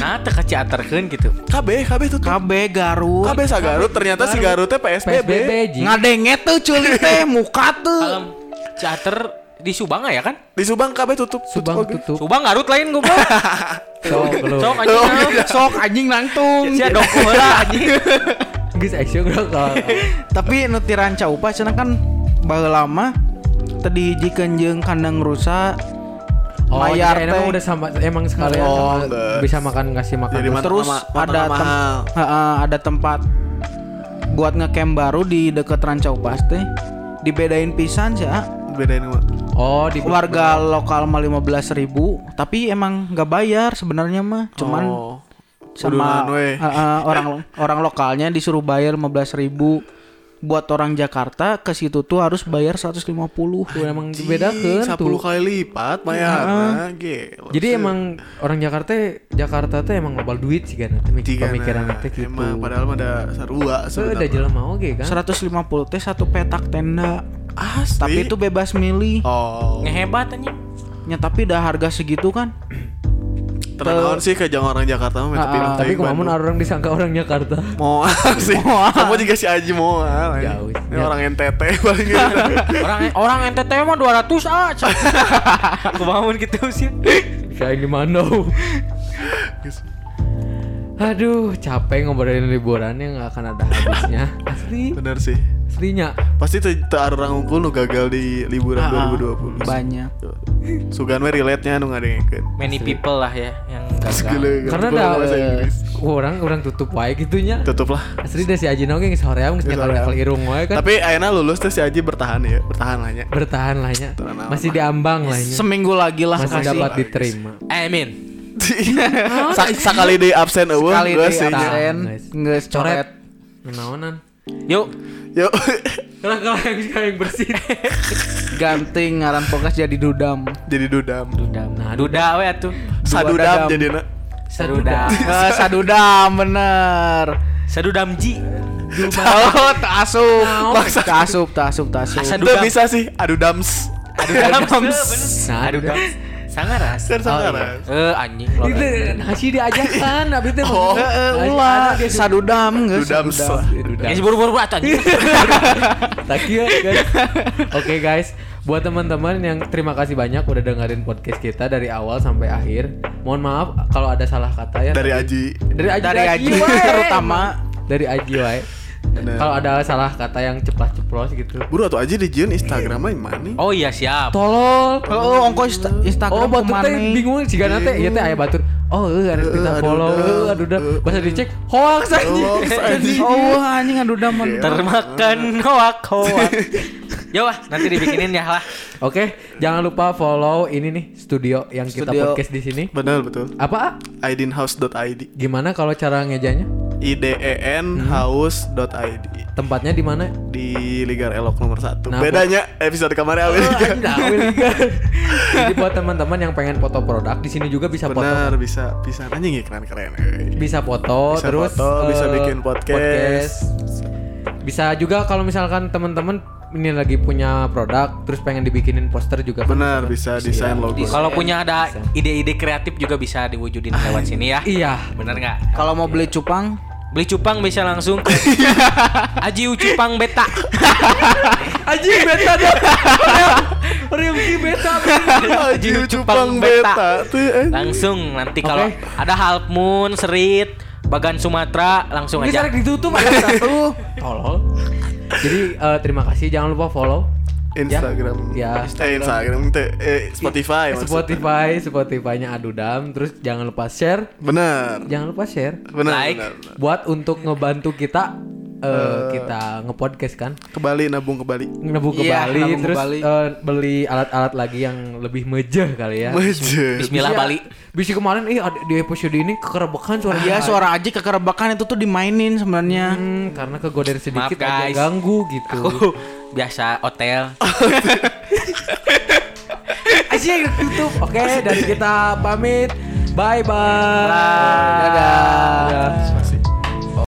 Speaker 2: Nah, teh kaci aterkeun gitu.
Speaker 3: Kabeh kabeh tutup.
Speaker 4: KB Garut.
Speaker 3: Kabeh sa Garut ternyata si Garut teh PSBB.
Speaker 1: PSBB Ji.
Speaker 4: Ngadenge tuh culi teh muka tuh.
Speaker 2: Alam ciater di Subang ya kan?
Speaker 3: Di Subang kabeh tutup.
Speaker 1: Subang
Speaker 3: oge.
Speaker 1: tutup.
Speaker 2: Subang Garut lain goblok.
Speaker 1: Sok lu.
Speaker 2: Sok anjing. nah.
Speaker 1: iya.
Speaker 4: Sok anjing nangtung.
Speaker 1: Ya,
Speaker 2: Sia doku heula anjing.
Speaker 1: Geus action geus kalau.
Speaker 4: Tapi nu ti ranca upah cenah kan baheula lama tadi jikeun jeung kandang rusa.
Speaker 1: Oh,
Speaker 4: Mayar
Speaker 1: jadi emang
Speaker 4: teh.
Speaker 1: udah sama emang sekalian
Speaker 3: Oh,
Speaker 1: sama-
Speaker 3: enggak.
Speaker 1: bisa makan ngasih makan.
Speaker 3: Jadi mata-
Speaker 4: Terus
Speaker 3: mata- mata
Speaker 4: ada tem-
Speaker 3: mahal.
Speaker 4: Heeh, ada tempat buat ngecamp baru di deket ranca upah teh. Dibedain pisan sih ah.
Speaker 3: Bedain mah.
Speaker 1: oh, di
Speaker 4: warga lokal mah 15.000 tapi emang nggak bayar sebenarnya mah cuman
Speaker 3: Oh.
Speaker 4: sama
Speaker 3: Kudunan we.
Speaker 4: Heeh, orang orang lokalnya disuruh bayar 15.000 buat orang Jakarta ke situ tuh harus bayar 150.
Speaker 1: Tuh, emang dibedakeun tuh.
Speaker 3: 10 kali lipat bayarna gila.
Speaker 1: Jadi emang orang Jakarta Jakarta tuh emang global duit sih kan.
Speaker 3: Tiga
Speaker 1: Pemikiran
Speaker 3: nah.
Speaker 1: teh gitu.
Speaker 3: Emang padahal mah ada
Speaker 1: Tuh udah
Speaker 3: sarua sebenarnya.
Speaker 1: jalan mau oke kan.
Speaker 4: 150 teh satu petak tenda.
Speaker 3: Asli.
Speaker 4: Tapi itu bebas milih.
Speaker 3: Oh,
Speaker 2: Ngehebat aja.
Speaker 4: Ya tapi dah harga segitu kan.
Speaker 3: terkenal sih ke jangan orang Jakarta mah tapi orang
Speaker 1: Ah, Tapi
Speaker 3: Bandung.
Speaker 1: kemamun orang disangka orang Jakarta.
Speaker 3: Moal sih. Kamu juga si Aji Moal. anjing.
Speaker 1: Jauh.
Speaker 3: Ini orang NTT paling. ya.
Speaker 2: Orang
Speaker 4: Orang NTT mah 200 ah. cah.
Speaker 2: aku bangun gitu sih.
Speaker 1: Saya di Mandau. Aduh, capek ngobrolin liburannya nggak akan ada habisnya. Asli,
Speaker 3: Bener sih.
Speaker 1: aslinya.
Speaker 3: Pasti teu teu ada orang unggul nu gagal di liburan
Speaker 1: Ah,
Speaker 3: 2020.
Speaker 4: Banyak.
Speaker 3: Sugan we relate-nya anu ngadengkeun.
Speaker 2: Many people lah ya yang gagal.
Speaker 3: Segele
Speaker 1: Karena
Speaker 3: gagal
Speaker 1: ada
Speaker 3: Iya,
Speaker 1: eh,
Speaker 3: bahasa Inggris.
Speaker 1: orang orang tutup wae gitunya.
Speaker 3: Tutup lah.
Speaker 1: Asli deh si Aji Noge geus hoream geus
Speaker 3: Geus
Speaker 1: nyekel
Speaker 3: hoream.
Speaker 1: nyekel irung wae kan.
Speaker 3: Tapi akhirnya lulus terus si Aji bertahan ya, bertahan lah nya.
Speaker 1: bertahan lahnya.
Speaker 3: Tenang, Iya,
Speaker 1: Masih diambang lahnya.
Speaker 4: Seminggu lagi lah
Speaker 1: Masih
Speaker 4: kasih.
Speaker 1: dapat diterima.
Speaker 2: I mean.
Speaker 3: Sak sakali deui absen eueuh
Speaker 4: Kali
Speaker 3: geus
Speaker 4: di
Speaker 3: sih. nya.
Speaker 1: absen.
Speaker 4: absen,
Speaker 1: guys.
Speaker 4: nggak coret.
Speaker 1: Menaonan.
Speaker 2: Yuk,
Speaker 3: Yuk.
Speaker 1: Kalau kalau yang sekarang yang bersih.
Speaker 4: Ganting ngaran pokas jadi dudam.
Speaker 3: Jadi dudam.
Speaker 2: dudam. Nah, duda we atuh.
Speaker 3: Sadudam
Speaker 4: dadam.
Speaker 3: jadina.
Speaker 2: Sadudam.
Speaker 4: Eh, sadudam bener.
Speaker 2: Sadudam ji.
Speaker 4: Oh, tasup. Tasup, tasup, tasup.
Speaker 2: Asa
Speaker 3: Itu
Speaker 2: dudam.
Speaker 3: bisa sih. Aduh dams.
Speaker 2: Sadudam.
Speaker 1: Nah, Nah,
Speaker 2: Sadudam. Sangaras.
Speaker 3: Kan sangaran.
Speaker 2: Eh anjing lo.
Speaker 1: Itu nasi diajakan abis itu.
Speaker 3: Oh,
Speaker 4: Eh,
Speaker 1: Nasi
Speaker 4: ulah
Speaker 1: anak dia suka.
Speaker 4: sadudam geus.
Speaker 3: Dudam.
Speaker 1: Udah.
Speaker 2: Guys buru-buru atuh anjing.
Speaker 1: Thank you, guys. iya, Oke guys, buat teman-teman yang terima kasih banyak udah dengerin podcast kita dari awal sampai akhir. Mohon maaf kalau ada salah kata ya.
Speaker 3: Dari Aji.
Speaker 1: dari Aji,
Speaker 4: Dari Aji
Speaker 1: wae.
Speaker 4: terutama
Speaker 1: dari Aji wae.
Speaker 3: Bener.
Speaker 1: Kalau ada salah kata yang ceplas-ceplos gitu.
Speaker 3: Buru atau Aji dijieun Instagram aing mana?
Speaker 2: Oh iya siap.
Speaker 1: Tolol.
Speaker 4: Oh, ongko insta-
Speaker 1: Oh,
Speaker 4: Instagram
Speaker 1: batur teh
Speaker 4: kemana?
Speaker 1: bingung jika nanti ya teh aya batur. Oh, eh, harus
Speaker 3: Eh,
Speaker 1: kita follow.
Speaker 3: aduh,
Speaker 1: Eh,
Speaker 3: dah.
Speaker 1: Aduh dah.
Speaker 3: Eh,
Speaker 1: Bahasa dicek hoax
Speaker 3: Hoax, anjing.
Speaker 1: anjing.
Speaker 4: Oh, anjing adudam bener.
Speaker 2: Termakan hoak hoak. Yo ah, nanti dibikinin ya lah.
Speaker 1: Oke, jangan lupa follow ini nih studio yang kita
Speaker 4: Studio.
Speaker 1: podcast di sini.
Speaker 3: Benar betul.
Speaker 1: Apa? A?
Speaker 3: idinhouse.id
Speaker 1: Gimana kalau cara ngejanya?
Speaker 3: i d e n house.id
Speaker 1: Tempatnya di mana?
Speaker 3: di Liga Elok nomor 1.
Speaker 1: Nah,
Speaker 3: Bedanya episode
Speaker 2: Ah,
Speaker 3: kemarin awal
Speaker 1: Anjing, dah, Will. Oh, iya. Jadi buat teman-teman yang pengen foto produk di sini juga bisa foto.
Speaker 3: Benar, bisa bisa anjing ya keren-keren. euy.
Speaker 1: Bisa foto
Speaker 3: Bisa
Speaker 1: terus
Speaker 3: foto, bisa
Speaker 1: eh,
Speaker 3: bikin podcast.
Speaker 1: Bisa juga kalau misalkan teman-teman ini lagi punya produk terus pengen dibikinin poster juga kan
Speaker 3: Benar, bisa desain logo.
Speaker 2: Kalau punya ada ide-ide kreatif juga bisa diwujudin lewat sini ya.
Speaker 1: Iya.
Speaker 2: Bener nggak?
Speaker 4: Kalau mau beli cupang,
Speaker 2: Beli cupang bisa langsung ke Aji Ucupang Beta.
Speaker 1: Anjing beta dah. Rifki beta.
Speaker 3: Aji Cupang Beta tuh eh,
Speaker 2: Ya.
Speaker 3: anjing.
Speaker 2: Langsung nanti kalau
Speaker 1: Oke.
Speaker 2: ada half moon, serit, bagan Sumatera langsung
Speaker 1: Ini
Speaker 2: aja.
Speaker 1: sekarang ditutup ada satu. Tolol. Jadi eh, terima kasih jangan lupa follow
Speaker 3: Instagram.
Speaker 1: Ya.
Speaker 3: Eh, Instagram teh eh, Spotify. maksudnya.
Speaker 1: Spotify, Spotify-nya Adudam, terus jangan lupa share,
Speaker 3: Benar.
Speaker 1: jangan lupa share
Speaker 3: Benar.
Speaker 2: Like.
Speaker 3: benar, benar.
Speaker 1: buat untuk ngebantu kita eh, kita ngepodcast kan.
Speaker 3: Ke Bali nabung ke Bali.
Speaker 1: Ngebu ke
Speaker 4: Iya,
Speaker 1: Bali
Speaker 4: nabung ke
Speaker 1: terus
Speaker 4: Bali.
Speaker 1: eh, beli alat-alat lagi yang lebih mejah kali ya.
Speaker 3: Wajib.
Speaker 2: Bismillah
Speaker 1: Iya.
Speaker 2: Bali.
Speaker 1: Bisa kemarin eh ada- di episode ini kekerebekan suara
Speaker 4: iya suara Aji kekerebakan itu tuh dimainin sebenarnya.
Speaker 1: Hmm, karena kegodain sedikit
Speaker 2: Maaf, guys.
Speaker 1: agak ganggu gitu.
Speaker 2: Aku biasa hotel.
Speaker 1: Asyik tutup. Oke, dan kita pamit. Bye bye. Dadah. Dadah.